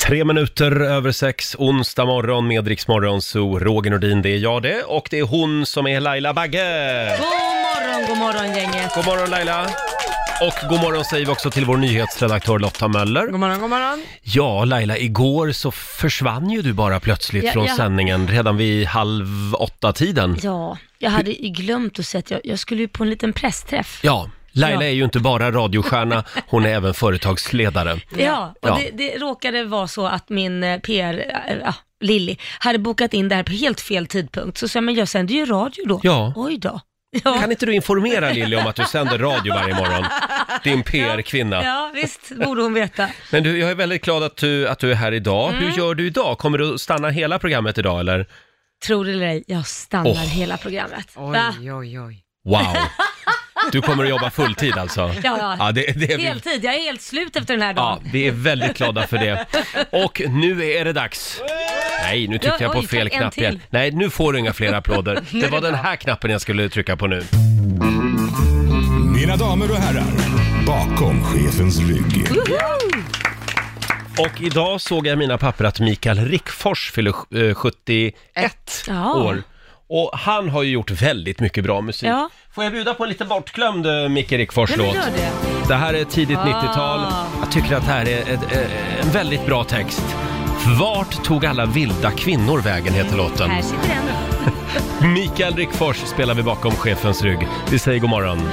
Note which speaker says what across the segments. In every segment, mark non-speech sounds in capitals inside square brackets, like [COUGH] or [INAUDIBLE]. Speaker 1: Tre minuter över sex, onsdag morgon med Rix Morgon, så Roger Nordin, det är jag det. Och det är hon som är Laila Bagge!
Speaker 2: God morgon, god morgon gänget.
Speaker 1: God morgon Laila! Och god morgon säger vi också till vår nyhetsredaktör Lotta Möller.
Speaker 2: God morgon, god morgon.
Speaker 1: Ja, Laila, igår så försvann ju du bara plötsligt
Speaker 3: Ja,
Speaker 1: från
Speaker 3: ja.
Speaker 1: sändningen redan vid halv åtta-tiden.
Speaker 3: Ja, jag hade ju glömt att säga att jag, jag skulle ju på en liten pressträff.
Speaker 1: Ja, Laila
Speaker 3: Ja.
Speaker 1: är ju inte bara radiostjärna, hon är även företagsledare.
Speaker 3: Ja, och
Speaker 1: Ja.
Speaker 3: Det, det råkade vara så att min eh, PR, äh, äh, Lilly, hade bokat in det här på helt fel tidpunkt. Så sa jag, men jag sänder ju radio då.
Speaker 1: Ja.
Speaker 3: Oj då.
Speaker 1: Kan inte du informera Lilly om att du sänder radio varje morgon? Din PR-kvinna.
Speaker 3: Ja, visst borde hon veta.
Speaker 1: Men du, jag är väldigt glad att du, att du är här idag. Hur
Speaker 3: Mm.
Speaker 1: gör du idag? Kommer du att stanna hela programmet idag eller?
Speaker 3: Tror det eller ej, jag stannar
Speaker 1: Åh.
Speaker 3: hela programmet. Va?
Speaker 2: Oj, oj, oj.
Speaker 1: Wow! Du kommer att jobba
Speaker 3: [LAUGHS]
Speaker 1: fulltid alltså?
Speaker 3: Ja, ja.
Speaker 1: det, det är vi,
Speaker 3: Heltid, jag är helt slut efter den här
Speaker 1: ja,
Speaker 3: dagen.
Speaker 1: vi är väldigt glada för det. Och nu är det dags! Nej, nu tryckte
Speaker 3: Ja,
Speaker 1: jag på
Speaker 3: oj,
Speaker 1: fel
Speaker 3: tack, en
Speaker 1: knapp igen.
Speaker 3: till.
Speaker 1: Nej, nu får du inga fler
Speaker 3: [LAUGHS]
Speaker 1: applåder. Det var den här knappen jag skulle trycka på nu.
Speaker 4: Mina damer och herrar, bakom chefens rygg.
Speaker 1: Och idag såg jag i mina papper att Mikael Rickfors fyller eh, 71
Speaker 3: Ja.
Speaker 1: år. Och han har ju gjort väldigt mycket bra musik.
Speaker 3: Ja.
Speaker 1: Får jag bjuda på en lite bortglömd eh, Micke Rickfors
Speaker 3: Nej, men
Speaker 1: låt?
Speaker 3: gör det.
Speaker 1: Det här är tidigt
Speaker 3: Ah.
Speaker 1: 90-tal. Jag tycker att det här är ett, eh, en väldigt bra text. Vart tog alla vilda kvinnor vägen heter låten.
Speaker 3: Här sitter den.
Speaker 1: Mikael Rickfors spelar vi bakom chefens rygg. Vi säger god morgon.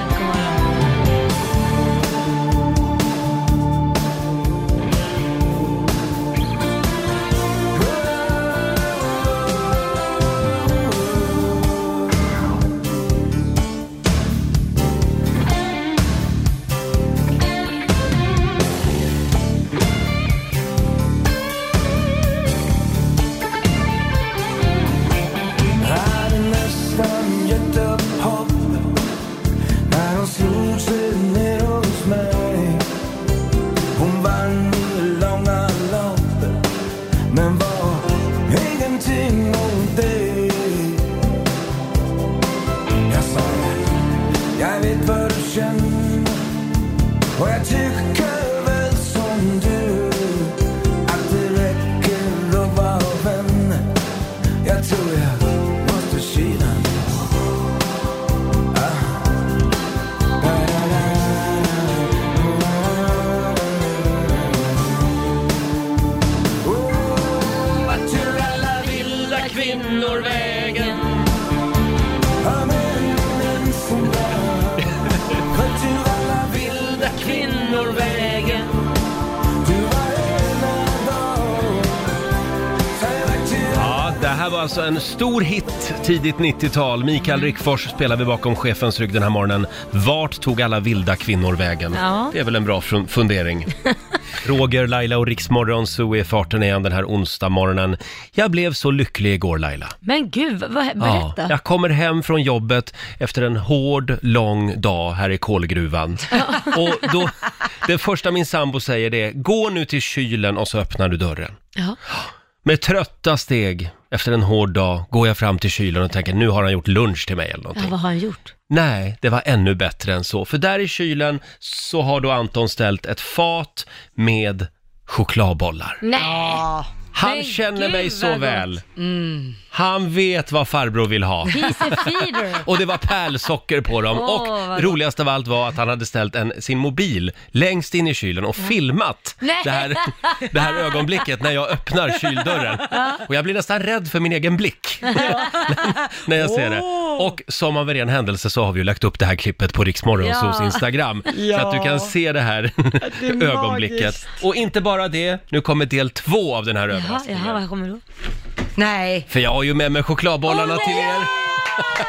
Speaker 5: Hade nästan gett upp hoppet när hon slog sig ner hos mig. Hon vann i långa loppet men var ingenting mot dig. Jag sa, jag vet vad du känner och jag tycker väl som du att det räcker att vara vänner. Jag tror jag måste kyla mig. Ah. Da, da, da, da. Oh, vad tur alla vilda
Speaker 3: Kvinnor vägen.
Speaker 5: har männen som dör. Vad tur alla vilda
Speaker 3: Kvinnor vägen.
Speaker 5: du var en av dem. Säg vad tur
Speaker 1: Ja, det här var alltså en stor hit tidigt 90-tal. Mikael Rickfors spelar vi bakom chefens rygg den här morgonen. Vart tog alla vilda kvinnor vägen?
Speaker 3: Ja.
Speaker 1: Det är väl en bra fun-
Speaker 3: [LAUGHS]
Speaker 1: fundering. Roger, Laila och Riksmorgon så är farten igen den här onsdag morgonen. Jag blev så lycklig igår Laila.
Speaker 3: Men gud, vad, berätta.
Speaker 1: jag kommer hem från jobbet efter en hård, lång dag här i kolgruvan. och då, det första min sambo säger det är, gå nu till kylen och så öppnar du dörren.
Speaker 3: Ja.
Speaker 1: Med trötta steg efter en hård dag går jag fram till kylen och tänker nu har han gjort lunch till mig eller
Speaker 3: ja,
Speaker 1: någonting.
Speaker 3: vad har han gjort?
Speaker 1: Nej, det var ännu bättre än så. För där i kylen så har då Anton ställt ett fat med chokladbollar.
Speaker 3: Nej.
Speaker 1: Han
Speaker 3: Men
Speaker 1: känner
Speaker 3: gud,
Speaker 1: mig så
Speaker 3: vad gott. Mm.
Speaker 1: väl. Han vet vad farbror vill ha.
Speaker 3: He's a feeder.
Speaker 1: [LAUGHS] Och det var pärlsocker på dem.
Speaker 3: Åh,
Speaker 1: och
Speaker 3: vad
Speaker 1: roligast av allt var att han hade ställt en, sin mobil längst in i kylen och filmat
Speaker 3: Nej.
Speaker 1: det här, det här ögonblicket när jag öppnar kyldörren. Och jag blir nästan rädd för min egen blick [LAUGHS] när jag ser det. Och som av en ren händelse så har vi ju lagt upp det här klippet på Riksmorgonsos
Speaker 3: Ja.
Speaker 1: Instagram. Så att du kan se det här [LAUGHS] ögonblicket. Och inte bara det, nu kommer del två av den här
Speaker 3: Jaha,
Speaker 1: överraskningen.
Speaker 3: jaha, vad kommer då?
Speaker 2: Nej.
Speaker 1: För jag har ju med mig chokladbollarna
Speaker 3: Åh,
Speaker 1: till
Speaker 3: nej!
Speaker 1: er.
Speaker 3: [LAUGHS]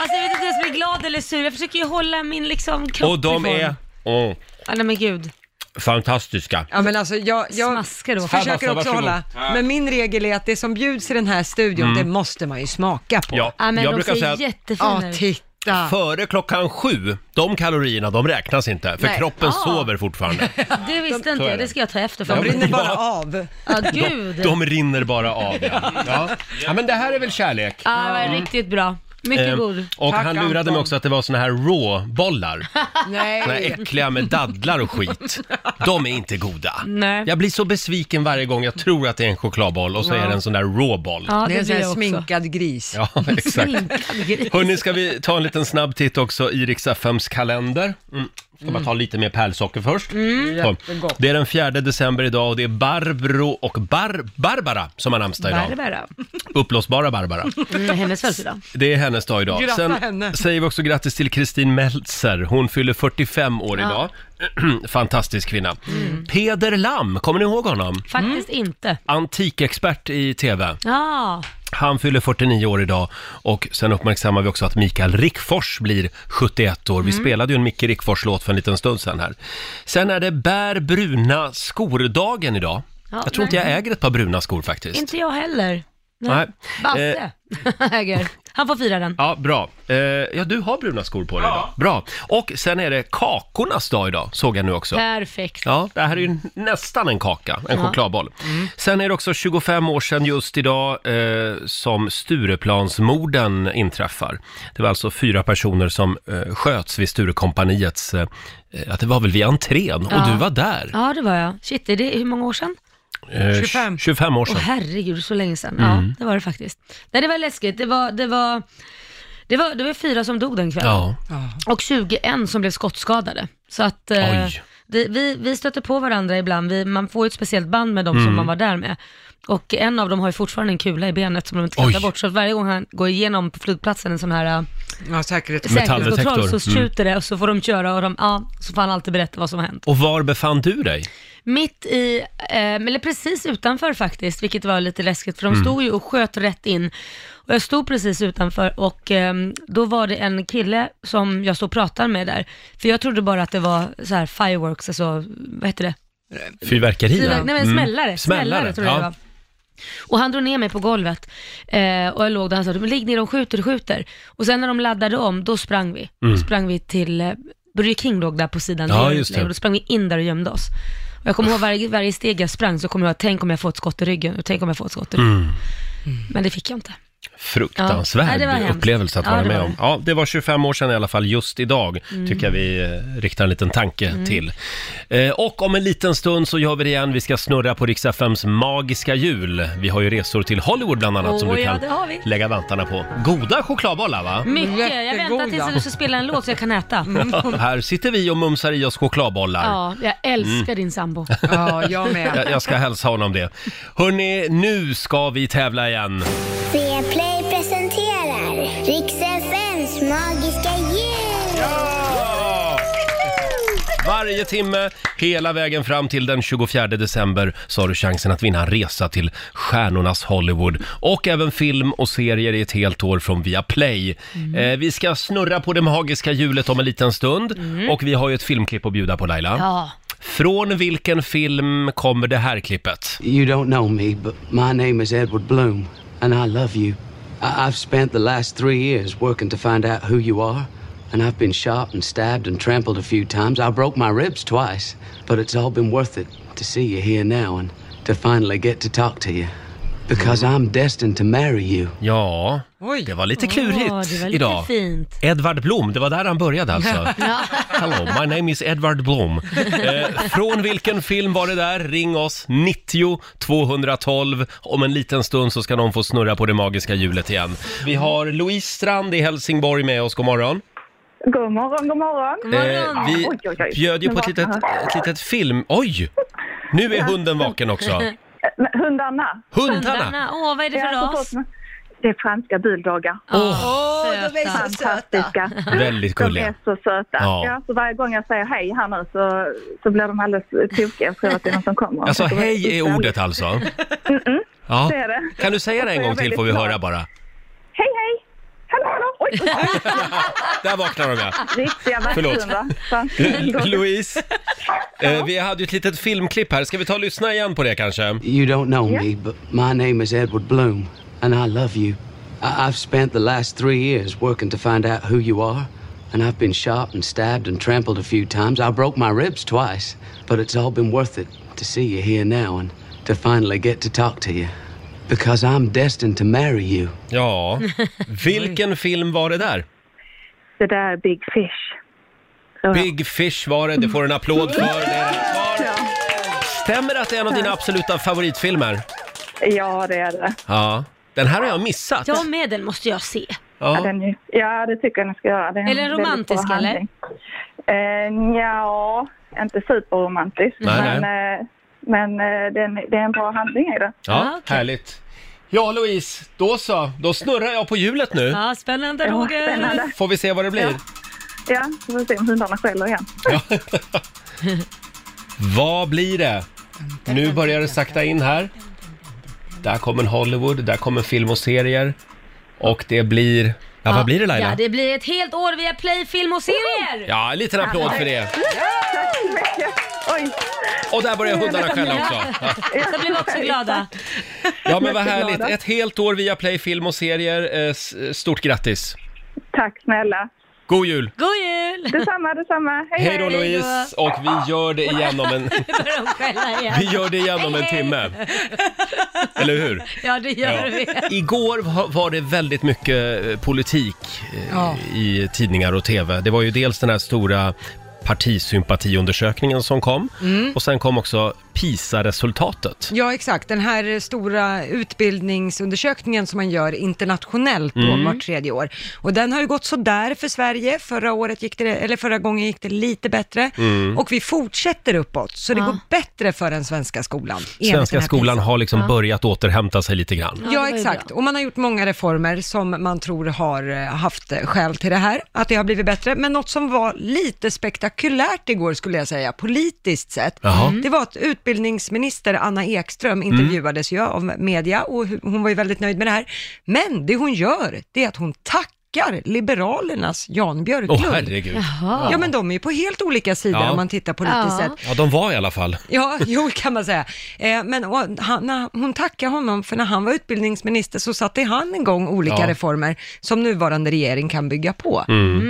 Speaker 3: Alltså jag vet inte ens om jag är glad eller sur. Jag försöker ju hålla min liksom kropp
Speaker 1: Och de
Speaker 3: i form.
Speaker 1: är... åh,
Speaker 3: Ja, nej men gud.
Speaker 1: fantastiska.
Speaker 2: Ja, men alltså jag, jag
Speaker 3: Smaskar då.
Speaker 2: försöker
Speaker 1: Varsågod,
Speaker 2: också
Speaker 1: varsågod.
Speaker 2: hålla. Men min regel är att det som bjuds i den här studion, det måste man ju smaka på.
Speaker 1: Mm. Ja,
Speaker 3: Ja, men
Speaker 1: jag
Speaker 3: de
Speaker 1: brukar
Speaker 3: ser
Speaker 1: säga att
Speaker 3: jättefina
Speaker 2: Ja,
Speaker 3: ut.
Speaker 2: titta.
Speaker 1: före klockan sju, de kalorierna de räknas inte, för
Speaker 2: Nej.
Speaker 1: kroppen
Speaker 3: Ah.
Speaker 1: sover fortfarande.
Speaker 3: Det visste inte
Speaker 1: så är
Speaker 3: jag,
Speaker 1: det.
Speaker 3: det ska jag ta efter
Speaker 1: Ja,
Speaker 2: De
Speaker 3: för.
Speaker 1: men-
Speaker 2: brinner bara av.
Speaker 3: Ja, [LAUGHS] gud.
Speaker 1: De rinner bara av. Ja. Ja. ja, men det här är väl kärlek?
Speaker 3: Ja, det var riktigt bra. Mycket
Speaker 1: Eh,
Speaker 3: god.
Speaker 1: Mm. Och
Speaker 2: Tack,
Speaker 1: han lurade
Speaker 2: Anton.
Speaker 1: mig också att det var såna här raw-bollar.
Speaker 2: Nej.
Speaker 1: Såna här äckliga med dadlar och skit. De är inte goda.
Speaker 3: Nej.
Speaker 1: Jag blir så besviken varje gång jag tror att det är en chokladboll och så är det en sån där raw-boll.
Speaker 3: Ja,
Speaker 2: det är en sån
Speaker 3: blir
Speaker 2: här
Speaker 3: jag också.
Speaker 2: sminkad gris.
Speaker 1: Ja, [LAUGHS] exakt.
Speaker 3: Sminkad gris.
Speaker 1: Hörni, ska vi ta en liten snabb titt också i Rix FMs kalender? Mm. Ska man ta lite mer pärlsocker först? Så.
Speaker 2: Jättegott.
Speaker 1: Det är den 4 december idag och det är Barbro och Bar- Barbara som har namnsdag idag.
Speaker 3: Barbara.
Speaker 1: Uppblåsbara Barbara.
Speaker 3: Mm, hennes födelsedag.
Speaker 1: Det är hennes dag idag.
Speaker 2: Gratta
Speaker 1: Sen
Speaker 2: henne.
Speaker 1: säger vi också grattis till Kristin Meltzer. Hon fyller 45 år idag. [CLEARS THROAT] Fantastisk kvinna. Peder Lam, kommer ni ihåg honom? Mm.
Speaker 3: Faktiskt inte.
Speaker 1: Antikexpert i TV.
Speaker 3: Ja,
Speaker 1: Han fyller 49 år idag och sen uppmärksammar vi också att Mikael Rickfors blir 71 år. Vi
Speaker 3: Mm.
Speaker 1: spelade ju en Micke Rickfors-låt för en liten stund sedan här. Sen är det bär bruna skor-dagen idag.
Speaker 3: Ja,
Speaker 1: jag tror inte jag
Speaker 3: nej.
Speaker 1: äger ett par bruna skor faktiskt.
Speaker 3: inte jag heller.
Speaker 1: Nej. Eh,
Speaker 3: Basse [LAUGHS] äger. Han får fira den.
Speaker 1: Ja, bra. Eh, ja, du har bruna skor på dig idag. Bra. Och sen är det kakornas dag idag, såg jag nu också.
Speaker 3: Perfekt.
Speaker 1: Ja, det här är ju nästan en kaka, en chokladboll. Sen är det också 25 år sedan just idag eh, som Stureplansmorden inträffar. Det var alltså fyra personer som eh, sköts vid Sturekompaniets, eh, eh, att det var väl vid entrén, och du var där.
Speaker 3: Ja, det var jag. Shit, är det hur många år sedan?
Speaker 1: Eh,
Speaker 2: 25.
Speaker 1: 25 år
Speaker 3: Åh
Speaker 1: sedan. Mm.
Speaker 3: herregud, så länge sedan. Ja, det var det faktiskt. Nej, det var läskigt. Det var, det var, det var, det var fyra som dog den kvällen.
Speaker 1: Ja,
Speaker 3: Och 21 som blev skottskadade. Så att eh,
Speaker 1: Oj.
Speaker 3: det, vi, vi stöter på varandra ibland. Vi, man får ju ett speciellt band med dem
Speaker 1: Mm.
Speaker 3: som man var där med. Och en av dem har ju fortfarande en kula i benet som de inte kan
Speaker 1: Oj.
Speaker 3: ta bort. Så att varje gång han går igenom på flygplatsen en sån här eh,
Speaker 2: Ja, säkerhet.
Speaker 3: säkerhetskontroll så
Speaker 1: Metalldetektor. Mm.
Speaker 3: skjuter det och så får de köra och de, ja, så får han alltid berätta vad som har hänt.
Speaker 1: Och var befann du dig?
Speaker 3: Mitt i, eh, eller precis utanför faktiskt, vilket var lite läskigt för de stod ju och sköt rätt in. Och jag stod precis utanför och ehm, då var det en kille som jag stod och pratade med där. För jag trodde bara att det var så här fireworks, alltså vad heter det?
Speaker 1: Fyrverkeri?
Speaker 3: Fyrverk- Nej men
Speaker 1: Mm.
Speaker 3: smällare, smällare, tror jag
Speaker 1: ja.
Speaker 3: det var. Och han drog ner mig på golvet eh, och jag låg där och han sa, "Men ligg ner, de skjuter, de skjuter. Och sen när de laddade om, då sprang vi. Då sprang vi till, eh, Burger King låg där på sidan,
Speaker 1: Mm. Ja,
Speaker 3: där
Speaker 1: just det.
Speaker 3: och då sprang vi in där och gömde oss. Och jag kommer ihåg varje, varje steg jag sprang så kommer jag ihåg, tänk om jag får ett skott i ryggen, och tänk om jag får ett skott i ryggen.
Speaker 1: Mm.
Speaker 3: Men det fick jag inte. Ja,
Speaker 1: fruktansvärd
Speaker 3: det var hemskt.
Speaker 1: upplevelse att
Speaker 3: Ja,
Speaker 1: vara
Speaker 3: det
Speaker 1: med
Speaker 3: var
Speaker 1: om.
Speaker 3: det. Mm.
Speaker 1: Ja, det var 25 år sedan i alla fall, just idag tycker jag vi eh, riktar en liten tanke till. Eh, och om en liten stund så gör vi det igen, vi ska snurra på Rix FMs magiska jul. Vi har ju resor till Hollywood bland annat som
Speaker 3: Åh,
Speaker 1: du
Speaker 3: ja,
Speaker 1: kan
Speaker 3: det har vi.
Speaker 1: lägga vantarna på. Goda chokladbollar va? [LAUGHS]
Speaker 3: Mycket, jag
Speaker 2: Jättegoda.
Speaker 3: väntar tills du ska spela en låt så jag kan äta.
Speaker 1: Här sitter vi och mumsar i oss chokladbollar.
Speaker 3: Ja, jag
Speaker 1: Mm.
Speaker 3: älskar din sambo.
Speaker 2: Ja, jag med.
Speaker 1: Jag, jag ska hälsa honom det. Hörni, nu ska vi tävla igen.
Speaker 6: Play presenterar Rix FMs magiska jul!
Speaker 1: Varje timme, hela vägen fram till den 24 december, så har du chansen att vinna en resa till stjärnornas Hollywood och även film och serier i ett helt år från Viaplay. Eh, vi ska snurra på det magiska hjulet om en liten stund och vi har ju ett filmklipp att bjuda på Laila.
Speaker 3: Ja.
Speaker 1: Från vilken film kommer det här klippet?
Speaker 7: You don't know me, but my name is Edward Bloom, and I love you. I- I've spent the last three years working to find out who you are, and I've been shot and stabbed and trampled a few times. I broke my ribs twice, but it's all been worth it to see you here now and to finally get to talk to you. Because I'm destined to marry you.
Speaker 1: Mm. Ja,
Speaker 2: Oj.
Speaker 1: det var lite klurigt
Speaker 3: Åh, det var lite
Speaker 1: idag.
Speaker 3: fint.
Speaker 1: Edvard Blom, det var där han började alltså.
Speaker 8: [LAUGHS]
Speaker 3: [LAUGHS]
Speaker 1: Hello, my name is Edvard Blom. Eh, från vilken film var det där? Ring oss, 90 212. Om en liten stund så ska de få snurra på det magiska hjulet igen. Vi har Louise Strand i Helsingborg med oss, god morgon.
Speaker 9: God morgon, god morgon.
Speaker 1: Eh, vi
Speaker 9: Oj, oj, oj.
Speaker 1: bjöd ju
Speaker 9: Nu
Speaker 1: på ett litet,
Speaker 9: vaknar jag.
Speaker 1: ett litet film... Oj! Nu är hunden vaken också.
Speaker 9: [LAUGHS] Men Hundarna.
Speaker 1: Hundarna!
Speaker 3: Hundarna, åh vad är det
Speaker 9: Det
Speaker 3: för
Speaker 9: är, alltså
Speaker 3: ras?
Speaker 9: fått- det är franska bulldoggar.
Speaker 2: Åh, de är så söta.
Speaker 9: Fantastiska. Mm.
Speaker 1: Väldigt
Speaker 9: De
Speaker 1: gulliga.
Speaker 9: är så söta.
Speaker 1: Ja.
Speaker 9: Ja. så varje gång jag säger hej här nu så, så blir de alldeles tokiga och tror att det är någon som kommer.
Speaker 1: Alltså
Speaker 9: Så det var
Speaker 1: hej är
Speaker 9: jättehärligt.
Speaker 1: ordet alltså? Ja.
Speaker 9: Det är det.
Speaker 1: Kan du säga det en
Speaker 9: Jag är
Speaker 1: gång till
Speaker 9: väldigt
Speaker 1: får vi
Speaker 9: glad.
Speaker 1: höra bara.
Speaker 9: Hej, hej! Hallå, hallå! Oj, oj, oj.
Speaker 1: Där vaknar de ja.
Speaker 9: Riktiga
Speaker 1: Förlåt.
Speaker 9: vakthundar. Franska
Speaker 1: Eh,
Speaker 9: bulldoggar.
Speaker 1: Louise, eh, vi hade ju ett litet filmklipp här. Ska vi ta och lyssna igen på det kanske?
Speaker 7: You don't know me, but my name is Edward Bloom, and I love you. I- I've spent the last three years working to find out who you are, and I've been shot and stabbed and trampled a few times. I broke my ribs twice, but it's all been worth it to see you here now and to finally get to talk to you. because I'm destined to marry you.
Speaker 1: Ja, vilken film var det där?
Speaker 9: Det där är Big Fish. Så,
Speaker 1: Big Fish var det, det får en applåd för. Det är rätt svar.
Speaker 9: Ja.
Speaker 1: Stämmer det att det är en av dina absoluta favoritfilmer?
Speaker 9: ja, det är det.
Speaker 1: Ja. Den här har jag missat.
Speaker 3: Jag med, den måste jag se.
Speaker 9: Ja,
Speaker 1: Ja.
Speaker 9: den, är- ja det tycker jag ni ska göra. Det
Speaker 3: Är den
Speaker 9: en väldigt bra
Speaker 3: romantisk, eller?
Speaker 9: handling. Eh, ja, inte superromantisk.
Speaker 1: Nej,
Speaker 9: men eh, men eh, den, det är en bra handling i den.
Speaker 3: Ah,
Speaker 1: ja,
Speaker 3: okej.
Speaker 1: härligt. Ja, Louise, då så. Då snurrar jag på hjulet nu.
Speaker 3: Ja, spännande
Speaker 9: Ja,
Speaker 3: Roger.
Speaker 9: spännande.
Speaker 1: Får vi se vad det blir.
Speaker 9: Ja, vi får se om hundarna skäller igen.
Speaker 1: Ja. Vad blir det? Nu börjar det sakta in här. Där kommer Hollywood, där kommer film och serier. Och det blir... Ja, vad blir det
Speaker 3: Ja,
Speaker 1: Laila?
Speaker 3: det blir ett helt år via Play, film och serier.
Speaker 1: Ja, en liten applåd för det.
Speaker 9: Tack så mycket. Oj,
Speaker 1: Och där börjar hundarna skälla också.
Speaker 3: [LAUGHS]
Speaker 1: Ja.
Speaker 3: Så blev vi också glada.
Speaker 1: Ja, men vad härligt. Ett helt år via Play, film och serier. Eh, s- Stort grattis.
Speaker 9: tack snälla.
Speaker 1: God jul!
Speaker 3: God jul!
Speaker 9: Detsamma, detsamma. Hej,
Speaker 1: Hej då
Speaker 3: Hej då.
Speaker 1: Louise! Och vi gör
Speaker 3: [LAUGHS]
Speaker 1: det igen om en,
Speaker 3: Nu börjar de skälla igen.
Speaker 1: vi gör det igen om en
Speaker 3: Hej, hej.
Speaker 1: timme. Eller hur?
Speaker 3: Ja, det gör vi.
Speaker 1: Igår ha- var det väldigt mycket eh, politik eh,
Speaker 2: Ja.
Speaker 1: i tidningar och tv. Det var ju dels den här stora partisympatiundersökningen som kom
Speaker 2: Mm.
Speaker 1: och sen kom också PISA-resultatet.
Speaker 2: Ja, exakt. Den här eh, stora utbildningsundersökningen som man gör internationellt då,
Speaker 1: Mm.
Speaker 2: vart tredje år. Och den har ju gått sådär för Sverige. Förra, året gick det, eller förra gången gick det lite bättre.
Speaker 1: Mm.
Speaker 2: Och vi fortsätter uppåt, så det
Speaker 3: Ja.
Speaker 2: går bättre för den svenska skolan. enligt den
Speaker 1: Svenska
Speaker 2: här typ
Speaker 1: skolan
Speaker 2: PISA.
Speaker 1: har liksom börjat återhämta sig lite grann.
Speaker 3: Ja, det
Speaker 2: Ja,
Speaker 3: var ju
Speaker 2: exakt.
Speaker 3: bra.
Speaker 2: Och man har gjort många reformer som man tror har eh, haft eh, skäl till det här, att det har blivit bättre. Men något som var lite spektakulärt igår skulle jag säga, politiskt sett,
Speaker 1: Jaha. Mm.
Speaker 2: det var att utbildningsminister Anna Ekström intervjuades ju av media och hu- hon var ju väldigt nöjd med det här. Men det hon gör, det är att hon tackar Liberalernas Jan Björklund.
Speaker 1: Åh herregud.
Speaker 2: Ja, men de är ju på helt olika sidor
Speaker 1: Ja.
Speaker 2: om man tittar politiskt
Speaker 3: Ja.
Speaker 2: sett.
Speaker 1: Ja, de var i alla fall.
Speaker 2: Ja, jo kan man säga. Eh, men och, han, när, hon tackar honom för när han var utbildningsminister så satte han igång olika
Speaker 1: Ja.
Speaker 2: reformer som nuvarande regering kan bygga på.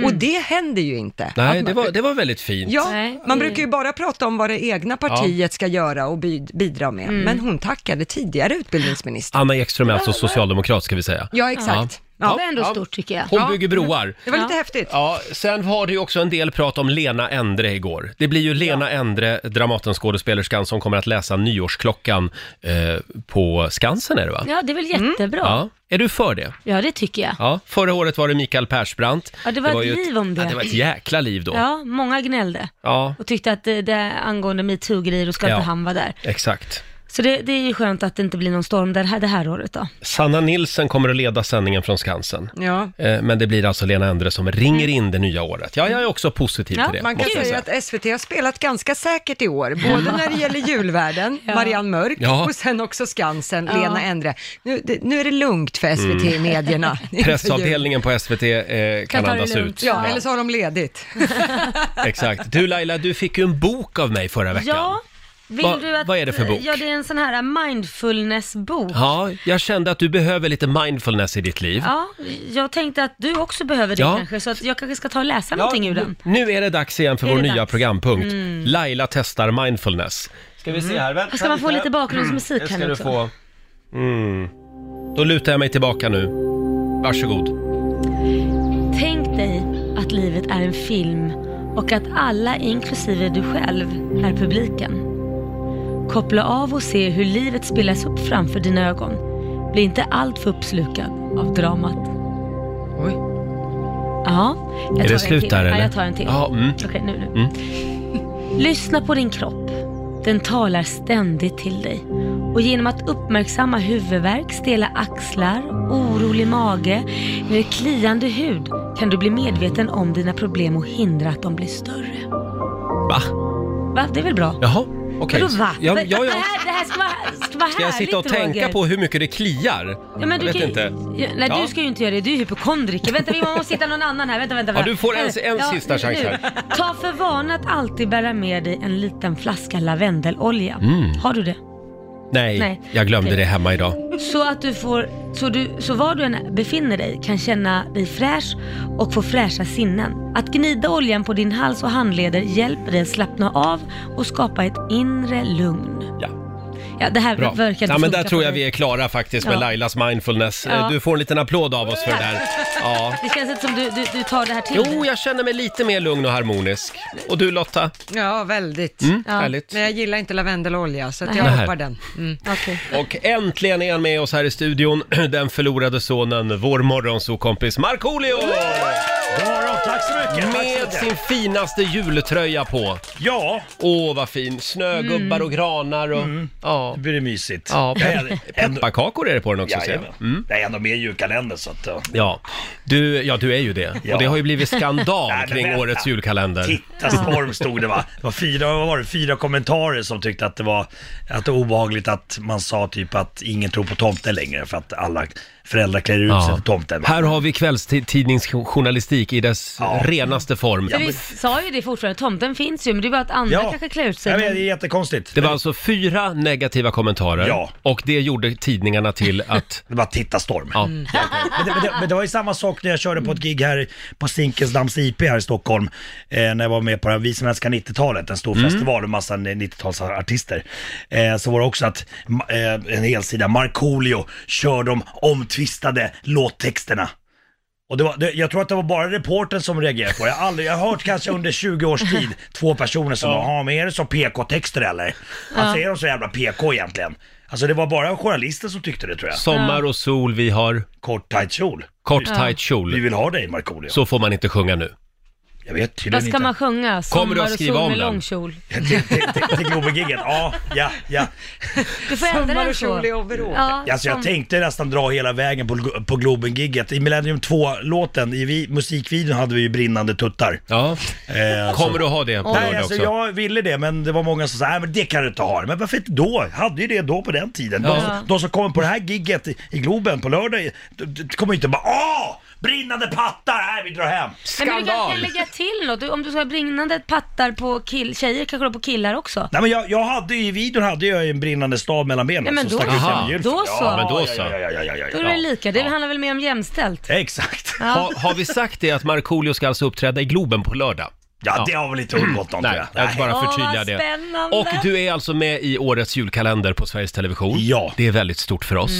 Speaker 2: Och det händer ju inte. Att
Speaker 1: Mm. Nej,
Speaker 2: man-
Speaker 1: det var, det var väldigt fint.
Speaker 2: Ja,
Speaker 3: Nej,
Speaker 2: man
Speaker 3: det-
Speaker 2: brukar ju bara prata om vad det egna partiet ska göra och bid- bidra med,
Speaker 3: Mm.
Speaker 2: men hon tackade tidigare utbildningsminister.
Speaker 1: Anna Ekström är alltså socialdemokrat ska vi säga.
Speaker 2: Ja, exakt.
Speaker 3: Det
Speaker 2: Ja.
Speaker 3: var ändå stort tycker jag.
Speaker 1: Hon bygger broar.
Speaker 2: Det var
Speaker 3: Ja.
Speaker 2: lite häftigt.
Speaker 1: Ja, sen var det ju också en del prat om Lena Endre igår. Det blir ju Lena Endre, Dramatenskådespelerskan, som kommer att läsa Nyårsklockan eh, på Skansen är det va?
Speaker 3: Ja, det är väl jättebra.
Speaker 1: Mm. Ja. Är du för det?
Speaker 3: Ja, det tycker jag.
Speaker 1: Ja. Förra året var det Mikael Persbrandt.
Speaker 3: Ja, det var ett
Speaker 1: ju
Speaker 3: liv om det.
Speaker 1: Ja, det var ett jäkla liv då.
Speaker 3: Ja, många gnällde
Speaker 1: Ja,
Speaker 3: och tyckte att det, det angående metoo-grejer och ska
Speaker 1: Ja.
Speaker 3: inte han vara där.
Speaker 1: exakt.
Speaker 3: Så det, det är ju skönt att det inte blir någon storm där, det här året då.
Speaker 1: Sanna Nilsen kommer att leda sändningen från Skansen.
Speaker 2: Ja.
Speaker 1: Eh, Men det blir alltså Lena Endre som ringer in det nya året. Ja, jag är också positiv
Speaker 3: Mm.
Speaker 1: typ
Speaker 3: Ja,
Speaker 1: till det.
Speaker 2: Man kan
Speaker 1: måste jag
Speaker 2: säga att SVT har spelat ganska säkert i år, både när det gäller
Speaker 3: [LAUGHS]
Speaker 2: julvärden, Marianne Mörk,
Speaker 1: Ja.
Speaker 2: och sen också Skansen,
Speaker 3: Ja.
Speaker 2: Lena Endre. Nu, det, nu är det lugnt för SVT i medierna.
Speaker 1: Mm. [LAUGHS] Pressavdelningen på SVT eh, kan,
Speaker 3: Kan ta det
Speaker 1: andas
Speaker 3: lugnt.
Speaker 1: ut.
Speaker 2: Ja, eller så har de ledigt.
Speaker 1: Exakt. Du Laila, du fick ju en bok av mig förra veckan.
Speaker 3: Ja, vill
Speaker 1: Va-
Speaker 3: du att...
Speaker 1: vad är det för bok?
Speaker 3: Ja, det är en sån här mindfulness-bok.
Speaker 1: Ja, jag kände att du behöver lite mindfulness i ditt liv.
Speaker 3: Ja, jag tänkte att du också behöver det
Speaker 1: Ja.
Speaker 3: kanske, så att jag kanske ska ta och läsa någonting ur den.
Speaker 1: nu är det dags igen för
Speaker 3: Är
Speaker 1: vår
Speaker 3: det
Speaker 1: nya
Speaker 3: dags? Mm.
Speaker 1: programpunkt. Laila testar mindfulness. Ska vi se här, vänta
Speaker 3: Ska man få lite bakgrundsmusik
Speaker 1: Det ska
Speaker 3: här nu
Speaker 1: du
Speaker 3: också?
Speaker 1: få. Mm. Då lutar jag mig tillbaka nu. Varsågod.
Speaker 3: Tänk dig att livet är en film och att alla, inklusive du själv, är publiken. Koppla av och se hur livet spelas upp framför dina ögon. Bli inte alltför uppslukad av dramat.
Speaker 2: Oj.
Speaker 3: Ja, jag tar
Speaker 1: Är
Speaker 3: en
Speaker 1: det slut
Speaker 3: till.
Speaker 1: där eller?
Speaker 3: Ja, jag tar en till.
Speaker 1: Ja, mm.
Speaker 3: Okej, nu, nu. Lyssna på din kropp. Den talar ständigt till dig. Och genom att uppmärksamma huvudvärk, stela axlar, orolig mage eller kliande hud kan du bli medveten om dina problem och hindra att de blir större.
Speaker 1: Va?
Speaker 3: Va? Det är väl bra?
Speaker 1: Jaha, okej.
Speaker 3: Vadå va?
Speaker 1: Ja, ja,
Speaker 3: Det,
Speaker 1: ja.
Speaker 3: här, det här ska vara, ska vara
Speaker 1: Ska jag sitta och
Speaker 3: härligt,
Speaker 1: tänka
Speaker 3: Roger.
Speaker 1: på hur mycket det kliar?
Speaker 3: Ja, men
Speaker 1: jag
Speaker 3: du
Speaker 1: vet
Speaker 3: kan, ju-
Speaker 1: inte.
Speaker 3: Ja, nej,
Speaker 1: Ja.
Speaker 3: du ska ju inte göra det. Du är hypokondriker. Vänta, vi måste hitta någon annan här. Vänta, vänta.
Speaker 1: Ja,
Speaker 3: vänta.
Speaker 1: du får en- en
Speaker 3: Ja,
Speaker 1: sista
Speaker 3: nu-
Speaker 1: chans
Speaker 3: nu.
Speaker 1: här.
Speaker 3: Ta för vana att alltid bära med dig en liten flaska lavendelolja.
Speaker 1: Mm.
Speaker 3: Har du det?
Speaker 1: Nej,
Speaker 3: Nej.
Speaker 1: jag glömde
Speaker 3: Okej.
Speaker 1: det hemma idag.
Speaker 3: Så att du får, så, du, så var du än befinner dig kan känna dig fräsch och få fräscha sinnen. Att gnida oljan på din hals och handleder hjälper dig att slappna av och skapa ett inre lugn.
Speaker 1: Ja.
Speaker 3: Ja, det här
Speaker 1: Bra.
Speaker 3: verkar
Speaker 1: Ja, men där
Speaker 3: funka
Speaker 1: tror
Speaker 3: för
Speaker 1: jag
Speaker 3: dig.
Speaker 1: vi är klara faktiskt med
Speaker 3: Ja.
Speaker 1: Lailas mindfulness. Eh,
Speaker 3: Ja.
Speaker 1: Du får en liten applåd av oss för det där.
Speaker 3: [LAUGHS]
Speaker 1: Ja.
Speaker 3: Det känns inte som du, du, du tar det här till
Speaker 1: Jo,
Speaker 3: dig.
Speaker 1: jag känner mig lite mer lugn och harmonisk. Och du Lotta?
Speaker 2: Ja, väldigt.
Speaker 1: Mm,
Speaker 3: Ja.
Speaker 1: Härligt.
Speaker 2: Men jag gillar inte lavendelolja, så att
Speaker 3: Nej.
Speaker 2: jag hoppar den. Mm.
Speaker 3: Okej.
Speaker 1: Och äntligen är han med oss här i studion, [CLEARS THROAT] den förlorade sonen, vår morgonsokompis Markoolio!
Speaker 10: Ja, tack så mycket. Tack så
Speaker 1: Med
Speaker 10: mycket.
Speaker 1: sin finaste jultröja på.
Speaker 10: Ja,
Speaker 1: Åh, vad fin! Snögubbar och granar och... Ja.
Speaker 10: nu blir det mysigt.
Speaker 1: ja.
Speaker 10: Jag är ändå,
Speaker 1: Pepparkakor är det på den också, ser jag. Mm.
Speaker 10: jajamän. Jag är ändå med i julkalendern så att... ja.
Speaker 1: Ja, du, ja, du är ju det.
Speaker 10: Ja.
Speaker 1: Och det har ju blivit
Speaker 10: [LAUGHS]
Speaker 1: skandal
Speaker 10: Nej, men
Speaker 1: kring
Speaker 10: vänta.
Speaker 1: årets julkalender. Mm.
Speaker 10: Titta storm
Speaker 1: [LAUGHS]
Speaker 10: stod det va? Det var fyra, vad var det, fyra kommentarer som tyckte att det var att det var obehagligt att man sa typ att ingen tror på tomten längre för att alla föräldrar klär ut sig till tomten.
Speaker 1: Här har vi kvällstidningsjournalistik i dess
Speaker 10: Ja.
Speaker 1: renaste form.
Speaker 3: För vi sa ju det fortfarande, tomten finns ju men det är bara att andra kanske klär ut sig.
Speaker 10: Jag vet, det är jättekonstigt.
Speaker 1: Det var alltså fyra negativa kommentarer
Speaker 10: Ja.
Speaker 1: och det gjorde
Speaker 10: [LAUGHS]
Speaker 1: tidningarna till att...
Speaker 10: Det var titta storm.
Speaker 1: Ja.
Speaker 10: Men det, men, det, men det var ju samma sak när jag körde på ett gig här på Zinkensdamms IP här i Stockholm. Eh, när jag var med på det här Vi som älskar 90-talet, en stor festival med massa 90-talsartister. Eh, så var det också att ma- eh, en hel sida, Markoolio kör de omtvistade låttexterna. Och det var, det, jag tror att det var bara reportern som reagerade på det. Jag har, aldrig, jag har hört kanske under 20 års tid två personer som bara, ja men är det så PK-texter eller? Alltså är de så jävla PK egentligen? Alltså det var bara journalister som tyckte det tror jag.
Speaker 1: Sommar och sol, vi har
Speaker 10: Kort tajt kjol.
Speaker 1: kort tajt
Speaker 10: Vi
Speaker 1: kjol.
Speaker 10: vill ha dig Markoolio.
Speaker 1: Så får man inte sjunga nu.
Speaker 10: Jag vet
Speaker 3: Vad
Speaker 10: tydligen
Speaker 3: ska man
Speaker 10: inte.
Speaker 3: sjunga?
Speaker 1: Kommer du att
Speaker 3: Sommar och
Speaker 1: skriva
Speaker 3: sol
Speaker 1: om
Speaker 3: med
Speaker 1: den?
Speaker 3: långkjol.
Speaker 10: Till, till, [LAUGHS] till, till Globen-giget? Ja, ja, ja.
Speaker 3: Du får ändra
Speaker 2: Sommar
Speaker 3: den
Speaker 2: och
Speaker 3: så.
Speaker 2: kjol i overall.
Speaker 3: Ja,
Speaker 10: Alltså jag
Speaker 3: som-
Speaker 10: tänkte nästan dra hela vägen på, Glo- på Globen-giget. I Millennium 2-låten, i vi, musikvideon hade vi ju brinnande tuttar.
Speaker 1: Ja.
Speaker 10: Eh, alltså-
Speaker 1: Kommer du ha det på
Speaker 10: Nej,
Speaker 1: lördag
Speaker 10: alltså
Speaker 1: också?
Speaker 10: jag ville det, men det var många som sa nej men det kan du inte ha. Men varför inte då? Jag hade ju det då på den tiden. De,
Speaker 1: Ja.
Speaker 10: de som kommer på det här gigget i, i Globen på lördag, de, de kommer inte bara åh! Brinnande pattar! Nej, vi drar hem!
Speaker 3: Nej, men du
Speaker 1: Skandal!
Speaker 3: kanske kan lägga till något. Du- Om du ska ha brinnande pattar på kill, tjejer kanske du har på killar också.
Speaker 10: Nej men jag, jag hade ju i videon hade jag ju en brinnande stav mellan benen
Speaker 3: Nej, men
Speaker 10: som
Speaker 3: då-
Speaker 10: stack ut
Speaker 1: Aha.
Speaker 10: genom gylfen.
Speaker 3: Då så. Ja,
Speaker 1: men då så.
Speaker 10: Ja, ja, ja, ja, ja, ja,
Speaker 3: Då är det
Speaker 10: ja.
Speaker 3: lika. Det
Speaker 10: Ja.
Speaker 3: handlar väl mer om jämställt?
Speaker 10: Exakt. Ja,
Speaker 1: Ha, har vi sagt det att Markoolio ska alltså uppträda i Globen på lördag?
Speaker 10: det har väl inte undgått någon tror
Speaker 1: Nej,
Speaker 10: jag.
Speaker 1: jag vill bara
Speaker 3: Åh,
Speaker 1: förtydliga
Speaker 3: vad
Speaker 1: det.
Speaker 3: spännande.
Speaker 1: Och du är alltså med i årets julkalender på Sveriges Television.
Speaker 10: Ja.
Speaker 1: Det är väldigt stort för oss.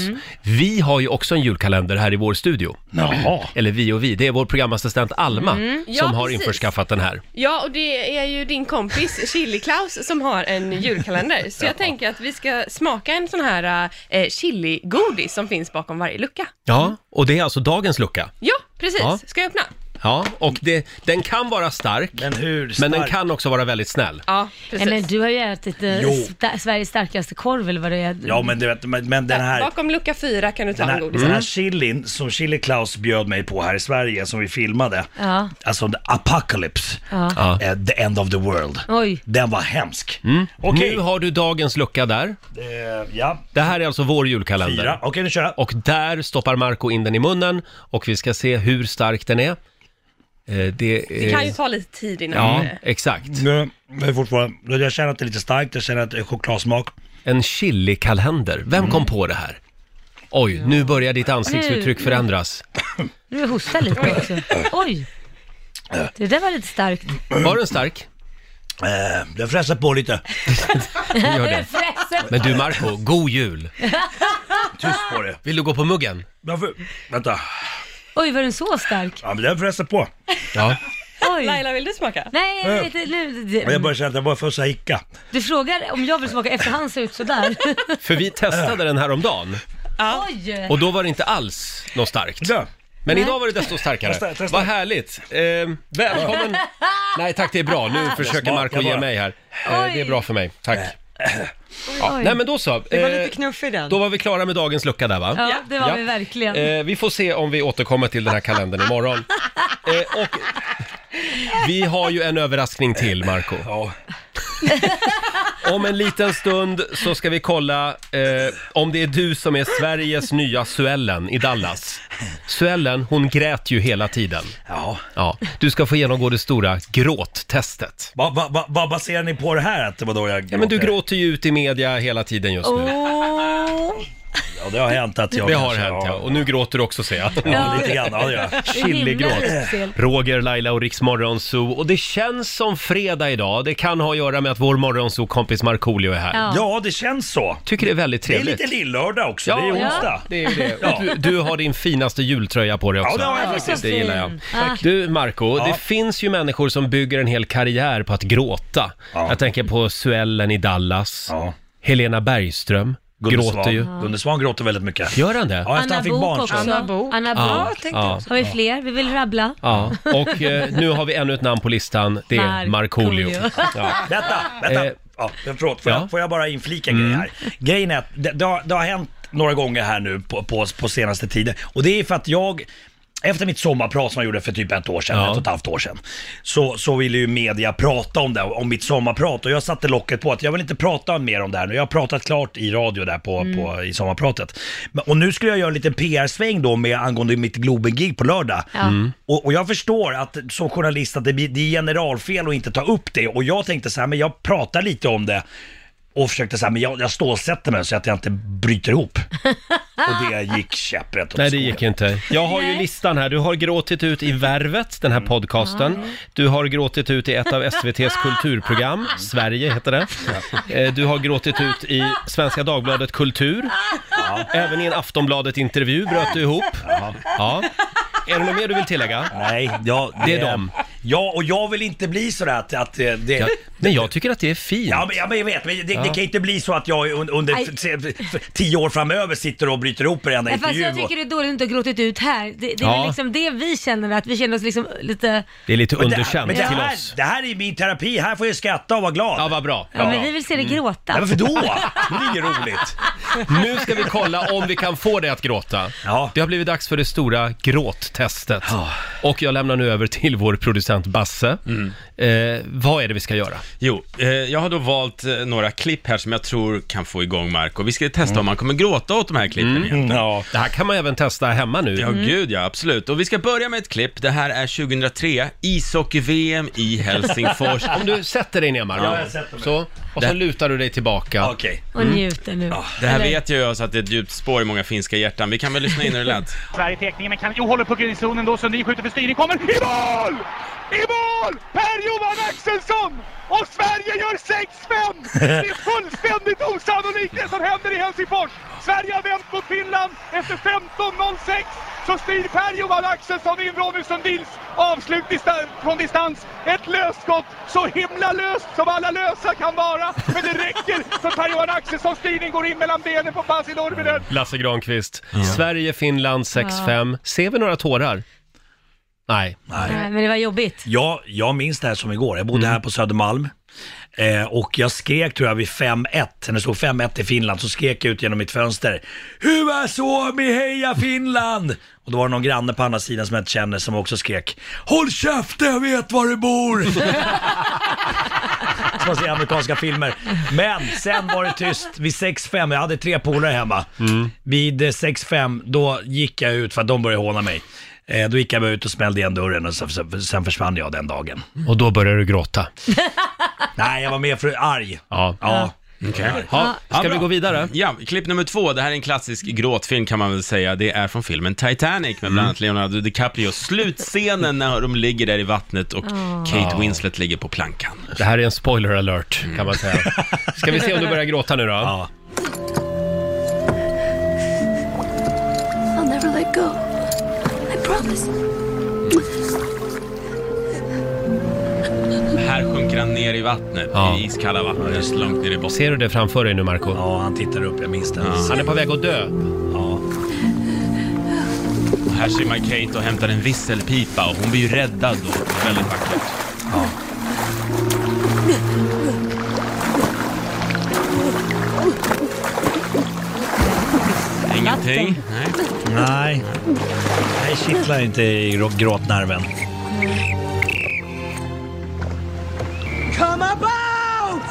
Speaker 1: Vi har ju också en julkalender här i vår studio.
Speaker 10: Jaha.
Speaker 1: Eller vi och vi, det är vår programassistent Alma som
Speaker 11: Ja,
Speaker 1: har
Speaker 11: precis.
Speaker 1: införskaffat den här.
Speaker 11: Ja, och det är ju din kompis Chili Klaus som har en julkalender. Så jag tänker att vi ska smaka en sån här eh, chiligodis som finns bakom varje lucka.
Speaker 1: Ja, och det är alltså dagens lucka.
Speaker 11: Ja, precis.
Speaker 1: Ja.
Speaker 11: Ska jag öppna?
Speaker 1: Ja, och det, den kan vara stark,
Speaker 10: Men hur stark?
Speaker 1: men den kan också vara väldigt snäll.
Speaker 11: Ja,
Speaker 3: Nej,
Speaker 11: precis.
Speaker 3: men du har ju ätit eh,
Speaker 10: Jo.
Speaker 3: sta- Sveriges starkaste korv eller vad det är.
Speaker 10: Ja men du vet, men, men den här...
Speaker 11: Bakom lucka fyra kan du ta
Speaker 10: Den
Speaker 11: en
Speaker 10: här,
Speaker 11: godis.
Speaker 10: den
Speaker 3: Mm.
Speaker 10: här chilin som Chili Klaus bjöd mig på här i Sverige som vi filmade,
Speaker 3: Ja.
Speaker 10: alltså the apocalypse,
Speaker 1: Ja.
Speaker 10: eh, the end of the world.
Speaker 3: Oj.
Speaker 10: Den var hemsk. Mm. Okej,
Speaker 1: Nu har du dagens lucka där.
Speaker 10: eh, ja,
Speaker 1: Det här är alltså vår julkalender.
Speaker 10: fyra. Okej nu kör jag.
Speaker 1: Och där stoppar Marco in den i munnen och vi ska se hur stark den är. Eh, det,
Speaker 11: Det kan ju
Speaker 1: eh,
Speaker 11: ta lite tid innan.
Speaker 1: Ja,
Speaker 11: det-
Speaker 1: exakt.
Speaker 10: Nu, jag, är fortfarande, jag känner att det är lite starkt, jag känner att det är chokladsmak.
Speaker 1: En chilikalender. Vem kom på det här? Oj, nu börjar ditt ansiktsuttryck förändras.
Speaker 3: Nu hostar jag lite också. Oj! Det där var lite starkt.
Speaker 1: Var den stark?
Speaker 10: Eh, den fräsar på lite.
Speaker 1: Gör
Speaker 3: [LAUGHS]
Speaker 1: det. [LAUGHS] Men du Marco, god jul!
Speaker 10: Tyst på det.
Speaker 1: Vill du gå på muggen?
Speaker 10: Varför? Vänta.
Speaker 3: Oj, var den så stark?
Speaker 10: Ja, men den fräsar på.
Speaker 1: Ja.
Speaker 3: Oj!
Speaker 11: Laila, vill du smaka?
Speaker 3: Nej, jag vet inte, nu,
Speaker 10: Men jag
Speaker 3: det-
Speaker 10: börjar känna att jag bara får så här hicka.
Speaker 3: du frågar om jag vill smaka efter han ser ut sådär. [LAUGHS]
Speaker 1: För vi testade den här om dagen
Speaker 3: Oj!
Speaker 1: och då var det inte alls något starkt.
Speaker 10: Ja.
Speaker 1: Men idag var det desto starkare.
Speaker 10: Testa, testa.
Speaker 1: Vad härligt! Eh,
Speaker 3: [LAUGHS]
Speaker 1: välkommen! Nej tack, det är bra. Nu försöker Marco
Speaker 10: Jag
Speaker 1: ge
Speaker 10: bara-
Speaker 1: mig här. Eh, det är bra för mig. Tack. Ja. Nej men då så.
Speaker 2: Det var
Speaker 1: Eh,
Speaker 2: lite knuff i den.
Speaker 1: Då var vi klara med dagens lucka där va?
Speaker 3: Ja, det var vi verkligen.
Speaker 1: Eh, vi får se om vi återkommer till den här kalendern imorgon. Eh, och vi har ju en överraskning till, Marco.
Speaker 10: Ja.
Speaker 1: [LAUGHS] Om en liten stund så ska vi kolla eh, om det är du som är Sveriges nya Suellen i Dallas. Suellen, hon grät ju hela tiden.
Speaker 10: ja.
Speaker 1: Ja, du ska få genomgå det stora gråttestet.
Speaker 10: Vad va, va, vad baserar ni på det här att det var då jag
Speaker 1: Ja, men du
Speaker 10: gråter?
Speaker 1: gråter ju ut i media hela tiden just nu.
Speaker 3: Åh.
Speaker 10: Ja, det har hänt att jag
Speaker 1: Det har
Speaker 10: kanske-
Speaker 1: hänt ja. Och nu gråter du också ser jag.
Speaker 10: Ja, lite grann, ja, det gör jag.
Speaker 1: Chiligråt.
Speaker 10: Det är himla
Speaker 1: Roger, Laila och Riks Morgonzoo. Och det känns som fredag idag. Det kan ha att göra med att vår Morgonzoo-kompis Markoolio är här.
Speaker 10: Ja. Ja, det känns så.
Speaker 1: Tycker det är väldigt
Speaker 10: Det är
Speaker 1: trevligt.
Speaker 10: lite lillördag också, det är onsdag.
Speaker 1: det är ju
Speaker 10: [LAUGHS]
Speaker 1: det.
Speaker 10: Ja.
Speaker 1: Och Du, du har din finaste jultröja på dig också.
Speaker 10: Ja, det har jag faktiskt.
Speaker 1: Det gillar jag.
Speaker 10: Tack.
Speaker 1: Du, Marco,
Speaker 10: Ja.
Speaker 1: det finns ju människor som bygger en hel karriär på att gråta. Jag tänker på Suellen i Dallas, Helena Bergström.
Speaker 10: Gunde
Speaker 1: gråter
Speaker 10: Svan.
Speaker 1: ju.
Speaker 10: Gunde Svan gråter väldigt mycket.
Speaker 1: Gör han det?
Speaker 10: Ja, efter han fick barn.
Speaker 3: också.
Speaker 10: så-
Speaker 3: Anna Book. Anna Book.
Speaker 1: Ja, tänkte jag också.
Speaker 3: Har vi fler? Vi vill rabbla.
Speaker 1: Ja, och eh, nu har vi ännu ett namn på listan. Det är Markoolio.
Speaker 3: [LAUGHS]
Speaker 1: Ja.
Speaker 10: Vänta, vänta.
Speaker 1: Eh,
Speaker 10: ja, men förlåt, får, jag, får jag bara inflika en grej här? Grejen är att det, det, har, det har hänt några gånger här nu på, på, på senaste tiden och det är för att jag efter mitt sommarprat som jag gjorde för typ ett år sedan, ett och ett halvt år sedan, så, så ville ju media prata om det, om mitt sommarprat och jag satte locket på att jag vill inte prata mer om det här nu. Jag har pratat klart i radio där på,
Speaker 12: Mm.
Speaker 10: på, i sommarpratet. Men, och nu skulle jag göra en liten PR-sväng då med angående mitt Globen-gig på lördag.
Speaker 12: Ja. Mm.
Speaker 10: Och, och jag förstår att som journalist att det, blir- det är generalfel att inte ta upp det. Och jag tänkte så här, men jag pratar lite om det. Och försökte säga, men jag, jag stålsätter mig så att jag inte bryter
Speaker 3: [LAUGHS]
Speaker 10: ihop. och det gick käpprätt åt
Speaker 1: Nej, det gick inte. Jag har ju listan här. Du har gråtit ut i Värvet, den här podcasten. Du har gråtit ut i ett av SVTs kulturprogram, Sverige heter det. Eh, Du har gråtit ut i Svenska Dagbladet Kultur. Även i en Aftonbladet-intervju bröt du ihop. Ja. Är det något mer du vill tillägga?
Speaker 10: Nej, jag,
Speaker 1: det är dem.
Speaker 10: Ja, och jag vill inte bli sådär att, att eh, det...
Speaker 1: Ja, men jag tycker att det är fint.
Speaker 10: Ja, men, ja, men jag vet, men det,
Speaker 1: Ja.
Speaker 10: det kan inte bli så att jag un- under
Speaker 3: Nej.
Speaker 10: f- se- f- tio år framöver sitter och bryter ihop varenda
Speaker 3: Nej, fast
Speaker 10: intervju.
Speaker 3: jag tycker det är dåligt att du inte har gråtit ut här. Det, det är
Speaker 10: Ja.
Speaker 3: väl liksom det vi känner, att vi känner oss liksom lite...
Speaker 1: Det är lite
Speaker 10: Men det-
Speaker 1: underkänt
Speaker 10: men det
Speaker 1: till
Speaker 10: här,
Speaker 1: oss.
Speaker 10: Det här är min terapi, här får jag skratta och vara glad. Ja, Mm.
Speaker 1: vad bra.
Speaker 3: Ja, men vi vill se dig gråta.
Speaker 10: Nej, varför
Speaker 3: [LAUGHS]
Speaker 10: då? Det är inget roligt.
Speaker 1: Nu ska vi kolla om vi kan få dig att gråta. Det har blivit dags för det stora gråttestet. Och jag lämnar nu över till vår producent Basse. Eh, vad är det vi ska göra?
Speaker 12: Jo, eh, jag har då valt eh, några klipp här som jag tror kan få igång Marco. Vi ska testa om han kommer gråta åt de här klippen
Speaker 1: Mm.
Speaker 12: egentligen.
Speaker 10: Ja.
Speaker 1: Det här kan man även testa hemma nu.
Speaker 12: Ja,
Speaker 1: Mm.
Speaker 12: gud ja, absolut. Och vi ska börja med ett klipp. Det här är 2003, ishockey-VM i Helsingfors.
Speaker 1: Om du sätter dig ner Marco.
Speaker 12: Ja, jag sätter mig.
Speaker 1: Så, och så
Speaker 12: Det-
Speaker 1: lutar du dig tillbaka. Mm.
Speaker 10: Okej.
Speaker 3: Och njuter nu.
Speaker 12: Mm. Det här
Speaker 3: Eller-
Speaker 12: vet jag ju alltså att det är ett djupt spår i många finska hjärtan. Vi kan väl lyssna in hur det lät.
Speaker 13: Sverige teckningen, men kan, jo, håller pucken i zonen då. Sundin skjuter för styrning, kommer i mål! I mål! Per-Johan Axelsson! Och Sverige gör 6-5! Det är fullständigt osannolikt det som händer i Helsingfors! Sverige har vänt mot Finland efter 15-0-6! Så styr Per-Johan Axelsson in Ronny Sundins avslut distan- från distans. Ett lösskott, så himla löst som alla lösa kan vara. Men det räcker för Per-Johan Axelssons styrning går in mellan benen på Pasi Nurminen.
Speaker 1: Lasse Granqvist. Sverige-Finland 6-5. Ser vi några tårar? Nej.
Speaker 3: Nej, men det var jobbigt.
Speaker 10: Jag, jag minns det här som igår. Jag bodde här på Södermalm. Eh, och jag skrek tror jag vid 5-1, när det stod 5-1 i Finland, så skrek jag ut genom mitt fönster. Hyvä Suomi, heja Finland! Och då var det någon granne på andra sidan som jag inte känner som också skrek. Håll käften, jag vet var du bor! som man ser i amerikanska filmer. Men sen var det tyst vid 6-5, jag hade tre polare hemma. Vid eh, 6-5, då gick jag ut för att de började håna mig. Eh, då gick jag bara ut och smällde igen dörren och så, så, sen försvann jag den dagen.
Speaker 1: Och då börjar du gråta.
Speaker 10: Nej, jag var mer för arg.
Speaker 1: [LAUGHS] Ja.
Speaker 10: Ja.
Speaker 12: Okej.
Speaker 1: Ja, ska vi
Speaker 12: bra.
Speaker 1: gå vidare?
Speaker 12: Ja, klipp nummer två. Det här är en klassisk gråtfilm kan man väl säga. Det är från filmen Titanic med bland annat
Speaker 1: Mm.
Speaker 12: Leonardo DiCaprio. Slutscenen när de ligger där i vattnet och
Speaker 1: Åh.
Speaker 12: Kate
Speaker 1: Ja.
Speaker 12: Winslet ligger på plankan.
Speaker 1: Det här är en spoiler alert, kan man säga.
Speaker 12: [LAUGHS]
Speaker 1: Ska vi se om du börjar gråta nu då?
Speaker 14: I'll never let go. I promise.
Speaker 12: Här sjunker han ner i vattnet, i iskalla vattnet, långt ner i botten.
Speaker 1: Ser du det framför dig nu, Marco?
Speaker 10: Ja, han tittar upp, jag minns det.
Speaker 1: Han är på väg att dö.
Speaker 12: Och här simmar Kate och hämtar en visselpipa och hon blir ju räddad då. Väldigt vackert. Ingenting. Nej.
Speaker 10: Nej. Nej, kittlar inte i grå- gråtnerven.
Speaker 5: Come about!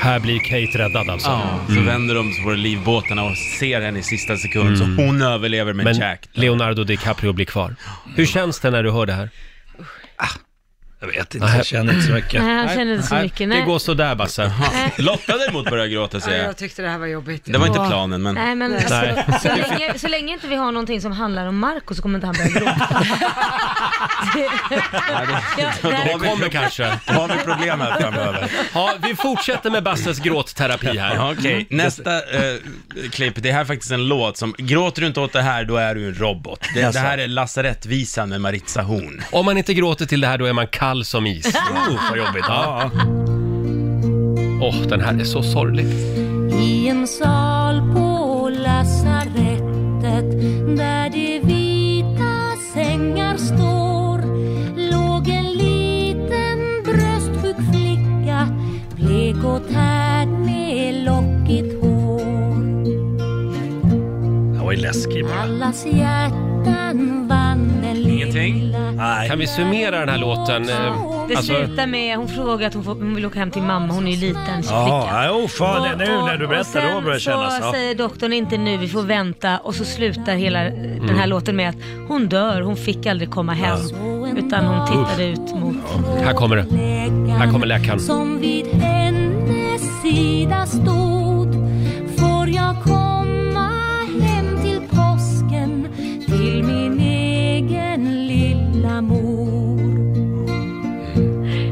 Speaker 1: Här blir Kate räddad alltså.
Speaker 12: Ja, så vänder de sig på livbåtarna och ser henne i sista sekund, så hon överlever med
Speaker 1: Mm. Men
Speaker 12: Jack.
Speaker 1: Leonardo DiCaprio blir kvar. Hur känns det när du hör det här?
Speaker 10: Jag vet inte, jag känner inte så mycket.
Speaker 3: Nej, han känner inte så mycket. Nej.
Speaker 12: Det går sådär Basse. Lotta däremot börjar gråta
Speaker 2: Ja,
Speaker 12: säger jag.
Speaker 2: jag tyckte det här var jobbigt.
Speaker 12: Det var inte
Speaker 3: Ja.
Speaker 12: planen men...
Speaker 3: Nej, men alltså, så, länge, så länge inte vi har någonting som handlar om Marco så kommer inte han börja gråta. Ja,
Speaker 1: Det
Speaker 3: där-
Speaker 1: kommer kanske.
Speaker 12: [LAUGHS] Då har vi problem här framöver.
Speaker 1: Ja, vi fortsätter med Basses gråtterapi här. Mm.
Speaker 12: Ja, Okej, nästa eh, klipp, det här är faktiskt en låt som, gråter du inte åt det här då är du en robot. Det, det
Speaker 1: Jaså.
Speaker 12: här är Lasarettvisan med Maritza Horn.
Speaker 1: Om man inte gråter till det här då är man kall som is. Oh, vad jobbigt. Ja. Åh, den här är så sorglig.
Speaker 14: I en sal på lasarettet där det vita sängar står låg en liten bröstsjuk flicka blek och tärd med lockigt hår.
Speaker 10: Jag var ju läskig bara.
Speaker 14: Allas hjärtan vann en
Speaker 1: Ingenting? Kan vi summera den här låten? Eh,
Speaker 3: Det
Speaker 1: alltså-
Speaker 3: slutar med, hon frågar att hon, får, hon vill åka hem till mamma, hon är ju liten så flicka.
Speaker 10: Ja, jo fan det är nu när du
Speaker 3: Och
Speaker 10: berättar,
Speaker 3: sen
Speaker 10: då börjar det kännas.
Speaker 3: så
Speaker 10: Ja.
Speaker 3: säger doktorn inte nu, vi får vänta och så slutar hela den
Speaker 10: Mm.
Speaker 3: här låten med att hon dör, hon fick aldrig komma hem. Utan hon tittade ut mot...
Speaker 1: Här kommer det. Här kommer läkaren.
Speaker 14: som vid hennes sida stod. Får jag komma hem till påsken till min egen lilla mor?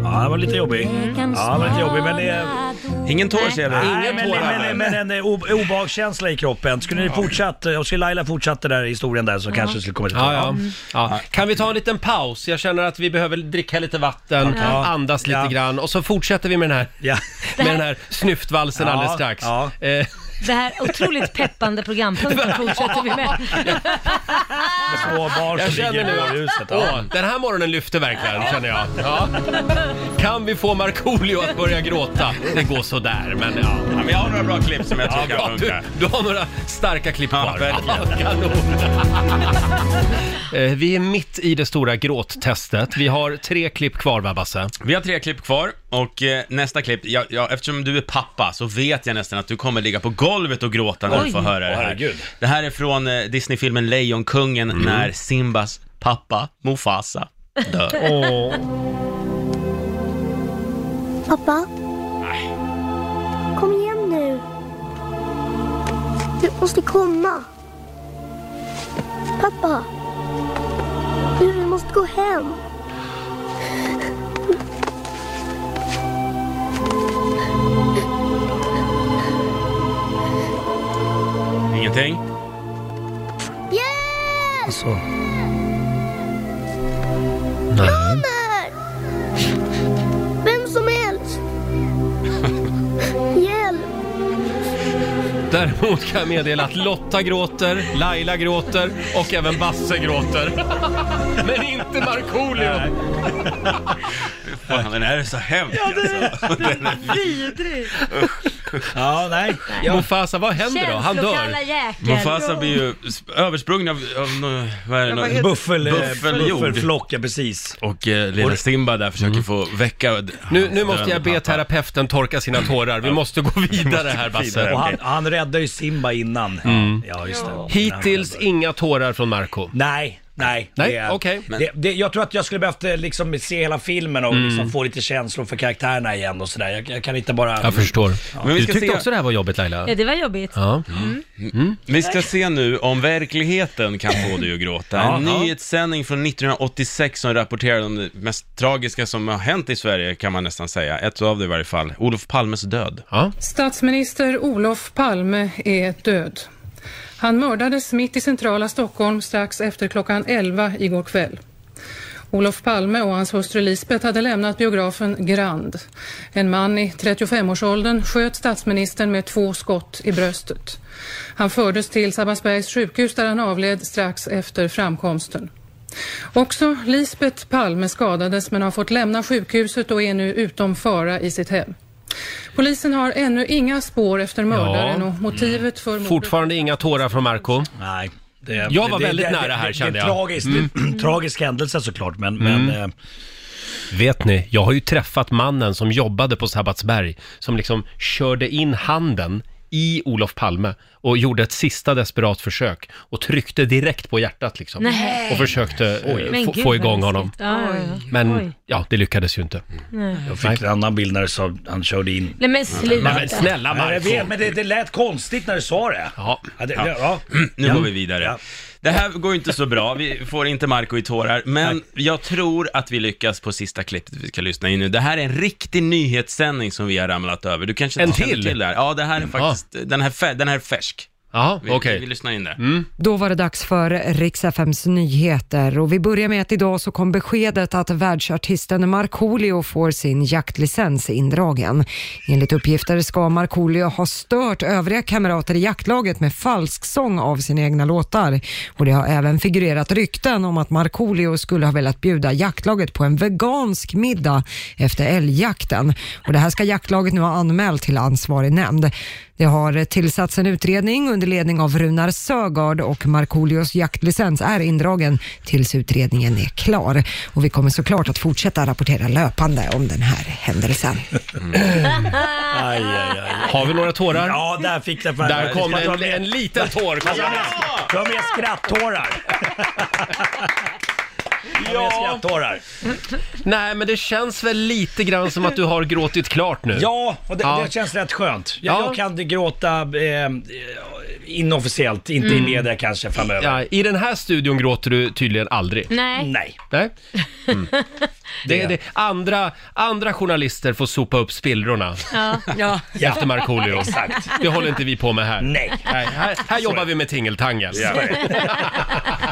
Speaker 10: Ja, det var lite jobbig. Ja, det var lite jobbig, men det...
Speaker 12: Ingen tår ser vi.
Speaker 10: Nej, men, men, men, men en o- obehagskänsla i kroppen. Skulle ni fortsatt, och skulle Laila fortsätta den där historien där så kanske det skulle komma till
Speaker 1: Ja, ja. Ja. Kan vi ta en liten paus? Jag känner att vi behöver dricka lite vatten,
Speaker 10: Ja.
Speaker 1: andas lite grann och så fortsätter vi med den här, med den här snyftvalsen
Speaker 10: Ja,
Speaker 1: alldeles strax.
Speaker 10: ja.
Speaker 1: Eh,
Speaker 3: Det här otroligt
Speaker 10: [LAUGHS]
Speaker 3: peppande programpunkten fortsätter vi med.
Speaker 10: Småbarn
Speaker 1: jag
Speaker 10: som
Speaker 1: känner
Speaker 10: ligger i
Speaker 1: nu
Speaker 10: huset.
Speaker 1: att
Speaker 10: Ja.
Speaker 1: åh, den här morgonen lyfter verkligen, känner jag. Ja. Kan vi få Markoolio att börja gråta? Det går sådär, men ja.
Speaker 12: men jag har några bra klipp som jag tror kan
Speaker 1: bra.
Speaker 12: funka.
Speaker 1: Du, du har några starka klipp kvar.
Speaker 12: verkligen.
Speaker 1: [LAUGHS] Eh, Vi är mitt i det stora gråttestet. Vi har tre klipp kvar, va Basse?
Speaker 12: Vi har tre klipp kvar och eh, nästa klipp, ja, ja, eftersom du är pappa så vet jag nästan att du kommer ligga på golvet och gråta när du
Speaker 1: Oj.
Speaker 12: får höra det
Speaker 1: Åh,
Speaker 12: här.
Speaker 1: herregud. Mm.
Speaker 12: Det här är från eh, Disney-filmen Lejonkungen när Simbas pappa Mufasa dör.
Speaker 6: Pappa? Kom igen nu. Du måste komma. Pappa. Du, vi måste gå hem.
Speaker 12: Ingenting?
Speaker 10: Alltså.
Speaker 6: Kommer! Vem som helst. Hjälp!
Speaker 1: Däremot kan jag meddela att Lotta gråter, Laila gråter och även Basse gråter. Men inte Markoolio!
Speaker 12: Fan, den här är så hemsk alltså. Den är-
Speaker 3: Vidrigt.
Speaker 10: Ja, nej.
Speaker 1: Mufasa, vad händer då? Han dör.
Speaker 3: Känslokalla jäkel.
Speaker 12: Mufasa blir ju s- översprungen av, av nå- vad är det, nå-
Speaker 10: Buffel, eh,
Speaker 12: buffeljord.
Speaker 10: buffelflock, ja precis.
Speaker 12: Och eh, lilla Simba där försöker
Speaker 1: Mm.
Speaker 12: få väcka d-
Speaker 1: Nu, nu
Speaker 12: hans
Speaker 1: måste jag be
Speaker 12: döende pappa.
Speaker 1: terapeuten torka [CLEARS THROAT] sina tårar. Vi måste gå vidare här
Speaker 10: Och
Speaker 1: Basse. Mm.
Speaker 10: han, han räddade ju Simba innan. Ja, just det.
Speaker 1: Hittills inga tårar från Marco.
Speaker 10: Nej, nej.
Speaker 1: Nej,
Speaker 10: det är-
Speaker 1: okej.
Speaker 10: det, det, jag tror att jag skulle behövt eh, liksom se hela filmen och
Speaker 1: Mm.
Speaker 10: liksom få lite känslor för karaktärerna igen och sådär. Jag, jag kan inte bara...
Speaker 1: Jag förstår.
Speaker 12: Men vi
Speaker 1: Du
Speaker 12: ska
Speaker 1: tyckte
Speaker 12: se-
Speaker 1: också det här var jobbigt Laila?
Speaker 3: Ja, det var jobbigt.
Speaker 1: Ja.
Speaker 12: Mm. Vi ska se nu om verkligheten kan få dig att gråta.
Speaker 10: Ja,
Speaker 12: En
Speaker 10: ja.
Speaker 12: nyhetssändning från 1986 som rapporterar om det mest tragiska som har hänt i Sverige, kan man nästan säga. Ett av det i varje fall. Olof Palmes död.
Speaker 1: Ja.
Speaker 15: Statsminister Olof Palme är död. Han mördades mitt i centrala Stockholm strax efter klockan 11 igår kväll. Olof Palme och hans hustru Lisbeth hade lämnat biografen Grand. En man i 35-årsåldern sköt statsministern med två skott i bröstet. Han fördes till Sabbatsbergs sjukhus där han avled strax efter framkomsten. Också Lisbeth Palme skadades men har fått lämna sjukhuset och är nu utom fara i sitt hem. Polisen har ännu inga spår efter mördaren och motivet för mordet...
Speaker 1: Fortfarande inga tårar från Marco
Speaker 10: Nej. Det,
Speaker 1: Jag var väldigt nära här,
Speaker 10: det,
Speaker 1: kände
Speaker 10: det,
Speaker 1: jag. Mm.
Speaker 10: är tragiskt. Det är en [CLEARS THROAT] tragisk händelse såklart, men... men eh,
Speaker 1: Vet ni, jag har ju träffat mannen som jobbade på Sabbatsberg som liksom körde in handen i Olof Palme och gjorde ett sista desperat försök och tryckte direkt på hjärtat liksom.
Speaker 3: Nej.
Speaker 1: Och försökte eh,
Speaker 3: Oj. Men
Speaker 1: få,
Speaker 3: gud,
Speaker 1: få
Speaker 3: vad
Speaker 1: igång
Speaker 3: läskigt.
Speaker 1: honom.
Speaker 3: Ja, ja, ja. Oj.
Speaker 1: Men ja, det lyckades ju inte.
Speaker 3: Nej.
Speaker 10: Jag fick en annan bild när du sa han körde in.
Speaker 3: Nej, men sluta.
Speaker 1: Nej, men snälla,
Speaker 10: Nej, jag
Speaker 1: Marco.
Speaker 10: vet, men det, det lät konstigt när du sa det.
Speaker 1: Ja.
Speaker 10: det,
Speaker 12: Ja.
Speaker 10: det- ja.
Speaker 12: Nu går vi vidare. Det här går ju inte så bra, vi får inte Marco i tårar, men jag tror att vi lyckas på sista klippet vi ska lyssna in nu. Det här är en riktig nyhetssändning som vi har ramlat över. Du kanske inte
Speaker 1: En
Speaker 12: känner
Speaker 1: till?
Speaker 12: till det här? Ja, det här är faktiskt, den, här, fä- den här är färsk.
Speaker 1: Ja,
Speaker 12: okej. Vi, vi lyssnar in det.
Speaker 2: Då var det dags för riks FMs nyheter och vi börjar med att idag så kom beskedet att världsartisten Markoolio får sin jaktlicens indragen. Enligt uppgifter ska Markoolio ha stört övriga kamrater i jaktlaget med falsk sång av sina egna låtar och det har även figurerat rykten om att Markoolio skulle ha velat bjuda jaktlaget på en vegansk middag efter älgjakten och det här ska jaktlaget nu ha anmält till ansvarig nämnd. Det har tillsatts en utredning under ledning av Runar Sögaard och Markoolios jaktlicens är indragen tills utredningen är klar. Och vi kommer såklart att fortsätta rapportera löpande om den här händelsen.
Speaker 10: Aj, aj, aj.
Speaker 1: Har vi några tårar?
Speaker 10: Ja, där fick jag
Speaker 1: Där kom en, en liten tår. kom
Speaker 10: Ja!
Speaker 1: den.
Speaker 10: Du har med skrattårar. Du har med skrattårar.
Speaker 1: Nej, men det känns väl lite grann som att du har gråtit klart nu.
Speaker 10: Ja, och det, det känns rätt skönt. Jag,
Speaker 1: Ja.
Speaker 10: jag kan gråta eh, inofficiellt, inte
Speaker 1: Mm.
Speaker 10: i media kanske framöver.
Speaker 1: Ja, I den här studion gråter du tydligen aldrig.
Speaker 3: Nej.
Speaker 10: Nej. [LAUGHS]
Speaker 1: Nej. Mm. Det är det. Andra, andra journalister får sopa upp spillrorna
Speaker 3: Ja. ja.
Speaker 1: efter Markoolio.
Speaker 10: Exakt.
Speaker 1: Det håller inte vi på med här.
Speaker 10: Nej.
Speaker 1: här här jobbar vi med tingeltangel.
Speaker 10: Så är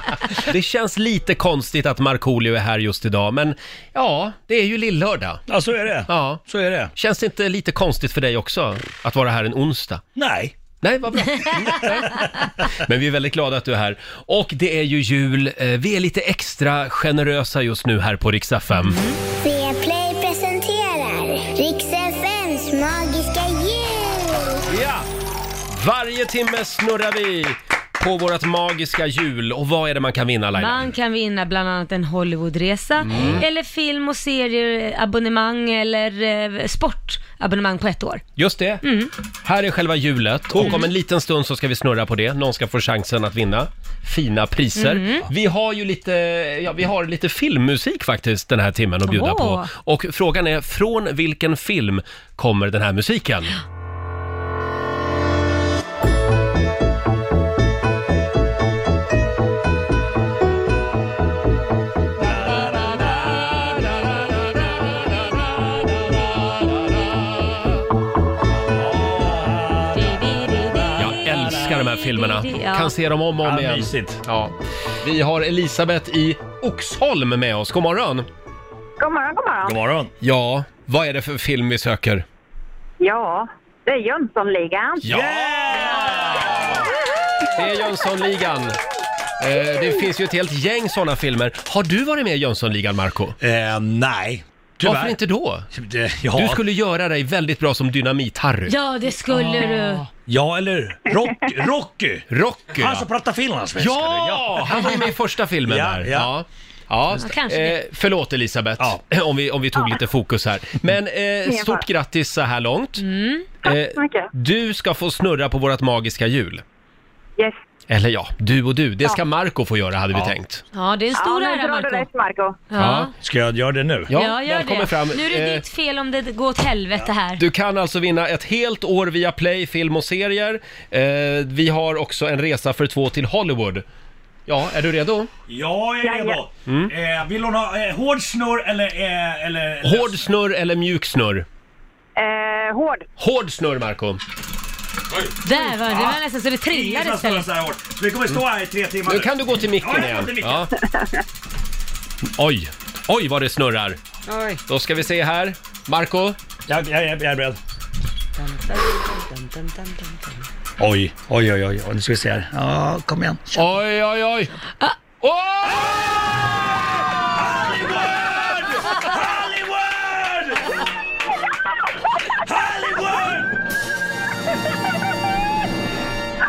Speaker 1: [LAUGHS] Det känns lite konstigt att Markoolio är här just idag, men ja, det är ju lillördag.
Speaker 10: Ja, så är det.
Speaker 1: Ja.
Speaker 10: Så är det.
Speaker 1: Känns det inte lite konstigt för dig också att vara här en onsdag?
Speaker 10: Nej.
Speaker 1: Nej, vad [LAUGHS] bra. Men vi är väldigt glada att du är här. Och det är ju jul. Eh, Vi är lite extra generösa just nu här på riksdag 5.
Speaker 6: Play presenterar Rix FMs magiska jul!
Speaker 1: Ja! Varje timme snurrar vi på vårt magiska hjul. Och vad är det man kan vinna Laila?
Speaker 3: Man kan vinna bland annat en Hollywoodresa,
Speaker 1: Mm.
Speaker 3: eller film och serieabonnemang eller eh, sportabonnemang på ett år.
Speaker 1: Just det.
Speaker 3: Mm.
Speaker 1: Här är själva hjulet och om en liten stund så ska vi snurra på det. Någon ska få chansen att vinna fina priser.
Speaker 3: Mm.
Speaker 1: Vi har ju lite, ja, vi har lite filmmusik faktiskt den här timmen att bjuda
Speaker 3: Åh.
Speaker 1: på. Och frågan är, från vilken film kommer den här musiken? Jag älskar de här filmerna.
Speaker 3: Ja.
Speaker 1: Kan se dem om och om
Speaker 10: Ja,
Speaker 1: igen.
Speaker 10: mysigt.
Speaker 1: Ja. Vi har Elisabeth i Oxholm med oss. God morgon!
Speaker 9: God morgon, god morgon.
Speaker 10: morgon!
Speaker 1: Ja, vad är det för film vi söker?
Speaker 9: Ja, det är Jönssonligan.
Speaker 1: Ja! Det är Jönssonligan. Eh, det finns ju ett helt gäng sådana filmer. Har du varit med i Jönssonligan, Marco?
Speaker 10: Eh, nej,
Speaker 1: tyvärr. Varför inte då?
Speaker 10: ja.
Speaker 1: Du skulle göra dig väldigt bra som Dynamit-Harry.
Speaker 3: Ja, det skulle du.
Speaker 10: Ja, eller Rock, Rocky!
Speaker 1: Rocky,
Speaker 10: Han
Speaker 1: ja.
Speaker 10: som pratar finlandssvenska.
Speaker 1: Ja, han var ju med i första filmen
Speaker 10: Ja,
Speaker 1: där.
Speaker 10: ja.
Speaker 1: Ja. Ja,
Speaker 3: Just det. Kanske
Speaker 1: eh,
Speaker 3: det.
Speaker 1: förlåt Elisabeth om, vi, om vi tog lite fokus här. Men eh,
Speaker 3: Ingen fara.
Speaker 1: stort grattis så här långt.
Speaker 3: Mm.
Speaker 1: Eh, du ska få snurra på vårt magiska hjul.
Speaker 9: Yes.
Speaker 1: Eller ja, du och du. Det ska
Speaker 9: Ja.
Speaker 1: Marco få göra hade vi tänkt.
Speaker 3: Ja, det är en stor
Speaker 9: ja, men
Speaker 3: ära
Speaker 9: drar du
Speaker 3: Marco.
Speaker 9: rätt, Marco.
Speaker 3: Ja.
Speaker 10: Ska jag göra det nu?
Speaker 1: Ja,
Speaker 3: ja, gör
Speaker 1: den kommer
Speaker 3: det.
Speaker 1: fram.
Speaker 3: Nu är det
Speaker 1: Eh,
Speaker 3: ditt fel om det går åt helvete här.
Speaker 1: Du kan alltså vinna ett helt år via Play, film och serier. Eh, vi har också en resa för två till Hollywood. Ja, är du redo?
Speaker 10: Ja, jag är redo. Eh, vill hon ha eh, hård snurr eller... Eh, eller eller-
Speaker 1: Mm. Hård snurr eller mjuk snurr?
Speaker 9: Eh, hård.
Speaker 1: Hård snurr, Marco.
Speaker 3: Där var det, det var nästan så det
Speaker 10: Ingen
Speaker 3: trillade
Speaker 10: som snurrar
Speaker 3: istället.
Speaker 10: så här hårt. Så vi kommer stå här i tre timmar
Speaker 1: Nu kan du gå till
Speaker 10: Ja,
Speaker 1: micken
Speaker 10: jag går
Speaker 1: igen.
Speaker 10: till micken.
Speaker 1: Ja. Oj, oj vad det snurrar.
Speaker 2: Oj.
Speaker 1: Då ska vi se här. Marco?
Speaker 10: Jag, jag, jag är beredd. Oj, oj, oj, oj. oj. Nu ska vi se här. Ja, kom igen.
Speaker 1: Oj, oj, oj. Åh!
Speaker 10: Hollywood!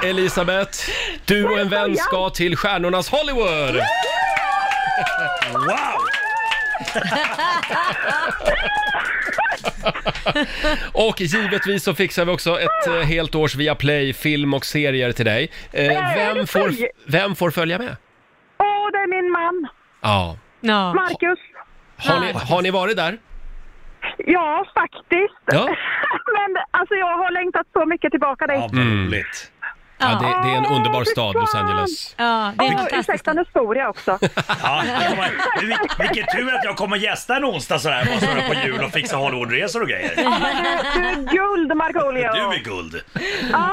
Speaker 1: Elisabeth, du och en vän ska till stjärnornas Hollywood!
Speaker 10: Wow!
Speaker 1: Och givetvis så fixar vi också ett eh, helt års Viaplay film och serier till dig. Eh,
Speaker 9: Nej,
Speaker 1: vem,
Speaker 9: det
Speaker 1: får,
Speaker 9: följ-
Speaker 1: vem får följa med?
Speaker 9: Åh, det är min man.
Speaker 1: Ja.
Speaker 9: Marcus.
Speaker 1: Har ni, har ni varit där?
Speaker 9: Ja, faktiskt.
Speaker 1: Ja.
Speaker 9: [LAUGHS] Men alltså jag har längtat så mycket tillbaka dit.
Speaker 1: Mm. Ja, det, det är en underbar stad, Los Angeles.
Speaker 3: Ja,
Speaker 9: det är fantastiskt. Ursäkta, nu svor
Speaker 1: [LAUGHS]
Speaker 9: jag också.
Speaker 10: Ja, det var- vil- vilken tur att jag kommer gästa en onsdag sådär bara så här på jul och fixa Hollywoodresor och grejer.
Speaker 9: Ja, men du, du är guld, Markoolio.
Speaker 10: Du är guld!
Speaker 9: Ah,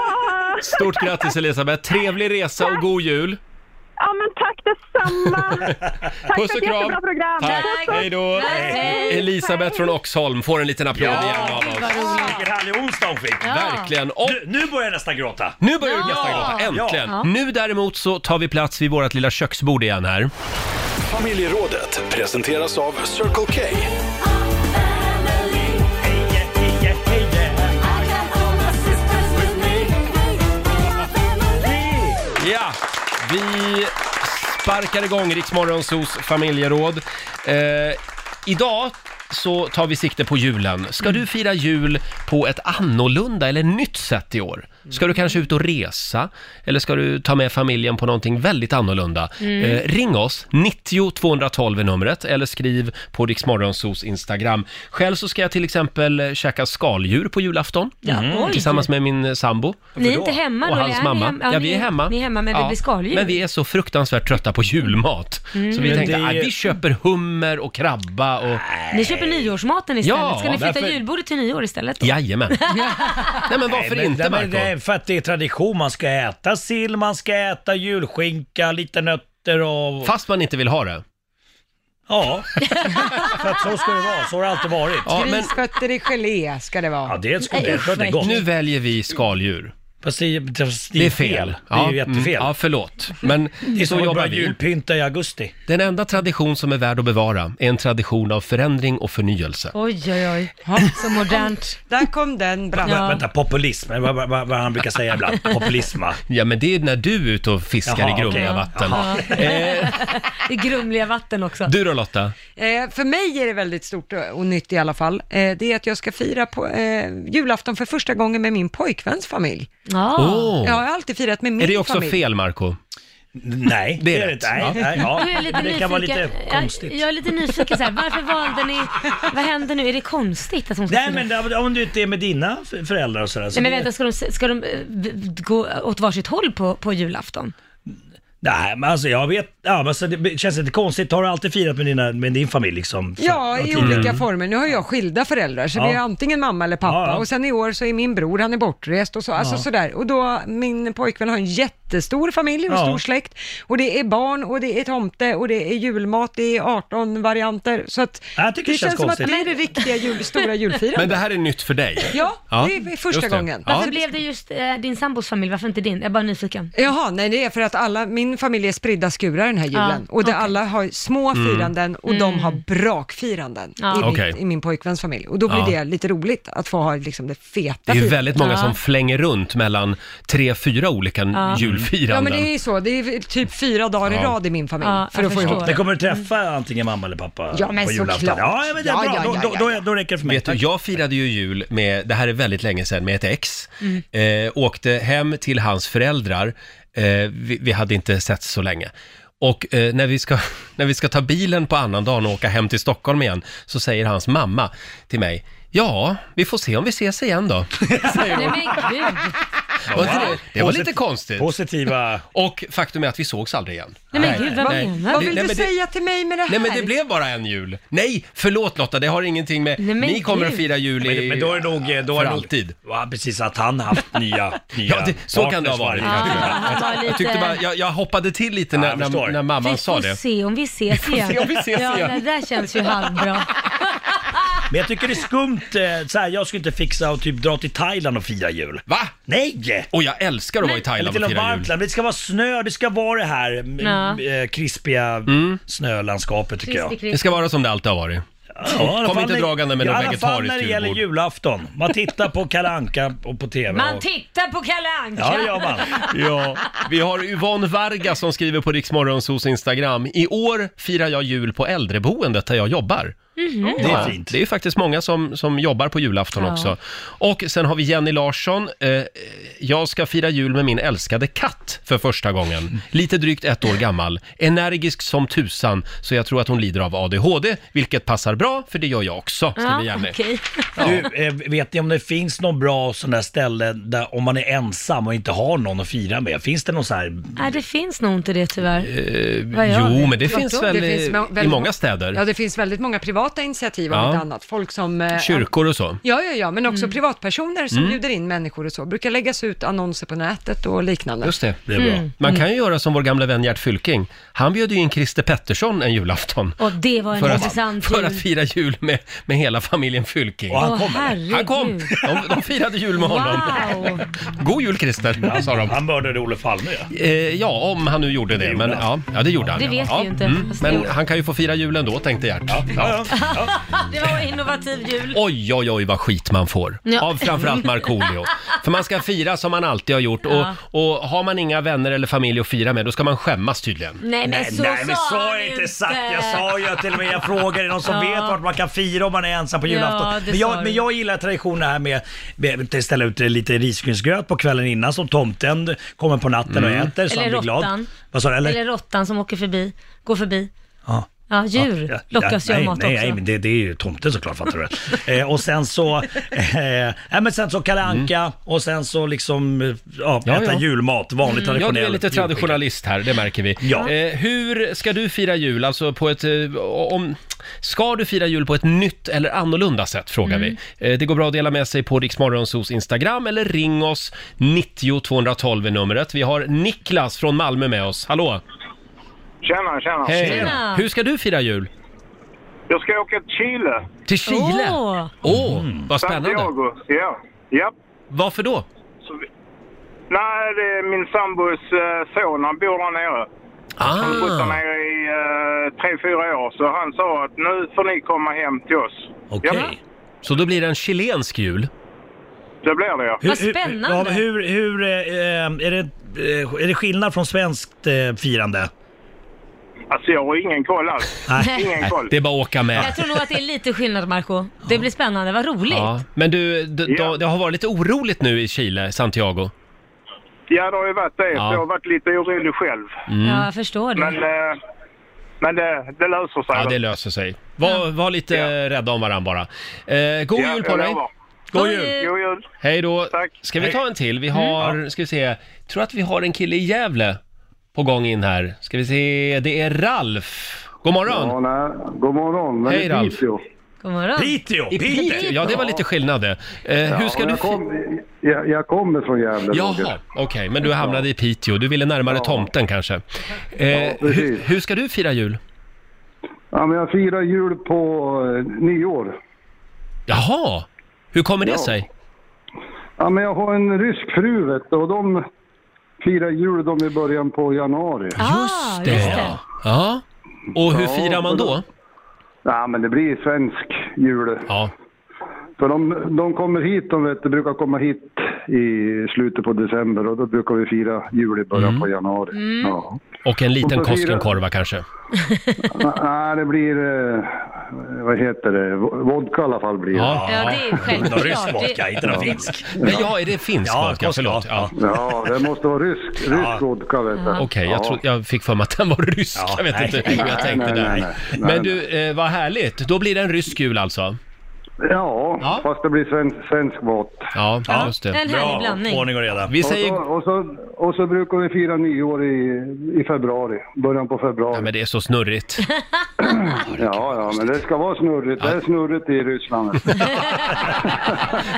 Speaker 1: Stort grattis Elisabeth! Trevlig resa och god jul!
Speaker 9: ja, men tack detsamma. Tack
Speaker 1: Puss
Speaker 9: för
Speaker 1: och
Speaker 9: ett
Speaker 1: kram!
Speaker 9: jättebra program.
Speaker 1: Tack!
Speaker 9: Puss, puss.
Speaker 1: Hej då! Elisabeth från Oxholm får en liten applåd igen av oss.
Speaker 10: Vilken härlig onsdag hon fick!
Speaker 1: Ja. Verkligen.
Speaker 10: Nu, nu börjar jag nästan gråta.
Speaker 1: Nu börjar du
Speaker 10: Ja.
Speaker 1: nästan gråta,
Speaker 10: Ja.
Speaker 1: äntligen! Mm.
Speaker 10: Ja.
Speaker 1: Nu däremot så tar vi plats vid vårt lilla köksbord igen här.
Speaker 4: Familjerådet presenteras av Circle K.
Speaker 1: Ja, vi sparkar igång Riksmorgonsos familjeråd. Eh, idag så tar vi sikte på julen. Ska du fira jul på ett annorlunda eller nytt sätt i år? Ska du kanske ut och resa? Eller ska du ta med familjen på någonting väldigt annorlunda?
Speaker 12: Mm.
Speaker 1: Eh, ring oss, 90 212 är numret, eller skriv på Riksmorgonsos Instagram. Själv så ska jag till exempel eh, käka skaldjur på julafton. Mm.
Speaker 3: oj.
Speaker 1: Tillsammans med min eh, sambo.
Speaker 3: Ni är inte hemma då?
Speaker 1: Och
Speaker 3: eller
Speaker 1: hans
Speaker 3: är ni
Speaker 1: mamma.
Speaker 3: hem-
Speaker 1: ja, vi är hemma.
Speaker 3: Ni är hemma, men det
Speaker 1: Ja,
Speaker 3: blir skaldjur.
Speaker 1: Men vi är så fruktansvärt trötta på julmat.
Speaker 3: Mm.
Speaker 1: Så vi
Speaker 3: Men
Speaker 1: tänkte,
Speaker 3: det-
Speaker 1: ah, vi köper hummer och krabba och...
Speaker 3: Ni köper nyårsmaten istället.
Speaker 1: Ja,
Speaker 3: Ska ni flytta
Speaker 1: därför-
Speaker 3: julbordet till nyår istället? Då? [LAUGHS]
Speaker 1: Jajamän. Nej men varför inte
Speaker 10: men
Speaker 1: Marco?
Speaker 10: Det är för att det är tradition. Man ska äta sill, man ska äta julskinka, lite nötter och...
Speaker 1: Fast man inte vill ha det.
Speaker 10: Ja, för att så ska det vara. Så har det alltid varit.
Speaker 2: Grisfötter i gelé ska det vara. Ja,
Speaker 10: det ska- det ska det gott.
Speaker 1: Nu väljer vi skaldjur.
Speaker 10: Fast det, är
Speaker 1: det
Speaker 10: fel.
Speaker 1: är fel.
Speaker 10: Det är ju
Speaker 1: Ja, mm,
Speaker 10: jättefel.
Speaker 1: Ja, förlåt. Men
Speaker 10: Det är
Speaker 1: så
Speaker 10: som att
Speaker 1: jobbar
Speaker 10: börja
Speaker 1: vi.
Speaker 10: julpynta i augusti.
Speaker 1: Den enda tradition som är värd att bevara är en tradition av förändring och förnyelse.
Speaker 3: Oj, oj, oj. Så modernt.
Speaker 2: Där kom den bra.
Speaker 10: Vä- Vänta, populism. Vad, vad, vad, vad han brukar säga ibland. Populism, va?
Speaker 1: Ja, men det är när du är ute och fiskar
Speaker 10: Jaha,
Speaker 1: i grumliga
Speaker 10: okej.
Speaker 1: vatten.
Speaker 10: Jaha.
Speaker 3: I grumliga vatten också.
Speaker 1: Du då Lotta?
Speaker 2: Eh, för mig är det väldigt stort och och nytt i alla fall. Eh, det är att jag ska fira på, eh, julafton för första gången med min pojkväns familj.
Speaker 3: Ja.
Speaker 1: Åh.
Speaker 2: Jag har alltid firat med min
Speaker 1: Är det också
Speaker 2: familj.
Speaker 1: fel Marco?
Speaker 10: Nej,
Speaker 1: det är
Speaker 10: det är
Speaker 1: rätt.
Speaker 10: det inte. Nej, nej, ja.
Speaker 3: Jag är lite
Speaker 10: Det
Speaker 3: nyfiken.
Speaker 10: kan vara lite
Speaker 3: jag, jag är lite nyfiken så här. varför valde ni, vad hände nu? Är det konstigt att hon ska
Speaker 10: Nej,
Speaker 3: fira?
Speaker 10: men det- om du inte är med dina f- föräldrar och sådär. Så
Speaker 3: Nej men
Speaker 10: det-
Speaker 3: vänta, ska de, ska de eh, v- v- gå åt varsitt håll på, på julafton?
Speaker 10: Nej, men alltså jag vet. Ja, men så det känns lite konstigt. Har du alltid firat med, dina, med din familj liksom?
Speaker 2: Ja, i
Speaker 10: Mm.
Speaker 2: olika former. Nu har jag skilda föräldrar, så
Speaker 10: Ja.
Speaker 2: vi är antingen mamma eller pappa.
Speaker 10: Ja, ja.
Speaker 2: Och sen i år så är min bror, han är bortrest och så, alltså
Speaker 10: Ja.
Speaker 2: sådär. Och då, min pojkvän har en jättestor familj och
Speaker 10: Ja.
Speaker 2: stor släkt. Och det är barn och det är tomte och det är julmat, det är 18 varianter. Så att
Speaker 10: Jag tycker
Speaker 2: det
Speaker 10: det
Speaker 2: känns
Speaker 10: känns
Speaker 2: som att det
Speaker 10: konstigt.
Speaker 2: är det riktiga [LAUGHS] jul, stora julfirandet.
Speaker 1: Men det här är nytt för dig?
Speaker 2: Ja, det är första
Speaker 1: just det.
Speaker 2: gången.
Speaker 1: Ja.
Speaker 3: Varför blev det just eh, din sambos familj, varför inte din? Jag är bara nyfiken.
Speaker 2: Jaha, nej det är för att alla, min familj är spridda skurar den här julen.
Speaker 3: Ja,
Speaker 2: och det alla har små
Speaker 1: Mm.
Speaker 2: firanden och de har brakfiranden
Speaker 3: Ja.
Speaker 2: i,
Speaker 1: Okej.
Speaker 2: min, i min pojkväns familj. Och då blir
Speaker 1: Ja.
Speaker 2: det lite roligt att få ha liksom det feta
Speaker 1: Det är ju
Speaker 2: firandet.
Speaker 1: väldigt många som flänger runt mellan tre, fyra olika
Speaker 2: Ja. Mm. Ja
Speaker 1: julfiranden.
Speaker 2: men det är så, det är typ fyra dagar
Speaker 1: Mm, Ja.
Speaker 2: i rad i min familj
Speaker 3: Ja,
Speaker 2: för att få ihop
Speaker 10: Men
Speaker 2: det.
Speaker 10: kommer du träffa antingen mamma eller
Speaker 1: Eh,
Speaker 10: pappa
Speaker 2: Ja, men
Speaker 10: på julafton?
Speaker 2: såklart.
Speaker 10: Ja, men det är
Speaker 2: Ja,
Speaker 10: bra.
Speaker 2: ja, ja,
Speaker 10: då, då,
Speaker 2: ja,
Speaker 10: då, då räcker det för mig.
Speaker 1: Vet du, jag firade ju jul med, det här är väldigt länge sedan, med ett ex.
Speaker 2: Mm.
Speaker 1: Eh, åkte hem till hans föräldrar, eh, vi, vi hade inte sett så länge. Och eh, när, vi ska, [LAUGHS] när vi ska ta bilen på annan dagen och åka hem till Stockholm igen, så säger hans mamma till mig, ja, vi får se om vi ses igen då.
Speaker 3: Nej men gud.
Speaker 1: Var inte det, det var
Speaker 10: Posit-
Speaker 1: lite konstigt.
Speaker 10: Positiva...
Speaker 1: Och faktum är att vi sågs aldrig igen.
Speaker 3: Nej, men gud, vad menar du?
Speaker 2: Vad
Speaker 1: Nej,
Speaker 2: vill du
Speaker 1: men det-
Speaker 2: säga till mig med det här?
Speaker 1: Nej men det blev bara en jul. Nej, förlåt Lotta, det har ingenting med...
Speaker 2: Nej, men
Speaker 1: ni kommer
Speaker 2: gud.
Speaker 1: att fira jul i...
Speaker 10: Men, men då är det nog... Då
Speaker 1: för
Speaker 10: är det nog
Speaker 1: alltid.
Speaker 10: Ja, precis. Att han haft nya, nya
Speaker 1: [LAUGHS] Ja, det, så kan det ha varit.
Speaker 10: partners varje-
Speaker 3: det var
Speaker 1: jag, jag, tyckte
Speaker 3: lite-
Speaker 1: bara, jag, jag hoppade till lite när, när, när mamman
Speaker 3: Vi
Speaker 1: sa
Speaker 3: får
Speaker 1: det.
Speaker 3: se om vi ses
Speaker 1: Vi får
Speaker 3: igen.
Speaker 1: se om vi ses
Speaker 3: ja,
Speaker 1: igen.
Speaker 3: det där känns ju halvbra.
Speaker 10: Men jag tycker det är skumt. eh, Så här, jag skulle inte fixa och typ dra till Thailand och fira jul.
Speaker 1: Va?
Speaker 10: Nej!
Speaker 1: Och jag älskar att vara i Thailand
Speaker 10: Eller till något
Speaker 1: och fira
Speaker 10: varmt
Speaker 1: jul.
Speaker 10: land. Det ska vara snö, det ska vara det här m-
Speaker 3: Ja.
Speaker 1: Mm.
Speaker 10: m- eh, krispiga snölandskapet tycker jag.
Speaker 3: Krispig, krispig.
Speaker 1: Det ska vara som det alltid har varit.
Speaker 10: Ja, i alla
Speaker 1: Kom
Speaker 10: fall
Speaker 1: inte
Speaker 10: när-
Speaker 1: dragande med
Speaker 10: i
Speaker 1: något
Speaker 10: alla fall
Speaker 1: vegetariskt
Speaker 10: när det
Speaker 1: julbord.
Speaker 10: gäller julafton. Man tittar på Kalle Anka och på TV.
Speaker 3: Man
Speaker 10: och...
Speaker 3: tittar på Kalle Anka.
Speaker 10: Ja, det gör man.
Speaker 1: Ja, vi har Yvonne Varga som skriver på Riksmorgonsos Instagram. I år firar jag jul på äldreboendet där jag jobbar.
Speaker 8: Mm.
Speaker 5: Mhm.
Speaker 1: Ja, Det är ju faktiskt många som, som jobbar på julafton
Speaker 5: Ja.
Speaker 1: också. Och sen har vi Jenny Larsson. Eh, jag ska fira jul med min älskade katt för första gången. Lite drygt ett år gammal. Energisk som tusan, så jag tror att hon lider av ADHD, vilket passar bra, för det gör jag också, skriver Jenny.
Speaker 10: Du, eh, vet ni om det finns någon bra sån där ställe där om man är ensam och inte har någon att fira med? Finns det någon sån här...
Speaker 3: Nej, det finns nog inte det tyvärr.
Speaker 1: Eh,
Speaker 2: Vad jag
Speaker 10: jo,
Speaker 2: vet.
Speaker 10: men det finns
Speaker 2: Vadå?
Speaker 10: väl i-
Speaker 2: må-
Speaker 10: i
Speaker 2: väldigt
Speaker 10: många
Speaker 2: må-
Speaker 1: städer.
Speaker 2: Ja, det finns väldigt många privata initiativ om
Speaker 1: Ja.
Speaker 2: inte annat. Folk som... eh,
Speaker 1: Kyrkor och så.
Speaker 2: Ja, ja, ja, men också privatpersoner som
Speaker 1: Mm.
Speaker 2: bjuder in människor och så. Brukar läggas ut annonser på nätet och liknande.
Speaker 1: Just det.
Speaker 2: Det är bra. Mm.
Speaker 1: Man kan ju göra som vår gamla vän Gert Fylking. Han bjöd ju in Christer Pettersson en julafton.
Speaker 3: Och det var en
Speaker 1: För att,
Speaker 3: intressant
Speaker 1: för
Speaker 3: jul.
Speaker 1: att fira jul med, med hela familjen Fylking.
Speaker 3: Och han Åh, kom, eller? herregud.
Speaker 1: Han kom! De, de firade jul med honom.
Speaker 3: Wow.
Speaker 1: God jul Christer, sa de. Han
Speaker 10: mördade Olof Palme
Speaker 1: ja. Ja, om han nu gjorde det. men, ja, ja, det gjorde han.
Speaker 3: Det vet
Speaker 1: ja. Mm.
Speaker 3: vi ju inte, fast det
Speaker 1: Men
Speaker 3: gjorde
Speaker 1: han kan ju få fira jul ändå, tänkte Gert. Ja.
Speaker 3: [LAUGHS] det var innovativ jul.
Speaker 1: Oj, oj, oj vad skit man får.
Speaker 3: Ja.
Speaker 1: Av framförallt Markoolio. För man ska fira som man alltid har gjort och,
Speaker 3: Ja.
Speaker 1: och har man inga vänner eller familj att fira med, då ska man skämmas tydligen.
Speaker 3: Nej, men så
Speaker 10: nej, men
Speaker 3: sa
Speaker 10: så har
Speaker 3: han
Speaker 10: jag inte
Speaker 3: inte.
Speaker 10: sagt. Jag sa ju att till och med jag frågade någon som
Speaker 3: [LAUGHS] Ja.
Speaker 10: vet vart man kan fira om man är ensam på
Speaker 3: Ja,
Speaker 10: julafton.
Speaker 3: det
Speaker 10: men,
Speaker 3: sa du.
Speaker 10: jag, men jag gillar traditionen här med, med att ställa ut lite risgrynsgröt på kvällen innan som tomten kommer på natten och
Speaker 3: Mm.
Speaker 10: äter så han
Speaker 3: Eller
Speaker 10: blir glad.
Speaker 3: råttan.
Speaker 10: Vad sa du?
Speaker 3: Eller?
Speaker 10: Eller?
Speaker 3: råttan som åker förbi, går förbi.
Speaker 10: Ja.
Speaker 3: Ja, djur
Speaker 10: Ja,
Speaker 3: lockas ju av
Speaker 10: nej,
Speaker 3: mat
Speaker 10: nej,
Speaker 3: också.
Speaker 10: Nej, men det, det är ju tomten såklart, fattar
Speaker 3: [LAUGHS]
Speaker 10: du eh, Och sen så, eh, nej, men sen så Kalle Anka och sen så liksom, eh, ja,
Speaker 1: Mm. Ja,
Speaker 10: äta
Speaker 1: ja.
Speaker 10: julmat, vanlig
Speaker 1: Mm.
Speaker 10: traditionell
Speaker 1: Ja, du är lite
Speaker 10: julskinka.
Speaker 1: traditionalist här, det märker vi.
Speaker 10: Ja.
Speaker 1: Eh, hur ska du fira jul? Alltså på ett, eh, om, ska du fira jul på ett nytt eller annorlunda sätt, frågar
Speaker 12: Mm.
Speaker 1: vi. Eh, det går bra att dela med sig på Riksmorgonsos Instagram eller ring oss, 90 212 är numret. Vi har Niklas från Malmö med oss. Hallå!
Speaker 16: Tjena, tjena.
Speaker 1: Hej! Hur ska du fira jul?
Speaker 16: Jag ska åka till Chile.
Speaker 1: Till Chile? Åh, vad spännande!
Speaker 16: Santiago, ja. ja.
Speaker 1: Varför då?
Speaker 16: Så vi... Nej, det är min sambos eh, son. Han bor där nere.
Speaker 1: Ah.
Speaker 16: Han har bott där nere i eh, tre, fyra år. Så han sa att nu får ni komma hem till oss.
Speaker 1: Okej. Så då blir det en chilensk jul?
Speaker 16: Det blir det, ja.
Speaker 10: Ja, men hur, hur eh, eh, är, det, eh, är det skillnad från svenskt eh, firande?
Speaker 16: Alltså, jag har ingen koll alls.
Speaker 10: Nej.
Speaker 16: Ingen
Speaker 10: Nej,
Speaker 16: koll.
Speaker 1: Det är bara att åka med.
Speaker 3: Jag tror nog att det är lite skillnad Marco. Det blir spännande, vad roligt.
Speaker 1: Ja. Men du, d- då, det har varit lite oroligt nu i Chile, Santiago.
Speaker 16: Ja, det har ju varit det.
Speaker 1: Ja.
Speaker 16: Så jag har varit lite orolig själv.
Speaker 1: Mm. Ja, jag
Speaker 3: förstår
Speaker 16: det. Men, eh, men det, det löser sig.
Speaker 1: Ja, det löser sig. Var, var lite rädda om varandra bara. Eh, god
Speaker 16: Ja,
Speaker 1: jul på
Speaker 16: jag
Speaker 1: dig!
Speaker 16: lovar.
Speaker 1: God jul!
Speaker 16: God jul!
Speaker 1: Hej Mm. då! Ska vi
Speaker 16: Hej.
Speaker 1: ta en till? Vi har, ska vi se, tror att vi har en kille i Gävle på gång in här. Ska vi se, det är Ralf. God morgon!
Speaker 17: Ja, nej. God morgon. Men
Speaker 1: Hej,
Speaker 17: det är
Speaker 1: Ralf. Eh,
Speaker 17: Piteå.
Speaker 3: God morgon.
Speaker 1: I Piteå! Ja, det var lite skillnad det. Eh, hur ska
Speaker 17: Ja,
Speaker 1: du...
Speaker 17: jag, kom, jag, jag kommer från Gävle,
Speaker 1: Jaha,
Speaker 17: Roger.
Speaker 1: okej, men du hamnade i Piteå. Du ville närmare tomten kanske. Eh, hur, hur ska du fira jul?
Speaker 17: Ja, men jag firar jul på eh, nyår.
Speaker 1: Jaha! Hur kommer det
Speaker 17: Ja.
Speaker 1: sig?
Speaker 17: Ja, men jag har en rysk fru vet du, och de firar jul de i början på januari.
Speaker 3: Just det!
Speaker 1: Ja. ja. Och hur
Speaker 17: Ja,
Speaker 1: firar man
Speaker 17: och
Speaker 1: då?
Speaker 17: Ja, men det blir svensk jul.
Speaker 1: Ja.
Speaker 17: För de, de kommer hit, de vet, de brukar komma hit i slutet på december och då brukar vi fira jul i början på
Speaker 1: Mm.
Speaker 17: januari.
Speaker 3: Mm.
Speaker 17: Ja.
Speaker 1: Och en liten
Speaker 17: Och så firar-
Speaker 1: Koskenkorva kanske?
Speaker 17: Nej, det blir, eh, vad heter det, vodka i alla fall blir det.
Speaker 1: Ja.
Speaker 3: Ja, det är självklart.
Speaker 10: Rysk vodka, inte någon finsk.
Speaker 1: Men ja, är det finsk
Speaker 10: Ja,
Speaker 1: vodka?
Speaker 10: Koska.
Speaker 1: Förlåt. Ja.
Speaker 17: Ja, det måste vara rysk, rysk vodka vet du.
Speaker 1: Okej, jag, tro- jag fick för mig att den var rysk.
Speaker 17: Ja,
Speaker 1: jag vet
Speaker 17: nej.
Speaker 1: inte hur jag
Speaker 17: Nej,
Speaker 1: tänkte
Speaker 17: nej,
Speaker 1: där.
Speaker 17: nej, nej. Nej,
Speaker 1: Men du, eh, vad härligt. Då blir det en rysk jul alltså?
Speaker 17: Ja, fast det blir svensk, svensk mat.
Speaker 1: Ja, just det.
Speaker 3: en härlig Bra, blandning. ordning
Speaker 10: och reda.
Speaker 1: Vi säger...
Speaker 17: och, så, och, så, och så brukar vi fira nyår i, i februari, början på februari. Ja,
Speaker 1: men det är så snurrigt.
Speaker 17: ja, ja, men det ska vara snurrigt. Det är snurrigt i Ryssland.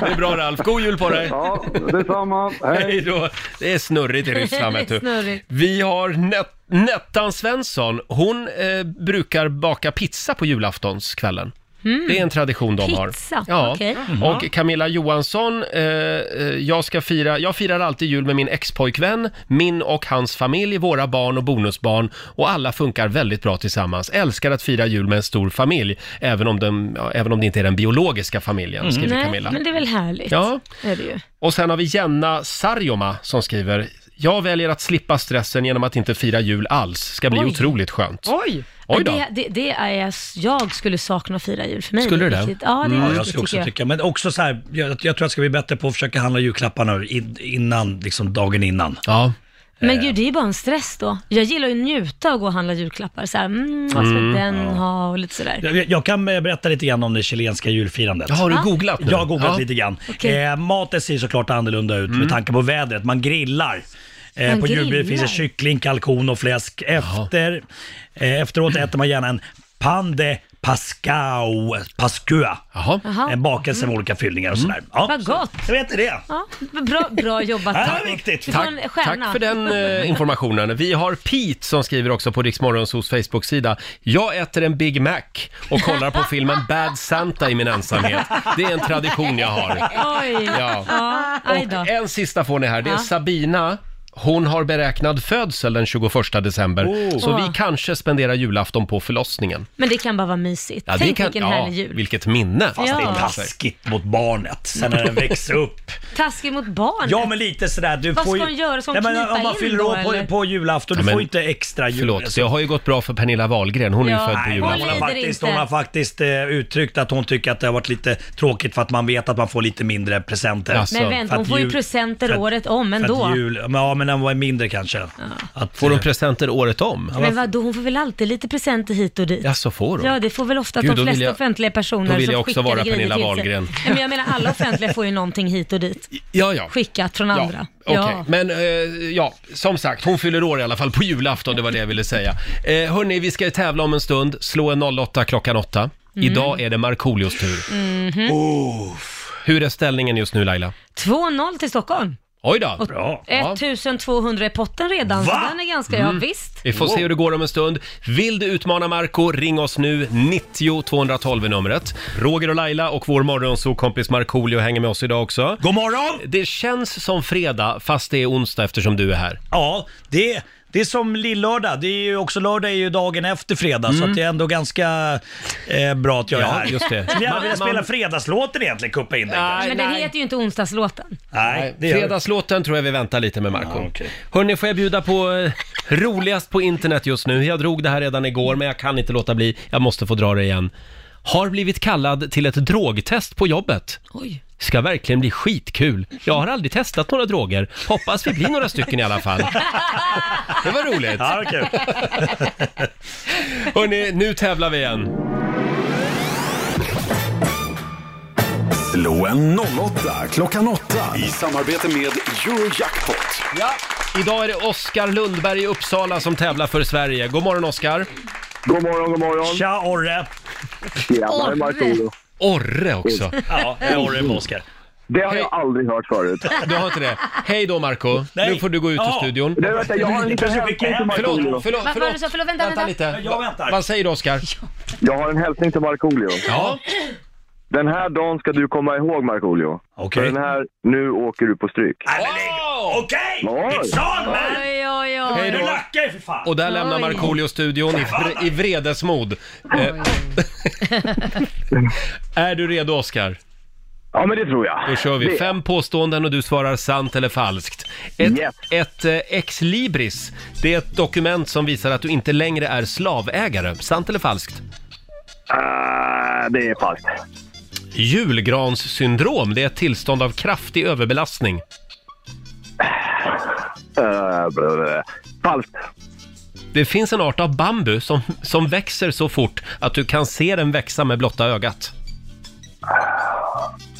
Speaker 1: Det är bra Ralf, god jul på dig!
Speaker 17: Ja, detsamma. Hej.
Speaker 1: då! Det är snurrigt i Ryssland vet
Speaker 3: [LAUGHS] Det
Speaker 1: du.
Speaker 3: är snurrigt.
Speaker 1: Vi har Net- Nettan Svensson, hon eh, brukar baka pizza på julaftonskvällen. Det är en tradition de har.
Speaker 3: Hmm. Pizza,
Speaker 1: Ja. Mm-hmm.
Speaker 3: okej.
Speaker 1: Och Camilla Johansson, eh, eh, jag, ska fira, jag firar alltid jul med min expojkvän, min och hans familj, våra barn och bonusbarn och alla funkar väldigt bra tillsammans. Älskar att fira jul med en stor familj, även om, den, ja, även om det inte är den biologiska familjen, skriver
Speaker 3: Mm. Nej,
Speaker 1: Camilla.
Speaker 3: men det är väl härligt?
Speaker 1: Ja.
Speaker 3: Är det ju.
Speaker 1: Och sen har vi Jenna Sarjoma som skriver jag väljer att slippa stressen genom att inte fira jul alls. Ska bli
Speaker 3: Oj.
Speaker 1: otroligt skönt.
Speaker 3: Oj!
Speaker 1: Oj
Speaker 3: Oj
Speaker 1: då.
Speaker 3: Det, det, det är jag, jag skulle sakna att fira jul för mig.
Speaker 10: Skulle du det?
Speaker 3: Riktigt. Ja,
Speaker 1: Mm.
Speaker 3: det är
Speaker 10: Mm. Ja,
Speaker 3: viktigt,
Speaker 10: jag skulle också
Speaker 3: tycker jag.
Speaker 10: tycka. Men också så här, jag, jag tror jag ska bli bättre på att försöka handla julklapparna in- innan, liksom dagen innan.
Speaker 1: Ja.
Speaker 3: Men gud, det är ju bara en stress då. Jag gillar ju att njuta och gå och handla julklappar. Så här, mm, vad ska
Speaker 10: Mm.
Speaker 3: den ha och lite sådär.
Speaker 10: Jag, jag kan eh, berätta lite grann om det chilenska julfirandet.
Speaker 3: Ja, har du Ah. googlat nu?
Speaker 10: Jag har googlat
Speaker 3: Ja.
Speaker 10: lite grann.
Speaker 3: Okej. Mm.
Speaker 10: Eh, maten ser såklart annorlunda ut med tanke på vädret. Man grillar. Eh,
Speaker 13: Man
Speaker 10: på
Speaker 13: grillar.
Speaker 10: julbordet finns det kyckling, kalkon och fläsk. Efter, eh, efteråt äter man gärna en pande pascau, pascua.
Speaker 3: Jaha. Mm.
Speaker 10: En bakelse med olika fyllningar och sådär. Ja,
Speaker 3: Vad gott!
Speaker 10: Jag vet det.
Speaker 3: Ja, bra, bra
Speaker 10: [LAUGHS]
Speaker 3: jobbat.
Speaker 10: Ja, det är
Speaker 3: Taco.
Speaker 10: viktigt.
Speaker 3: Du får
Speaker 1: Tack,
Speaker 3: en stjärna.
Speaker 1: tack för den eh, informationen. Vi har Pete som skriver också på Riksmorgonsos Facebook-sida. Jag äter en Big Mac och kollar på filmen Bad Santa i min ensamhet. Det är en tradition jag har.
Speaker 3: Oj.
Speaker 1: Ja.
Speaker 3: Ja, aj då.
Speaker 1: Och en sista får ni här. Det är
Speaker 3: Ja.
Speaker 1: Sabina. Hon har beräknad födsel den 21 december,
Speaker 3: Oh.
Speaker 1: så vi
Speaker 3: Åh.
Speaker 1: kanske spenderar julafton på förlossningen.
Speaker 3: [LAUGHS] Men det kan bara vara mysigt.
Speaker 1: Ja, det
Speaker 3: Tänk
Speaker 1: kan-
Speaker 3: vilken
Speaker 1: ja,
Speaker 3: härlig jul.
Speaker 1: Vilket minne!
Speaker 3: Fast det är Ja. taskigt
Speaker 10: mot barnet, sen när den växer upp.
Speaker 3: Taskigt mot barnet.
Speaker 10: Ja men lite sådär. Du
Speaker 3: Vad
Speaker 10: får
Speaker 3: ska
Speaker 10: ju...
Speaker 3: hon göra? Ska hon
Speaker 10: Nej, men
Speaker 3: knipa
Speaker 10: Om man
Speaker 3: in
Speaker 10: fyller
Speaker 3: då,
Speaker 10: år
Speaker 3: eller?
Speaker 10: på, på julafton,
Speaker 1: Ja,
Speaker 10: du
Speaker 1: men-
Speaker 10: får ju inte extra jul.
Speaker 1: Förlåt, det har ju gått bra för Pernilla Wahlgren. Hon är
Speaker 10: Ja,
Speaker 1: ju född på
Speaker 10: nej, hon,
Speaker 1: julafton.
Speaker 10: har faktiskt, hon har faktiskt eh, uttryckt att hon tycker att det har varit lite tråkigt för att man vet att man får lite mindre presenter.
Speaker 1: Alltså,
Speaker 3: Men vänta,
Speaker 10: För
Speaker 3: hon
Speaker 10: att
Speaker 3: får ju
Speaker 10: jul-
Speaker 3: presenter
Speaker 10: för att-
Speaker 3: året om
Speaker 10: för att
Speaker 3: ändå.
Speaker 10: Jul, men ja, men den var mindre kanske. Att, eh,
Speaker 1: Får de presenter året om?
Speaker 3: Men vadå, hon får väl alltid lite presenter hit och dit?
Speaker 1: Ja, så får hon.
Speaker 3: Ja, det får väl ofta
Speaker 1: Gud, då
Speaker 3: de
Speaker 1: vill
Speaker 3: flesta
Speaker 1: jag-
Speaker 3: offentliga personer
Speaker 1: då vill
Speaker 3: som
Speaker 1: jag också
Speaker 3: skickar
Speaker 1: vara
Speaker 3: grejer
Speaker 1: Pernilla
Speaker 3: till sig.
Speaker 1: Wahlgren.
Speaker 3: Nej, Men jag menar, alla offentliga får ju någonting hit och dit.
Speaker 1: Ja, ja.
Speaker 3: Skickat från andra.
Speaker 1: Okej, men eh, ja, som sagt, hon fyller år i alla fall på julafton, det var det jag ville säga. Eh, hörni, vi ska tävla om en stund, slå en 08 klockan 8.
Speaker 3: Mm.
Speaker 1: Idag är det Markoolios tur.
Speaker 3: Mhm.
Speaker 1: Hur är ställningen just nu Laila?
Speaker 3: 2-0 till Stockholm.
Speaker 1: Oj då!
Speaker 3: Och 1200 i potten redan, så
Speaker 1: Va?
Speaker 3: den är ganska,
Speaker 1: Mm.
Speaker 3: ja visst.
Speaker 1: Vi får se hur det går om en stund. Vill du utmana Marco, ring oss nu. 90 212 är numret. Roger och Laila och vår morgonsokompis Markoolio hänger med oss idag också.
Speaker 10: God morgon!
Speaker 1: Det känns som fredag, fast det är onsdag eftersom du är här.
Speaker 10: Ja, det, det är som lillördag. Det är ju också lördag är ju dagen efter fredag, så
Speaker 1: Mm.
Speaker 10: att det är ändå ganska eh, bra att jag
Speaker 1: Ja,
Speaker 10: är här.
Speaker 1: just det.
Speaker 10: Skulle gärna
Speaker 1: Man-
Speaker 10: vilja spela
Speaker 1: man-
Speaker 10: fredagslåten egentligen, kuppa in den.
Speaker 1: Nej,
Speaker 3: Men den heter ju inte onsdagslåten.
Speaker 10: Nej, det gör vi. Ah,
Speaker 1: Fredagslåten tror jag vi väntar lite med Marco. Hörni, får jag bjuda på eh, roligast på internet just nu? Jag drog det här redan igår, men jag kan inte låta bli. Jag måste få dra det igen. Har blivit kallad till ett drogtest på jobbet.
Speaker 3: Oj.
Speaker 1: Ska verkligen bli skitkul. Jag har aldrig testat några droger. Hoppas vi blir några stycken i alla fall. Det var roligt.
Speaker 10: Ja, det var kul.
Speaker 1: Hörni, nu tävlar vi igen.
Speaker 4: Slå en 08 klockan 8 i samarbete med Eurojackpot.
Speaker 1: Ja. Idag är det Oskar Lundberg i Uppsala som tävlar för Sverige. God morgon Oskar! God morgon, god morgon!
Speaker 10: Tja Orre!
Speaker 1: Orre. Markoolio. Orre också!
Speaker 10: Ja, det är Orre på Oskar.
Speaker 1: Det har jag aldrig hört förut. [LAUGHS] Du har inte det? Hej då Marco. Nu får du gå ut ur
Speaker 10: Ja.
Speaker 1: studion.
Speaker 10: Du, vänta, jag har en liten hälsning till Markoolio.
Speaker 1: Förlåt, förlåt,
Speaker 3: Vad var det
Speaker 1: förlåt.
Speaker 3: så? Förlåt, vänta, vänta.
Speaker 1: lite.
Speaker 10: Jag väntar.
Speaker 1: Vad säger du Oskar?
Speaker 8: Jag har en hälsning till Markoolio.
Speaker 1: Ja.
Speaker 8: Den här dagen ska du komma ihåg Markoolio.
Speaker 10: Okej.
Speaker 8: För den här, nu åker du på stryk.
Speaker 10: Okej!
Speaker 8: Oj.
Speaker 10: It's on man!
Speaker 3: Oj, oj, oj.
Speaker 1: Hej då.
Speaker 10: Nu lackar jag för fan!
Speaker 1: Och där lämnar
Speaker 10: Oj.
Speaker 1: Markoolio studion i, vre- i vredesmod. Eh. [LAUGHS] är du redo Oskar?
Speaker 8: Ja, men det tror jag.
Speaker 1: Då kör vi.
Speaker 8: Det-
Speaker 1: Fem påståenden och du svarar sant eller falskt. Ett, ett eh, ex libris, det är ett dokument som visar att du inte längre är slavägare. Sant eller falskt?
Speaker 8: det är falskt.
Speaker 1: Julgranssyndrom, det är ett tillstånd av kraftig överbelastning.
Speaker 8: Eh, blö, blö. falskt.
Speaker 1: Det finns en art av bambu som, som växer så fort att du kan se den växa med blotta ögat.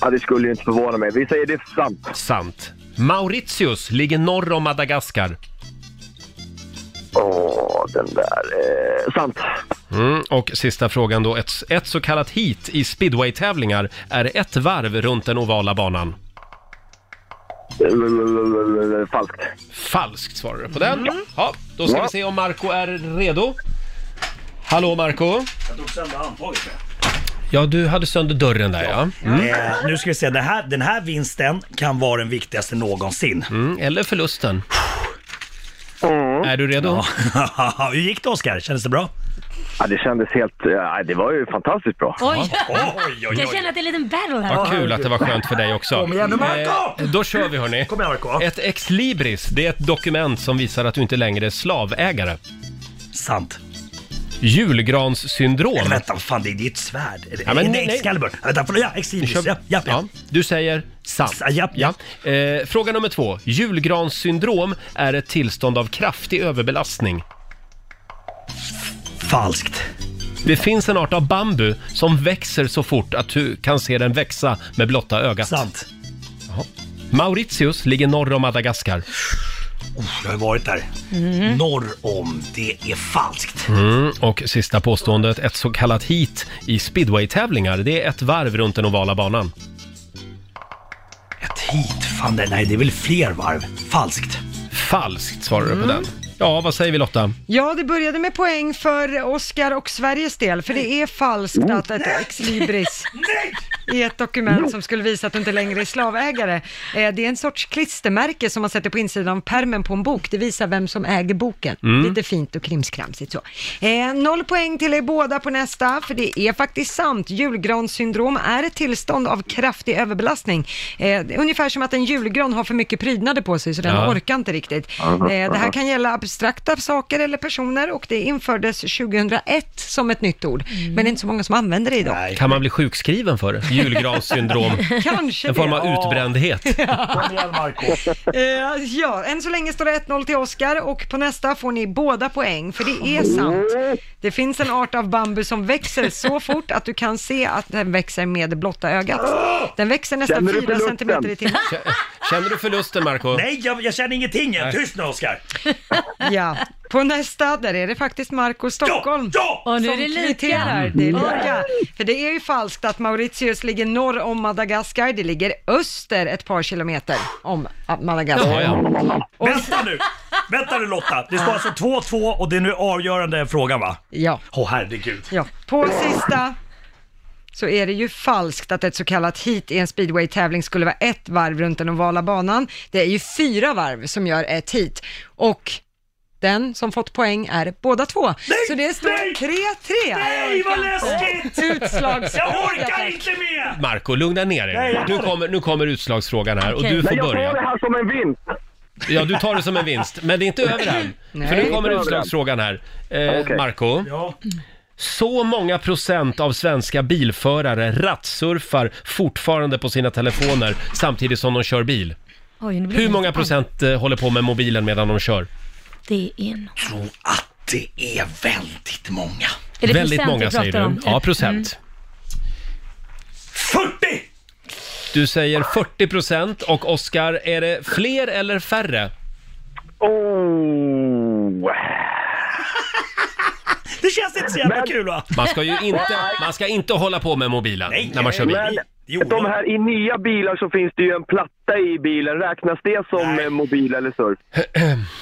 Speaker 8: Ja, det skulle ju inte förvåna mig. Vi säger det är sant.
Speaker 1: Sant. Mauritius ligger norr om Madagaskar.
Speaker 8: Åh, den där. Eh, sant.
Speaker 1: Mm, och sista frågan då. Ett, ett så kallat heat i speedway-tävlingar är ett varv runt den ovala banan.
Speaker 8: Falskt.
Speaker 1: Falskt svarar du på den. Ja, då ska vi se om Marco är redo. Hallå Marco.
Speaker 10: Jag tog sönder handtaget.
Speaker 1: Ja, du hade sönder dörren där ja. Mm.
Speaker 10: Eh, nu ska vi se, den här, den här vinsten kan vara den viktigaste någonsin.
Speaker 1: Mm, eller förlusten.
Speaker 10: Är
Speaker 1: du redo?
Speaker 10: [LAUGHS] Hur gick det Oskar? Kändes det bra?
Speaker 8: Ja, det kändes helt... eh, det var ju fantastiskt bra.
Speaker 3: Oj.
Speaker 10: oj, oj.
Speaker 3: Jag känner att det är en liten battle här.
Speaker 1: Vad kul att det var skönt för dig också.
Speaker 10: Kom igen nu, Marco!
Speaker 1: Eh, Då kör vi hörni.
Speaker 10: Kom igen Marco!
Speaker 1: Ett ex libris, det är ett dokument som visar att du inte längre är slavägare.
Speaker 10: Sant.
Speaker 1: Julgranssyndrom.
Speaker 10: Eller vänta, fan det är ditt svärd. Eller,
Speaker 1: Ja, men
Speaker 10: det är
Speaker 1: nej.
Speaker 10: Excalibur. Vänta, förlåt, ja,
Speaker 1: Nu
Speaker 10: Excalibur.
Speaker 1: kör vi.
Speaker 10: Ja, ja, ja.
Speaker 1: Du säger sant. Ja. Eh, fråga nummer två. Julgranssyndrom är ett tillstånd av kraftig överbelastning.
Speaker 10: Falskt.
Speaker 1: Det finns en art av bambu som växer så fort att du kan se den växa med blotta ögat.
Speaker 10: Sant.
Speaker 1: Jaha. Mauritius ligger norr om Madagaskar.
Speaker 10: Oh, jag har varit där.
Speaker 2: Mm.
Speaker 10: Norr om, det är falskt.
Speaker 1: Mm, och sista påståendet, ett så kallat heat i speedway-tävlingar. Det är ett varv runt den ovala banan.
Speaker 10: Ett hit, fan det, nej det är väl fler varv. Falskt.
Speaker 1: Falskt svarar du på
Speaker 2: Mm.
Speaker 1: den. Ja, vad säger vi Lotta?
Speaker 2: Ja, det började med poäng för Oscar och Sveriges del, för det är falskt att ett
Speaker 3: Mm.
Speaker 2: ex libris i ett dokument som skulle visa att du inte längre är slavägare. Eh, Det är en sorts klistermärke som man sätter på insidan av pärmen på en bok. Det visar vem som äger boken.
Speaker 14: Mm.
Speaker 2: Lite fint och krimskramsigt så. Eh, noll poäng till er båda på nästa, för det är faktiskt sant. Julgranssyndrom är ett tillstånd av kraftig överbelastning. Eh, det är ungefär som att en julgran har för mycket prydnader på sig, så den
Speaker 14: Ja.
Speaker 2: orkar inte riktigt.
Speaker 14: Mhm,
Speaker 2: Eh, det här
Speaker 14: mhm.
Speaker 2: kan gälla abstrakta saker eller personer och det infördes 2001 som ett nytt ord.
Speaker 14: Mm.
Speaker 2: Men det är inte så många som använder det idag.
Speaker 1: Kan man bli sjukskriven för det? julgranssyndrom?
Speaker 2: [LAUGHS] Kanske
Speaker 1: En
Speaker 2: det.
Speaker 1: form av utbrändhet.
Speaker 2: [LAUGHS] Eh, ja, än så länge står det 1-0 till Oscar och på nästa får ni båda poäng, för det är sant. Det finns en art av bambu som växer så fort att du kan se att den växer med blotta ögat. Den växer nästan
Speaker 1: Känner du
Speaker 2: 4
Speaker 1: förlusten?
Speaker 2: centimeter i timmen.
Speaker 1: Känner du förlusten, Marco?
Speaker 10: Nej, jag, jag känner ingenting.
Speaker 1: Nej.
Speaker 10: Tyst nu Oskar.
Speaker 2: Ja, på nästa där är det faktiskt Marco Stockholm
Speaker 10: ja!
Speaker 3: Och nu är det
Speaker 2: som
Speaker 3: lika.
Speaker 2: kvitterar. Det är
Speaker 3: Mm.
Speaker 2: lika. För det är ju falskt att Mauritius ligger norr om Madagaskar, det ligger öster ett par kilometer om Madagaskar.
Speaker 10: Vänta nu! Vänta nu Lotta. Det står alltså 2-2 och det är nu avgörande frågan va?
Speaker 2: Ja.
Speaker 10: Åh herregud.
Speaker 2: Ja, på sista så är det ju falskt att ett så kallat heat i en speedway-tävling skulle vara ett varv runt den ovala banan. Det är ju fyra varv som gör ett heat och den som fått poäng är båda två. så det står 3-3.
Speaker 10: Nej, vad läskigt!
Speaker 2: Utslagsfråga.
Speaker 10: Jag orkar inte mer!
Speaker 1: Marco, lugna ner
Speaker 10: Nej,
Speaker 1: dig.
Speaker 10: jag
Speaker 1: Nu
Speaker 10: tar det.
Speaker 1: kommer, nu kommer utslagsfrågan här och
Speaker 10: Okej.
Speaker 1: du
Speaker 10: Nej,
Speaker 1: får
Speaker 10: jag tar
Speaker 1: börja.
Speaker 10: det här
Speaker 8: som en vinst.
Speaker 1: Ja, du tar det som en vinst, men det är inte över än.
Speaker 8: Nej.
Speaker 1: För nu
Speaker 8: Inte
Speaker 1: kommer
Speaker 8: över än.
Speaker 1: utslagsfrågan här. Eh,
Speaker 8: Okej.
Speaker 1: Marco. Så många procent av svenska bilförare rattsurfar fortfarande på sina telefoner samtidigt som de kör bil.
Speaker 3: Oj, nu blir
Speaker 1: Hur
Speaker 3: det
Speaker 1: många
Speaker 3: lite
Speaker 1: procent eh, håller på med mobilen medan de kör?
Speaker 3: annat. Det är nog...
Speaker 10: Tror att det är väldigt många.
Speaker 3: Är det
Speaker 1: Väldigt
Speaker 3: procent
Speaker 1: många
Speaker 3: vi pratar
Speaker 1: säger du.
Speaker 3: om? Mm.
Speaker 1: Ja, procent.
Speaker 10: 40!
Speaker 1: Du säger 40 procent och Oskar, är det fler eller färre?
Speaker 8: Oh.
Speaker 10: Det känns inte så jävla kul va?
Speaker 1: Man ska ju
Speaker 10: [LAUGHS]
Speaker 1: inte, man ska inte hålla på med mobilen när man kör bil.
Speaker 10: Men
Speaker 8: de här i nya bilar så finns det ju en platta i bilen. Räknas det som eh, mobil eller surf?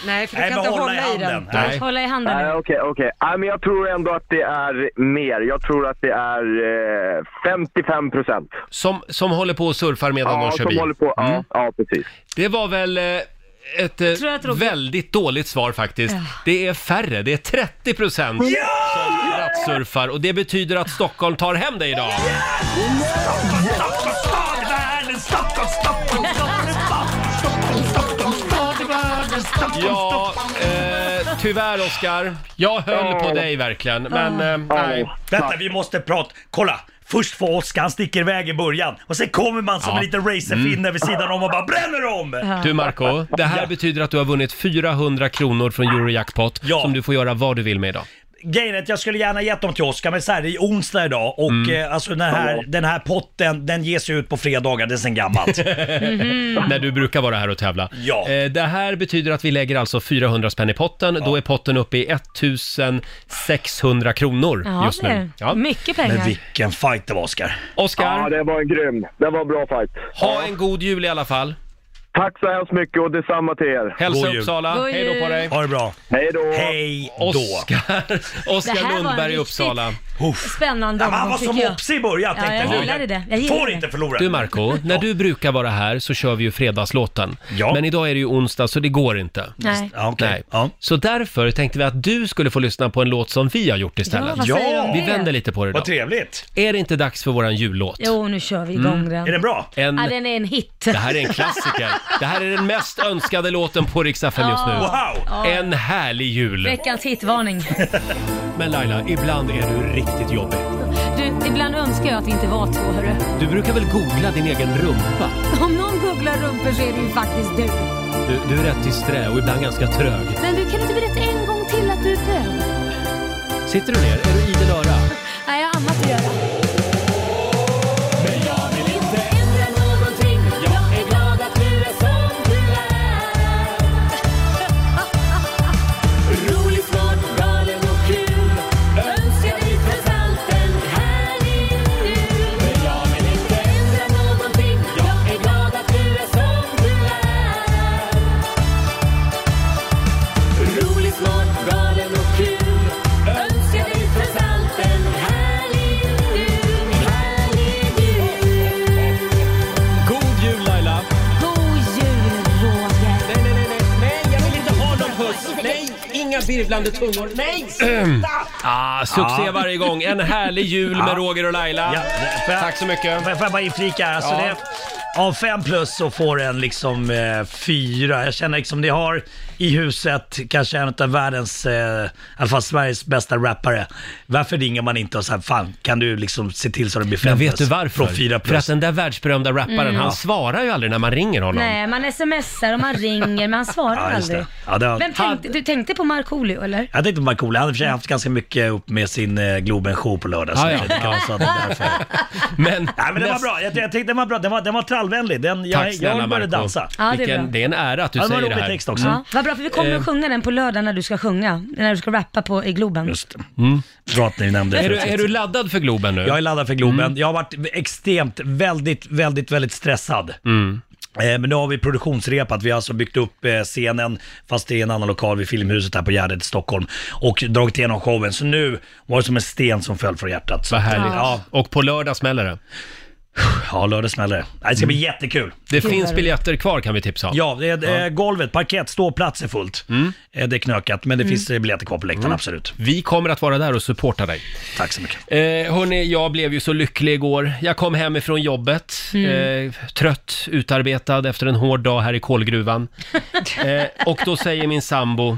Speaker 2: Nej, för du
Speaker 14: Nej,
Speaker 2: kan
Speaker 14: bara
Speaker 2: inte
Speaker 14: hålla i
Speaker 2: hålla i den.
Speaker 14: handen.
Speaker 8: Nej.
Speaker 3: Hålla i handen.
Speaker 8: Nej, Okej, okej. Nej, men jag tror ändå att det är mer. Jag tror att det är eh, 55 procent.
Speaker 1: Som, som håller på och surfar medan
Speaker 8: Ja,
Speaker 1: de kör
Speaker 8: som
Speaker 1: bil.
Speaker 8: håller på. Ja,
Speaker 1: Mm.
Speaker 8: ja precis.
Speaker 1: Det var väl eh, ett eh, väldigt dåligt svar faktiskt.
Speaker 8: Ja.
Speaker 1: Det är färre, det är 30 procent som rattsurfar och det betyder att Stockholm tar hem det idag. Ja, eh, tyvärr Oskar. Jag höll på dig verkligen, men eh, nej.
Speaker 10: Ah. Vänta, vi måste prata. Kolla! Först får Oskar, han sticker iväg i början och sen kommer man som
Speaker 1: Ja.
Speaker 10: en liten racerfinne
Speaker 1: Mm.
Speaker 10: vid sidan om och bara bränner om!
Speaker 1: Du Marco, det här
Speaker 10: Ja.
Speaker 1: betyder att du har vunnit 400 kronor från Eurojackpot som du får göra vad du vill med idag.
Speaker 10: Grejen är att jag skulle gärna gett dem till Oskar, men så här, det är onsdag idag och
Speaker 1: Mm.
Speaker 10: eh, alltså den här,
Speaker 1: Ja.
Speaker 10: den här potten, den ges ju ut på fredagar, det är sen [LAUGHS]
Speaker 1: [LAUGHS]
Speaker 10: gammalt. Mm-hmm.
Speaker 1: När du brukar vara här och tävla.
Speaker 10: Mhm. Ja.
Speaker 1: Eh, Det här betyder att vi lägger alltså 400 spänn i potten. Då är potten uppe i 1600 kronor
Speaker 3: Ja,
Speaker 1: just
Speaker 3: det är
Speaker 1: nu.
Speaker 3: det. Mycket pengar. Men
Speaker 10: vilken fight det var Oskar.
Speaker 1: Oskar,
Speaker 8: Ja, det var en grym. Det var en bra fight.
Speaker 1: ha en god jul i alla fall.
Speaker 8: Tack så hemskt mycket och detsamma till er.
Speaker 1: Hälsa God jul. Uppsala. God Hej då jul. på dig.
Speaker 10: Ha det bra.
Speaker 8: Hej då.
Speaker 10: Hej
Speaker 1: då. Oskar,
Speaker 3: Det här var
Speaker 1: Oskar
Speaker 3: en
Speaker 1: Lundberg i
Speaker 3: riktigt-
Speaker 1: Uppsala.
Speaker 3: Spännande
Speaker 10: Ja, men han
Speaker 3: omgång,
Speaker 10: var så
Speaker 3: tycker jag.
Speaker 10: mopsig i början,
Speaker 3: ja,
Speaker 10: tänkte
Speaker 3: jag.
Speaker 10: jag.
Speaker 3: gillade det. Jag gillade det.
Speaker 10: förlora.
Speaker 1: Du Marco, när du brukar vara här så kör vi ju fredagslåten. Men idag är det ju onsdag så det går inte.
Speaker 3: Nej.
Speaker 1: Nej. Så därför tänkte vi att du skulle få lyssna på en låt som vi har gjort istället.
Speaker 3: Ja, vad säger du om
Speaker 1: Vi
Speaker 3: det?
Speaker 1: vänder lite på det
Speaker 10: Vad
Speaker 1: trevligt! Är det inte dags för våran jullåt?
Speaker 3: Jo, nu kör vi igång
Speaker 1: Mm.
Speaker 3: den.
Speaker 1: Är den bra? En-
Speaker 3: Ja, den är en hit.
Speaker 1: Det här är en klassiker. Det här är den mest önskade låten på Rix FM just nu.
Speaker 3: Ja. Wow. Ja.
Speaker 1: En härlig jul!
Speaker 3: [LAUGHS] Veckans hitvarning.
Speaker 1: Men Laila, ibland är du riktigt jobbig.
Speaker 3: Du, ibland önskar jag att vi inte var två, hörru.
Speaker 1: Du brukar väl googla din egen rumpa?
Speaker 3: Om någon googlar rumpor så är det ju faktiskt du.
Speaker 1: Du, du är rätt disträ och ibland ganska trög.
Speaker 14: Men du, kan du inte berätta en gång till att du är bög?
Speaker 1: Sitter du ner? Är du idel öra?
Speaker 14: Nej, jag har annat att göra.
Speaker 5: Men jag vill inte
Speaker 14: ändra någonting. Jag är glad att du är som du är. Rolig, smart, galen och kul. Önskar dig trots allt en härlig jul. Men jag vill inte ändra någonting. Jag är glad att du är som du är. Rolig, smart, galen och kul. Önskar dig trots allt en härlig jul. Härlig jul.
Speaker 1: God jul Laila! [CLEARS THROAT]
Speaker 14: God jul, Roger.
Speaker 5: Nej, nej, nej, nej, nej, jag vill inte ha någon puss. Nej, inga virvlande tungor. Nej, sluta!
Speaker 1: Ah, succé
Speaker 10: Ja.
Speaker 1: varje gång. En härlig jul med
Speaker 10: Ja.
Speaker 1: Roger och Laila. Tack så mycket.
Speaker 10: Får jag får jag bara inflika? Alltså
Speaker 1: Ja.
Speaker 10: det, av fem plus så får en liksom eh, fyra. Jag känner liksom det har i huset kanske en av världens, eh, i alla fall Sveriges bästa rappare. Varför ringer man inte och säger fan kan du liksom se till så det blir fem
Speaker 1: Men vet
Speaker 10: plus?
Speaker 1: du varför?
Speaker 10: Från fyra
Speaker 1: För att
Speaker 10: plus.
Speaker 1: den där världsberömda rapparen,
Speaker 3: Mm.
Speaker 1: han
Speaker 3: Ja.
Speaker 1: svarar ju aldrig när man ringer honom.
Speaker 3: Nej, man smsar och man ringer, men han svarar
Speaker 10: Ja, just det.
Speaker 3: aldrig.
Speaker 10: Ja, det har-
Speaker 3: Vem tänkte, du tänkte på Markoolio, eller?
Speaker 10: Jag tänkte på Markoolio, han har i och för sig haft ganska mycket upp med sin eh, Globen-show på lördag. så
Speaker 3: Ah, Ja, ja.
Speaker 10: det kan vara så att det
Speaker 3: [LAUGHS]
Speaker 10: är därför.
Speaker 1: Men,
Speaker 10: Nej, men den var
Speaker 1: näst-
Speaker 10: bra, jag, jag tyckte den var bra. Den var, den var trallvänlig. Den, jag,
Speaker 1: Tack snälla
Speaker 10: jag
Speaker 1: Marco.
Speaker 10: började dansa.
Speaker 3: Ja, det är bra.
Speaker 1: Vilken, det är en ära att du
Speaker 10: Ja, det var
Speaker 1: säger det
Speaker 10: rolig
Speaker 1: här.
Speaker 10: text också.
Speaker 3: Ja, vad bra, för vi kommer
Speaker 1: Eh,
Speaker 3: att sjunga den på lördag när du ska sjunga, när du ska rappa på, i Globen. Just
Speaker 10: Bra att ni nämnde det.
Speaker 1: Mm. Är du, är du laddad för Globen nu? Mm.
Speaker 10: Jag är laddad för Globen. Jag har varit extremt, väldigt, väldigt, väldigt stressad.
Speaker 1: Mm.
Speaker 10: Eh, Men nu har vi produktionsrepat, vi har alltså byggt upp eh, scenen, fast det är en annan lokal vid Filmhuset här på Gärdet i Stockholm, och dragit igenom showen. Så nu var det som en sten som föll från hjärtat. Så
Speaker 1: Vad
Speaker 10: att-
Speaker 1: härligt.
Speaker 10: Ja,
Speaker 1: Och på lördag smäller det. Mm.
Speaker 10: Ja, lördag smäller det. Nej, det ska bli jättekul.
Speaker 1: Det finns biljetter kvar kan vi tipsa om.
Speaker 10: Ja, det är, eh, golvet, parkett, ståplats är fullt.
Speaker 1: Mm.
Speaker 10: Eh, Det är knökat, men det finns eh, biljetter kvar på läktaren, absolut.
Speaker 1: Vi kommer att vara där och supporta dig.
Speaker 10: Tack så mycket.
Speaker 1: Eh, hörni, jag blev ju så lycklig igår. Jag kom hem ifrån jobbet,
Speaker 10: Mm.
Speaker 1: eh, trött, utarbetad efter en hård dag här i kolgruvan. Eh, och då säger min sambo,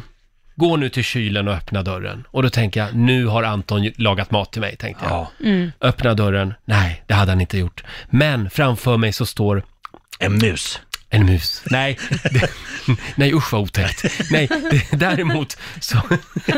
Speaker 1: gå nu till kylen och öppna dörren. Och då tänker jag, nu har Anton ju- lagat mat till mig, tänkte jag.
Speaker 5: Mm.
Speaker 1: Öppna dörren, nej, det hade han inte gjort. Men framför mig så står...
Speaker 10: En mus.
Speaker 1: En mus. Nej, [LAUGHS] det, nej usch vad otäckt. Nej, det, däremot så,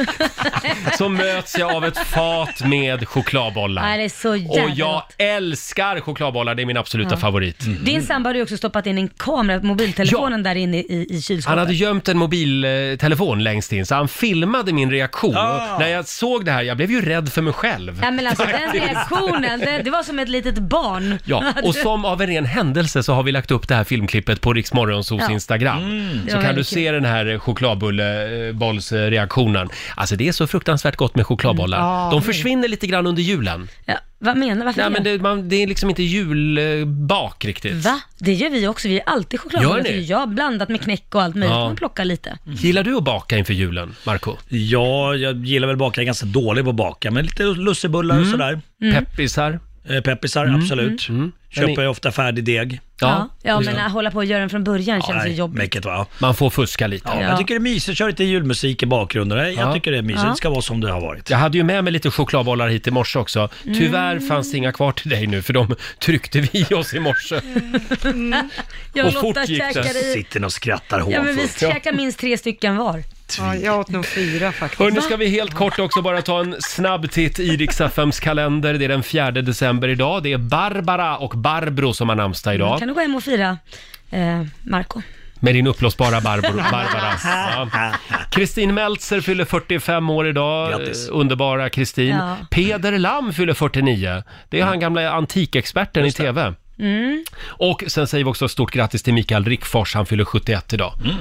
Speaker 1: [LAUGHS] så möts jag av ett fat med chokladbollar.
Speaker 3: Nej, det är så jävla
Speaker 1: Och jag älskar chokladbollar, det är min absoluta
Speaker 3: Ja. Mm.
Speaker 1: favorit.
Speaker 3: Din
Speaker 10: Mm.
Speaker 3: sambo hade ju också stoppat in en kamera, mobiltelefonen där inne i, i kylskåpet.
Speaker 1: Han hade gömt en mobiltelefon längst in, så han filmade min reaktion.
Speaker 10: Ah.
Speaker 1: Och när jag såg det här, jag blev ju rädd för mig själv.
Speaker 3: Ja men
Speaker 1: [LAUGHS]
Speaker 3: alltså den
Speaker 1: Faktiskt.
Speaker 3: reaktionen, det, det var som ett litet barn. [LAUGHS]
Speaker 1: Ja, och som av en ren händelse så har vi lagt upp det här filmklippet på Rix Morgonzos
Speaker 3: Ja.
Speaker 1: Instagram. Så
Speaker 3: Det var
Speaker 1: kan du
Speaker 3: väldigt
Speaker 1: se den här chokladbullebollsreaktionen. Alltså det är så fruktansvärt gott med chokladbollar.
Speaker 3: Mm. Ja.
Speaker 1: De försvinner lite grann under julen.
Speaker 3: Ja, vad menar du? Varför
Speaker 1: Nej, men
Speaker 3: det?
Speaker 1: det, man, det är liksom inte julbak riktigt.
Speaker 3: Va? Det gör vi också, vi är alltid chokladbollar.
Speaker 1: Gör ni?
Speaker 3: till. Ja, blandat med knäck och allt möjligt.
Speaker 1: Ja.
Speaker 3: Man plockar lite.
Speaker 1: Mhm. Gillar du att baka inför julen, Marco?
Speaker 10: Ja, jag gillar väl baka. Jag är ganska dålig på att baka, men lite lussebullar och sådär. Eh,
Speaker 3: Mm.
Speaker 1: Peppisar?
Speaker 10: Peppisar,
Speaker 1: Mm.
Speaker 10: absolut. Köper jag ofta färdig deg.
Speaker 3: Ja, ja men att hålla på och göra den från början känns ju jobbigt.
Speaker 10: Mycket, va?
Speaker 1: Man får fuska lite.
Speaker 10: Ja, Jag tycker det är mysigt, kör lite julmusik i bakgrunden. Jag
Speaker 1: Ja.
Speaker 10: tycker det är mysigt,
Speaker 1: Ja.
Speaker 10: det ska vara som det har varit.
Speaker 1: Jag hade ju med mig lite chokladbollar hit i morse också.
Speaker 10: Mm.
Speaker 1: Tyvärr fanns det inga kvar till dig nu för de tryckte vi i oss i morse.
Speaker 3: Jag och Lotta käkade i...
Speaker 10: Sitter och skrattar
Speaker 3: Ja men vi
Speaker 10: hånfullt.
Speaker 3: käkade minst tre stycken var.
Speaker 2: Ja, jag åt nog fyra faktiskt.
Speaker 1: Hörni, ska vi helt kort också bara ta en snabb titt i Rix FMs kalender. Det är den 4 december idag. Det är Barbara och Barbro som har namnsdag idag.
Speaker 3: Mm, Kan du gå hem och fira, eh, Marco?
Speaker 1: Med din uppblåsbara
Speaker 3: [LAUGHS]
Speaker 1: Barbro, Barbara. Ja. Kristin Meltzer fyller 45 år idag. Eh, Underbara Kristin.
Speaker 3: Ja.
Speaker 1: Peder Lam fyller 49. Det är han gamla antikexperten i TV.
Speaker 15: 嗯
Speaker 3: Mm.
Speaker 1: Och sen säger vi också stort grattis till Mikael Rickfors, han fyller 71 idag.
Speaker 10: Mm.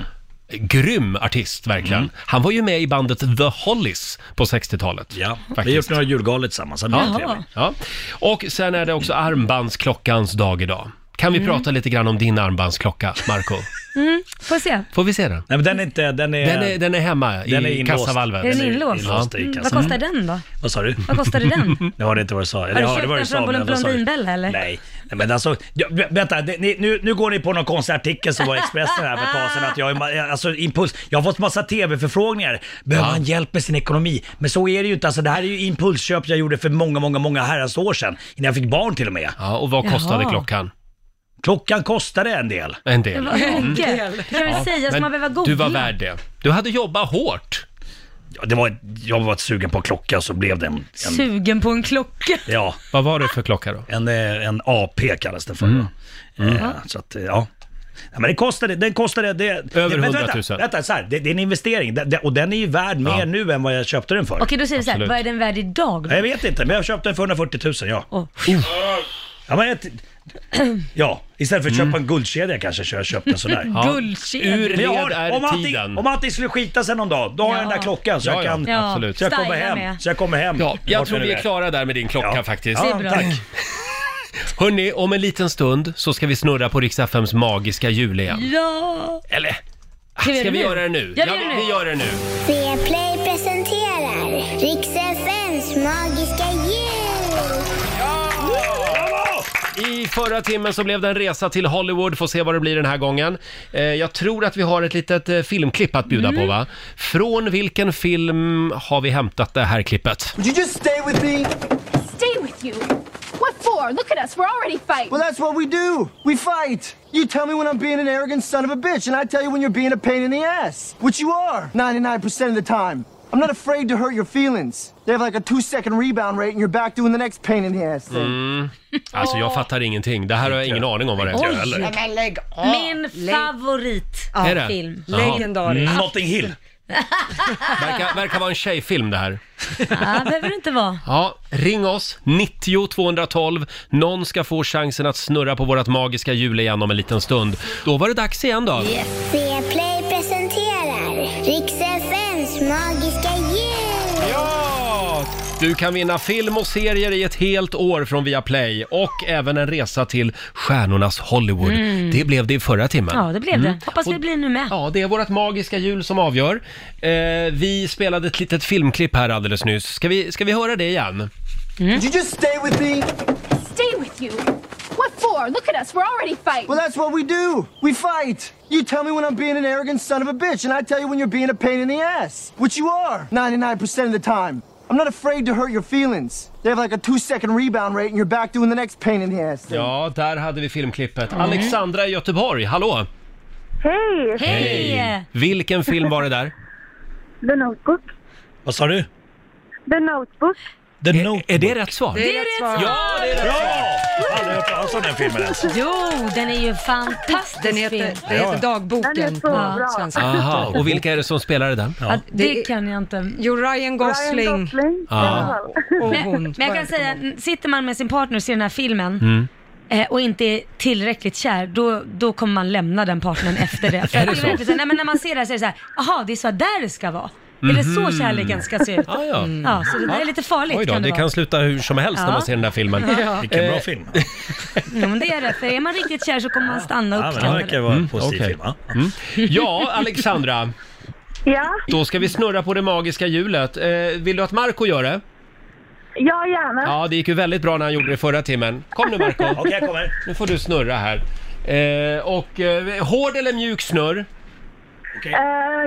Speaker 1: Grym artist verkligen. Han var ju med i bandet The Hollies på 60-talet.
Speaker 10: Ja,
Speaker 1: faktiskt.
Speaker 10: vi har gjort några julgalor tillsammans. Han är
Speaker 1: Ja.
Speaker 10: trevlig.
Speaker 1: ja. Och sen är det också armbandsklockans dag idag. Kan vi
Speaker 3: Mm.
Speaker 1: prata lite grann om din armbandsklocka,
Speaker 10: [LAUGHS]
Speaker 1: Marco?
Speaker 3: Mm, får se.
Speaker 1: Får vi se den?
Speaker 10: Nej, men den är inte, den är...
Speaker 1: Den är, den är hemma
Speaker 10: Den är
Speaker 1: i
Speaker 10: inlåst.
Speaker 1: kassavalvet.
Speaker 3: Är den inlåst?
Speaker 1: Ja.
Speaker 3: Mm. Vad kostar den då?
Speaker 10: Vad sa du?
Speaker 3: Vad
Speaker 10: [LAUGHS]
Speaker 3: kostade den?
Speaker 10: Jag hörde inte vad du sa.
Speaker 3: Har
Speaker 10: Eller
Speaker 3: du
Speaker 10: jag hörde
Speaker 3: köpt
Speaker 10: vad du
Speaker 3: den
Speaker 10: sa, men
Speaker 3: från
Speaker 10: vad sa du?
Speaker 3: Blondinbella eller?
Speaker 10: Nej, nej, men alltså, ja, vä- vänta, det- ni, nu, nu går ni på någon konstig artikel som var i Expressen här för ett tag sedan. Att jag, är ma- alltså, impuls, jag har fått massa tv-förfrågningar. Behöver man hjälp med sin ekonomi? Men så är det ju inte. Alltså, det här är ju impulsköp jag gjorde för många, många, många herrans år sedan. Innan jag fick barn till och med.
Speaker 1: Ja, och vad kostade Jaha. klockan?
Speaker 10: Klockan kostade en del.
Speaker 1: En del.
Speaker 3: Vad mycket. Kan du
Speaker 10: Ja,
Speaker 3: säga så
Speaker 10: men
Speaker 3: man behöver googla?
Speaker 10: du var värd
Speaker 1: det. Du hade jobbat hårt.
Speaker 10: Ja, det var, ett- jag var sugen på en klocka och så blev det en... en
Speaker 3: Sugen på en klocka.
Speaker 10: ja.
Speaker 1: Vad var det för klocka då? Mm.
Speaker 10: En, eh, en AP kallas den för. Eh, så att, eh, ja. Ja, men det kostade, den kostade... Det,
Speaker 1: Över
Speaker 10: det, men
Speaker 1: 100 000.
Speaker 10: Vänta, vänta så här, det, det är en investering det, det, och den är ju värd mer nu än vad jag köpte den för.
Speaker 3: Okej, då säger du så här, vad är den värd idag då?
Speaker 10: Jag vet inte, men jag köpte den för 140 000, ja.
Speaker 3: Oh.
Speaker 10: Ja, men jag, [CLEARS THROAT] ja, istället för att köpa
Speaker 1: Mm.
Speaker 10: en guldkedja kanske så jag köpte en sån där.
Speaker 3: Ja. Guldkedja. Ur
Speaker 10: Men jag har-
Speaker 3: led är
Speaker 10: om allting-
Speaker 1: tiden.
Speaker 10: Om allting skulle skita sig någon dag, då har jag den där klockan så
Speaker 1: Ja,
Speaker 10: jag
Speaker 1: ja,
Speaker 10: kan...
Speaker 1: absolut.
Speaker 10: Så jag kommer
Speaker 1: Styla
Speaker 10: hem.
Speaker 1: med.
Speaker 10: Så jag kommer hem.
Speaker 1: Ja, jag
Speaker 10: Vart
Speaker 1: tror
Speaker 10: den
Speaker 1: vi
Speaker 10: är.
Speaker 1: är klara där med din klocka faktiskt.
Speaker 10: Ja, Det är bra. tack.
Speaker 1: Hörni, om en liten stund så ska vi snurra på Rix FMs magiska hjul igen.
Speaker 3: Ja.
Speaker 1: Eller,
Speaker 6: Ska vi
Speaker 1: ska
Speaker 6: göra
Speaker 1: vi
Speaker 6: det nu?
Speaker 1: göra det nu?
Speaker 6: Ja, vi gör det nu.
Speaker 1: vi gör det nu.
Speaker 6: C-play presenterar Rix FMs magiska jul!
Speaker 1: I förra timmen så blev det en resa till Hollywood, får se vad det blir den här gången. Eh, jag tror att vi har ett litet eh, filmklipp att bjuda
Speaker 6: Mm.
Speaker 1: på va? Från vilken film har vi hämtat det här klippet?
Speaker 18: Would you just stay with me?
Speaker 19: Stay with you. What for? Look at us. We're already fighting.
Speaker 18: Well, that's what we do. We fight. You tell me when I'm being an arrogant son of a bitch, and I tell you when you're being a pain in the ass, which you are 99% of the time. I'm not afraid to hurt your feelings. They have like a two second rebound rate, and you're back doing the next pain in the ass thing.
Speaker 1: Mm. Alltså jag fattar ingenting. Det här har jag ingen aning om vad det är.
Speaker 3: men lägg av. Min
Speaker 1: Är det?
Speaker 3: favoritfilm.
Speaker 1: Jaha. Mm.
Speaker 10: Notting
Speaker 3: [LAUGHS]
Speaker 10: Hill.
Speaker 1: Verkar, verkar vara en tjejfilm det här.
Speaker 3: Ja, behöver det inte vara.
Speaker 1: Ja, ring oss, 90 212. Någon ska få chansen att snurra på vårt magiska hjul igen om en liten stund. Då var det dags igen då.
Speaker 6: C-play presenterar Rix FMs magiska jul!
Speaker 1: Ja! Du kan vinna film och serier i ett helt år från Viaplay och även en resa till stjärnornas Hollywood.
Speaker 3: Mm.
Speaker 1: Det blev det i förra timmen.
Speaker 3: Ja, det blev
Speaker 1: Mm.
Speaker 3: det. Hoppas vi
Speaker 1: Och-
Speaker 3: blir nu med.
Speaker 1: Ja, det är vårt magiska jul som avgör. Eh, vi spelade ett litet filmklipp här alldeles nyss. Ska vi, ska vi höra det igen?
Speaker 18: Would you just stay with me?
Speaker 19: Stay with you. What for? Look at us. We're already fighting.
Speaker 18: Well, that's what we do. We fight. You tell me when I'm being an arrogant son of a bitch, and I tell you when you're being a pain in the ass, which you are 99% of the time. I'm not afraid to hurt your feelings. They have like a two second rebound rate, and you're back doing the next pain in the ass thing.
Speaker 1: Ja, där hade vi filmklippet.
Speaker 18: Mm.
Speaker 1: Alexandra i Göteborg, hallå!
Speaker 9: Hej!
Speaker 1: Vilken film var det där?
Speaker 9: The Notebook.
Speaker 10: [LAUGHS] Vad sa du?
Speaker 9: The Notebook.
Speaker 10: The Note.
Speaker 1: Är det rätt svar?
Speaker 9: Det är rätt svar.
Speaker 1: Ja, det är rätt svar!
Speaker 10: Aldrig hört talas om den filmen ens.
Speaker 3: Jo, den är ju fantastisk
Speaker 2: Den heter-
Speaker 3: film.
Speaker 2: den heter Ja. Dagboken Den är så på bra. svenska.
Speaker 1: Aha, och vilka är det som spelar det där?
Speaker 3: Ja, det kan jag inte.
Speaker 2: Jo, Ryan Gosling.
Speaker 3: Ryan
Speaker 1: Ja.
Speaker 2: Och
Speaker 3: Men,
Speaker 2: hon.
Speaker 3: men jag kan säga, n- sitter man med sin partner och ser den här filmen
Speaker 1: Mm.
Speaker 3: eh, och inte är tillräckligt kär, då, då kommer man lämna den partnern efter det.
Speaker 1: [LAUGHS]
Speaker 3: För
Speaker 1: Är det
Speaker 3: att
Speaker 1: så?
Speaker 3: verkligen nej, men när man ser det här så är det så här, jaha, det är så där det ska vara. Är det så
Speaker 1: Mhm.
Speaker 3: kärleken ska
Speaker 1: [LAUGHS]
Speaker 3: se ut?
Speaker 1: Ja, ja. Mm.
Speaker 3: så det där är lite farligt
Speaker 1: Oj då,
Speaker 3: kan det,
Speaker 1: det kan
Speaker 3: vara.
Speaker 1: sluta hur som helst när
Speaker 3: Ja.
Speaker 1: man ser den där filmen.
Speaker 3: Ja.
Speaker 10: Vilken bra
Speaker 1: Eh,
Speaker 10: film.
Speaker 3: Jo, men det är det. För är man riktigt kär så kommer man stanna upp.
Speaker 10: men det verkar vara en positiv
Speaker 1: okej.
Speaker 10: film,
Speaker 1: Mm. [LAUGHS] Ja, Alexandra.
Speaker 9: Ja,
Speaker 1: Då ska vi snurra på det magiska hjulet. Eh, vill du att Marco gör det?
Speaker 9: ja gärna.
Speaker 1: Ja, det gick ju väldigt bra när han gjorde det förra timmen. Kom nu Marco.
Speaker 10: [LAUGHS] Okej, jag kommer.
Speaker 1: Nu får du snurra här. Eh, och eh, hård eller mjuk snurr?
Speaker 9: Eh,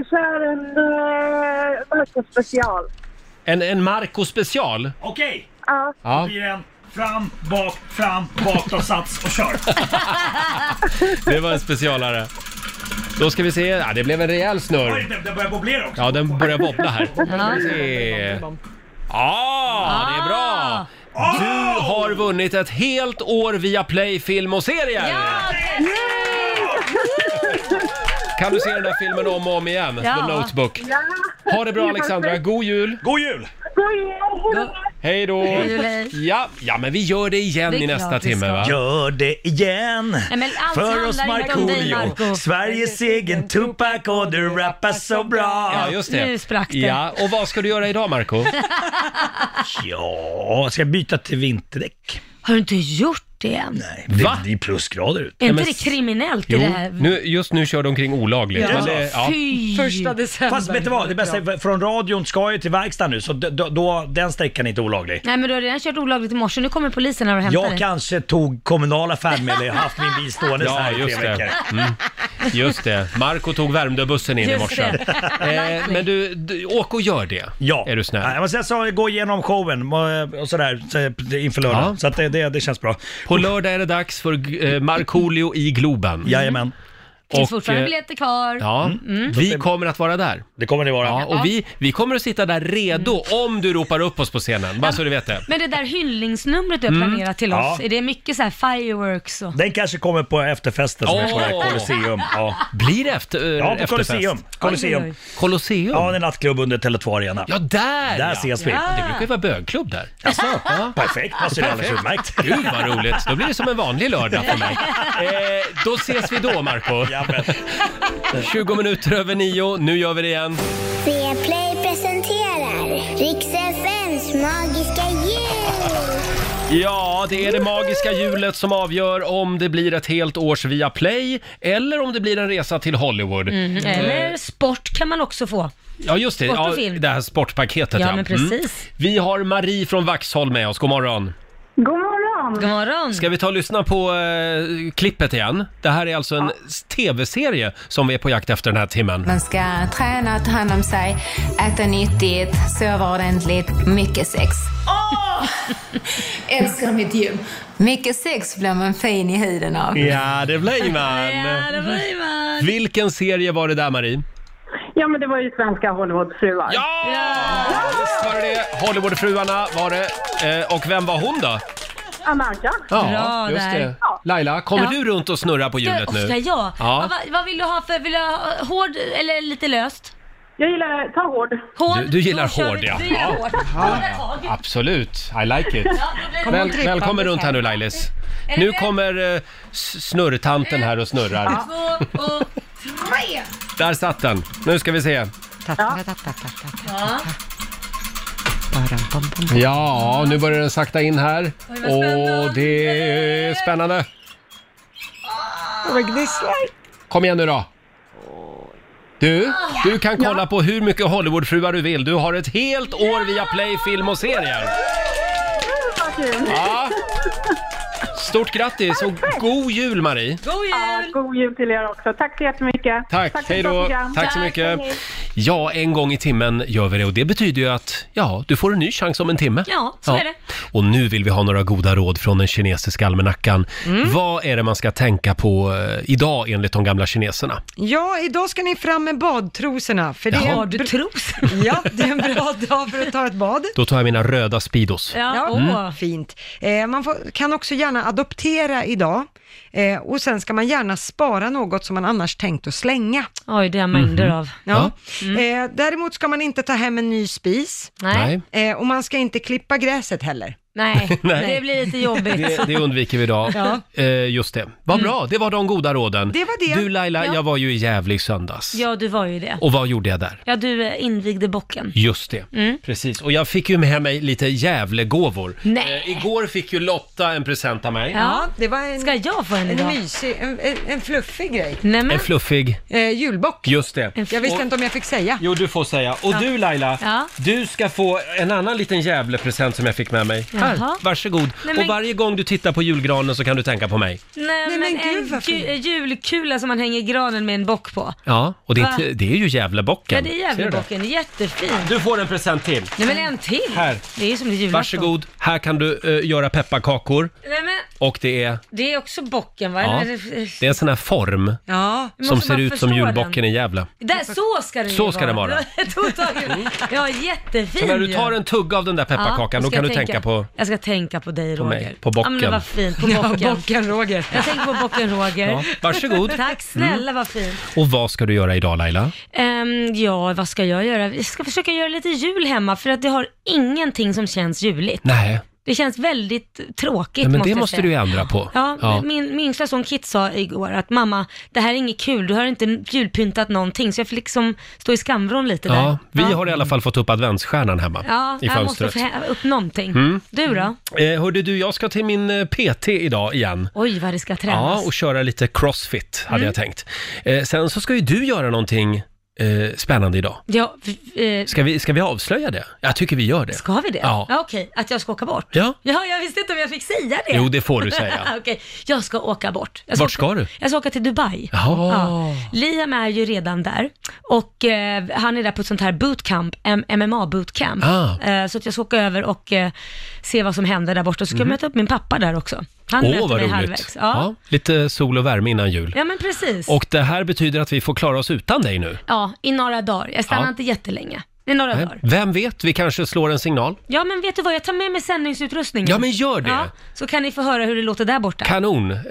Speaker 9: kör en eh, mörkerspecial.
Speaker 1: En, en Marco special?
Speaker 10: Okej!
Speaker 9: Ja.
Speaker 1: Ja.
Speaker 10: Då blir det en fram, bak, fram, bak, ta sats och kör.
Speaker 1: Det var en specialare. Då ska vi se. Ja, det blev en rejäl
Speaker 10: Oj,
Speaker 1: snurr.
Speaker 10: den, den börjar bobblera också.
Speaker 1: Ja, den börjar bobbla här. Då ska vi
Speaker 10: Ja.
Speaker 1: se.
Speaker 10: Ah!
Speaker 1: Ja, det är bra! Du har vunnit ett helt år via Play Film och Serier! Kan du se den där filmen om och om igen? The Notebook. Ha det bra Alexandra, god jul!
Speaker 10: God jul!
Speaker 9: God jul!
Speaker 1: Hej Hej då!
Speaker 3: Hej då, Leif.
Speaker 1: Ja, ja, men vi gör det igen
Speaker 3: Det är
Speaker 1: i
Speaker 3: klart
Speaker 1: nästa
Speaker 3: vi
Speaker 1: timme
Speaker 3: ska.
Speaker 1: va?
Speaker 10: Gör det igen!
Speaker 3: Nej, men allt
Speaker 10: För
Speaker 3: handlar
Speaker 10: oss
Speaker 3: inte om dig,
Speaker 10: Markoolio,
Speaker 3: Marco.
Speaker 10: Sveriges egen Tupac och du rappar så bra!
Speaker 1: Ja, just det. Ja, och vad ska du göra idag Marco? [LAUGHS]
Speaker 3: [LAUGHS]
Speaker 10: Ja, ska jag byta till vinterdäck?
Speaker 3: Har du inte gjort det än? Nej.
Speaker 10: Va? Det är ju plusgrader ute.
Speaker 3: Är inte det kriminellt i
Speaker 1: Jo,
Speaker 3: det här? Alltså,
Speaker 1: nu, just nu kör de omkring olagligt.
Speaker 10: Ja.
Speaker 1: Men det, ja.
Speaker 3: Fy! Första december.
Speaker 10: Fast vet du vad, det bästa är, från radion ska jag till verkstaden nu, så d- d- då, den sträckan är inte olaglig.
Speaker 3: Nej men du har redan kört olagligt i morse, nu kommer polisen här och hämtar
Speaker 10: Jag
Speaker 3: dig.
Speaker 10: kanske tog kommunala färdmedel, jag har haft min bil stående så
Speaker 1: [LAUGHS] Ja,
Speaker 10: här i
Speaker 1: just
Speaker 10: tre veckor.
Speaker 1: det. Mm. Just det. Marco tog Värmdöbussen in i
Speaker 10: Just
Speaker 1: morse.
Speaker 10: det. Mm.
Speaker 1: Eh, men du, du, åk och gör det.
Speaker 10: [LAUGHS] Ja.
Speaker 1: Är du snäll?
Speaker 10: Ja, Jag måste säga så, gå igenom showen och- och sådär så- inför lördag.
Speaker 1: Ja.
Speaker 10: Så att det, det, det känns bra.
Speaker 1: På lördag är det dags för eh, Markoolio i Globen.
Speaker 10: Jajamän.
Speaker 3: Det finns fortfarande biljetter kvar.
Speaker 1: eh, Ja,
Speaker 3: Mm.
Speaker 1: vi kommer att vara där.
Speaker 10: Det kommer ni vara.
Speaker 1: Ja,
Speaker 3: Ja.
Speaker 1: och vi, vi kommer att sitta där redo om du ropar upp oss på scenen, bara så du vet det.
Speaker 3: Men det där hyllningsnumret du har
Speaker 1: Mm.
Speaker 3: planerat till
Speaker 1: Ja.
Speaker 3: oss, är det mycket så här fireworks och...
Speaker 10: Den kanske kommer på efterfesten som är på det här
Speaker 1: Åh!
Speaker 10: Colosseum. Ja.
Speaker 1: Blir det efter, eh,
Speaker 10: Ja, på
Speaker 1: efterfest?
Speaker 10: Colosseum.
Speaker 1: Oj, oj,
Speaker 10: Colosseum.
Speaker 1: Colosseum?
Speaker 10: Ja, det är en nattklubb under Tele2 Arena.
Speaker 1: Ja, där
Speaker 10: Där ses vi.
Speaker 1: Ja. Det brukar ju vara bögklubb där.
Speaker 10: Jaså? Perfekt, alltså det är alldeles utmärkt.
Speaker 1: Gud vad roligt, då blir det som en vanlig lördag för mig. [LAUGHS] Eh, då ses vi då Marco 20 minuter över nio, nu gör vi det igen.
Speaker 6: Play presenterar Rix FMs magiska jul!
Speaker 1: Ja, det är det magiska hjulet som avgör om det blir ett helt års Viaplay eller om det blir en resa till Hollywood.
Speaker 3: Mm.
Speaker 1: Eh,
Speaker 3: Eller sport kan man också få.
Speaker 1: Ja, just det.
Speaker 3: sport och
Speaker 1: Ja,
Speaker 3: film.
Speaker 1: det här sportpaketet. Mm.
Speaker 3: Ja, men precis.
Speaker 1: Vi har Marie från Vaxholm med oss. God morgon.
Speaker 3: God morgon! God morgon!
Speaker 1: Ska vi ta och lyssna på eh, klippet igen? Det här är alltså en s- tv-serie som vi är på jakt efter den här timmen.
Speaker 20: Man ska träna, ta hand om sig, äta nyttigt, sova ordentligt, mycket sex.
Speaker 14: Åh!
Speaker 20: [LAUGHS] Älskar mitt gym. Mycket sex blir man fin i huden av.
Speaker 1: Ja, det blir
Speaker 3: [LAUGHS]
Speaker 20: Ja, det blir
Speaker 1: man. Vilken serie var det där, Marie?
Speaker 21: Ja, men det var ju svenska Hollywoodfruar.
Speaker 1: Ja! Visst var det det. Hollywoodfruarna var det. Eh, och vem var hon då?
Speaker 21: Amanda.
Speaker 1: just det. Laila, kommer
Speaker 3: Ja.
Speaker 1: du runt och snurra på hjulet
Speaker 3: Ska-
Speaker 1: nu?
Speaker 3: Ska jag?
Speaker 1: Ja.
Speaker 3: Vad, vad- vad vill du ha för, vill du ha eh, hård eller lite löst?
Speaker 21: Jag gillar, ta hård.
Speaker 3: Hård?
Speaker 1: Du, du gillar
Speaker 3: Då kör
Speaker 1: hård,
Speaker 3: vi.
Speaker 1: ja.
Speaker 3: Du gillar hård. Hårda
Speaker 1: ja.
Speaker 3: tag.
Speaker 1: Absolut, I like it.
Speaker 3: Ja, då blir det
Speaker 1: Väl,
Speaker 3: trippande
Speaker 1: välkommen runt här nu
Speaker 3: sen.
Speaker 1: Lailis.
Speaker 3: Är det
Speaker 1: Nu
Speaker 3: rätt?
Speaker 1: kommer eh, s- snurrtanten här och snurrar.
Speaker 3: Två och tre.
Speaker 1: Där satt den. Nu ska vi se.
Speaker 3: Ja.
Speaker 1: Ja, nu börjar den sakta in här.
Speaker 3: Oj, vad
Speaker 1: Och
Speaker 3: spännande.
Speaker 1: det är spännande.
Speaker 2: Det gnisslar.
Speaker 1: Kom igen nu då. Du, du kan kolla på hur mycket Hollywoodfruar du vill. Du har ett helt år via Play, film och serier.
Speaker 21: Vad kul.
Speaker 1: Ja. Stort grattis och god jul Marie!
Speaker 3: God jul!
Speaker 21: god jul till er också. Tack så jättemycket.
Speaker 1: Tack,
Speaker 21: för
Speaker 1: hej
Speaker 21: ett bra
Speaker 1: då!
Speaker 21: program.
Speaker 1: Tack så mycket!
Speaker 21: hej.
Speaker 1: Ja, en gång i timmen gör vi det och det betyder ju att ja, du får en ny chans om en timme.
Speaker 3: Ja, så är det.
Speaker 1: Och nu vill vi ha några goda råd från den kinesiska almanackan. Vad är det man ska tänka på eh, idag enligt de gamla kineserna?
Speaker 2: Ja, idag ska ni fram med badtrosorna. För det är
Speaker 1: Jaha.
Speaker 2: en br- Ja, det är en bra dag för att ta ett bad.
Speaker 1: Då tar jag mina röda Speedos. Mm.
Speaker 2: Fint. Eh, man får, kan också gärna adoptera idag eh, och sen ska man gärna spara något som man annars tänkt att slänga.
Speaker 3: Oj, det har mängder Mhm. av.
Speaker 2: Ja. Eh, däremot ska man inte ta hem en ny spis
Speaker 1: Nej.
Speaker 2: Eh, och man ska inte klippa gräset heller. [LAUGHS]
Speaker 3: Nej,
Speaker 1: [LAUGHS] Nej.
Speaker 3: det blir lite jobbigt. Mm.
Speaker 1: Det, det undviker vi idag.
Speaker 2: Ja.
Speaker 1: Eh, just det. Vad bra, det var de goda råden.
Speaker 3: Det var det.
Speaker 1: Du Laila,
Speaker 3: Ja.
Speaker 1: jag var ju i Gävle i söndags.
Speaker 3: Ja, du var ju det.
Speaker 1: Och vad gjorde jag där?
Speaker 3: Ja, du eh, invigde bocken.
Speaker 1: Just det,
Speaker 3: Mm.
Speaker 1: precis. Och jag fick ju med mig lite Gävlegåvor.
Speaker 3: Nej.
Speaker 1: Eh, igår fick ju Lotta en present av mig.
Speaker 2: Ja, det var en,
Speaker 3: Ska jag få en
Speaker 2: en
Speaker 3: idag?
Speaker 2: mysig, en, en, en fluffig grej.
Speaker 1: En fluffig.
Speaker 2: Eh, julbock.
Speaker 1: Just det.
Speaker 2: Jag visste inte om jag fick säga.
Speaker 1: Jo, du får säga. Och
Speaker 2: Ja.
Speaker 1: du Laila,
Speaker 2: Ja.
Speaker 1: du ska få en annan liten Gävlepresent som jag fick med mig.
Speaker 3: Jaha.
Speaker 1: Här, varsågod.
Speaker 3: Nej, men-
Speaker 1: Och varje gång du tittar på julgranen så kan du tänka på mig.
Speaker 3: Nej, men, en ju- eh, julkula som man hänger i granen med en bock på.
Speaker 1: Ja, och det
Speaker 3: Va?
Speaker 1: är, inte- det är ju Gävlebocken.
Speaker 3: Ja, det är
Speaker 1: Ser du det?
Speaker 3: Gävlebocken. Jättefin.
Speaker 1: Du får en present till.
Speaker 3: Nej, men en till.
Speaker 1: Här.
Speaker 3: Det är ju som det är julafton.
Speaker 1: Varsågod, här kan du eh, göra pepparkakor.
Speaker 3: Nej, men
Speaker 1: Och det är,
Speaker 3: det är också bocken, va?
Speaker 1: ja,
Speaker 3: Eller- eh,
Speaker 1: det är en sån här form
Speaker 2: Ja.
Speaker 1: som ser ut som julbocken i Gävle.
Speaker 3: Där, så ska den ju
Speaker 1: Så ska den vara.
Speaker 3: [LAUGHS]
Speaker 1: Mm.
Speaker 3: Jag tog tag i den. Ja, jättefin
Speaker 1: Så när du
Speaker 3: ju.
Speaker 1: tar en tugga av den där pepparkakan,
Speaker 3: Ja,
Speaker 1: då
Speaker 3: ska
Speaker 1: kan du
Speaker 3: jag
Speaker 1: tänka på
Speaker 3: Jag ska tänka på dig
Speaker 1: På
Speaker 3: Roger.
Speaker 1: mig, på
Speaker 3: Ja, men
Speaker 1: bocken.
Speaker 3: vad fint,
Speaker 2: [LAUGHS]
Speaker 3: på
Speaker 2: Ja,
Speaker 3: bocken.
Speaker 2: bocken Roger.
Speaker 3: Jag tänker på bocken Roger.
Speaker 1: Ja, varsågod. Mm.
Speaker 3: Tack snälla, vad fint.
Speaker 1: Och vad ska du göra idag Laila?
Speaker 3: Ehm, ja, vad ska jag göra? Jag ska försöka göra lite jul hemma för att det har ingenting som känns juligt.
Speaker 1: Nej,
Speaker 3: Det känns väldigt tråkigt
Speaker 1: Nej men
Speaker 3: måste
Speaker 1: det
Speaker 3: jag
Speaker 1: måste
Speaker 3: säga.
Speaker 1: du ju ändra på.
Speaker 3: Ja, Min, min yngsta son Kit sa igår att mamma, det här är inget kul, du har inte julpyntat någonting, så jag fick liksom stå i skamvrån lite där.
Speaker 1: Ja, vi har i alla fall fått upp adventsstjärnan hemma
Speaker 3: Ja,
Speaker 1: i
Speaker 3: jag måste
Speaker 1: fönstret.
Speaker 3: få hä- upp någonting.
Speaker 1: Mm.
Speaker 3: Du då?
Speaker 1: Eh, hörde du, jag ska till min eh, PT idag igen.
Speaker 3: Oj, vad det ska
Speaker 1: Ja,
Speaker 3: tränas.
Speaker 1: och köra lite crossfit hade
Speaker 3: Mm.
Speaker 1: jag tänkt. Eh, sen så ska ju du göra någonting eh, spännande idag.
Speaker 3: Ja, eh,
Speaker 1: Ska vi, ska vi avslöja det? Jag tycker vi gör det.
Speaker 3: Ska vi det?
Speaker 1: Ja.
Speaker 3: Okej, att jag ska åka bort?
Speaker 1: Ja.
Speaker 3: Ja, jag visste inte om jag fick säga det.
Speaker 1: Jo, det får du säga.
Speaker 3: [LAUGHS] Okej, jag ska åka bort. Jag
Speaker 1: Vart ska du?
Speaker 3: Jag ska åka till Dubai.
Speaker 1: Jaha.
Speaker 3: Liam är ju redan där och eh, han är där på ett sånt här bootcamp, M- MMA-bootcamp.
Speaker 1: Ah.
Speaker 3: Eh, så att jag ska åka över och eh, se vad som händer där borta. Så ska
Speaker 1: Mhm.
Speaker 3: jag möta upp min pappa där också. Han
Speaker 1: Åh,
Speaker 3: möter
Speaker 1: vad
Speaker 3: mig
Speaker 1: roligt.
Speaker 3: halvvägs. Ja.
Speaker 1: Ja,
Speaker 3: Ja.
Speaker 1: lite sol och värme innan jul.
Speaker 3: men precis.
Speaker 1: Och det här betyder att vi får klara oss utan dig nu.
Speaker 3: Ja, i några dagar. Jag stannar
Speaker 1: Ja.
Speaker 3: inte jättelänge. I några
Speaker 1: Nej.
Speaker 3: dagar.
Speaker 1: Vem vet, vi kanske slår en signal.
Speaker 3: Ja, men vet du vad? Jag tar med mig sändningsutrustningen.
Speaker 1: Ja, men gör det.
Speaker 3: Ja, så kan ni få höra hur det låter där borta.
Speaker 1: Kanon! Eh, [LAUGHS] då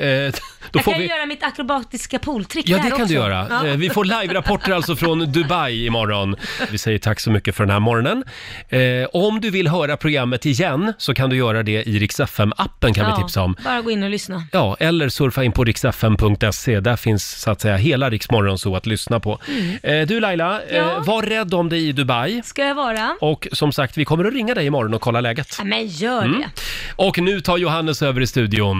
Speaker 3: jag
Speaker 1: får
Speaker 3: kan
Speaker 1: vi...
Speaker 3: göra mitt akrobatiska pooltrick
Speaker 1: Ja,
Speaker 3: där
Speaker 1: det kan
Speaker 3: också.
Speaker 1: du göra.
Speaker 3: Ja.
Speaker 1: Eh, Vi får live-rapporter alltså från Dubai imorgon. Vi säger tack så mycket för den här morgonen. Eh, om du vill höra programmet igen så kan du göra det i Rix FM-appen kan
Speaker 3: Ja,
Speaker 1: vi tipsa om.
Speaker 3: Bara gå in och lyssna.
Speaker 1: Ja, eller surfa in på riksfm.se. Där finns så att säga hela Rix så att lyssna på.
Speaker 3: Mm.
Speaker 1: Eh, du Laila,
Speaker 3: Ja.
Speaker 1: eh, var rädd om dig i Dubai.
Speaker 3: Ska jag vara?
Speaker 1: Och som sagt, vi kommer att ringa dig imorgon och kolla läget.
Speaker 3: Ja, men gör
Speaker 1: Mm.
Speaker 3: det.
Speaker 1: Och nu tar Johannes över i studion.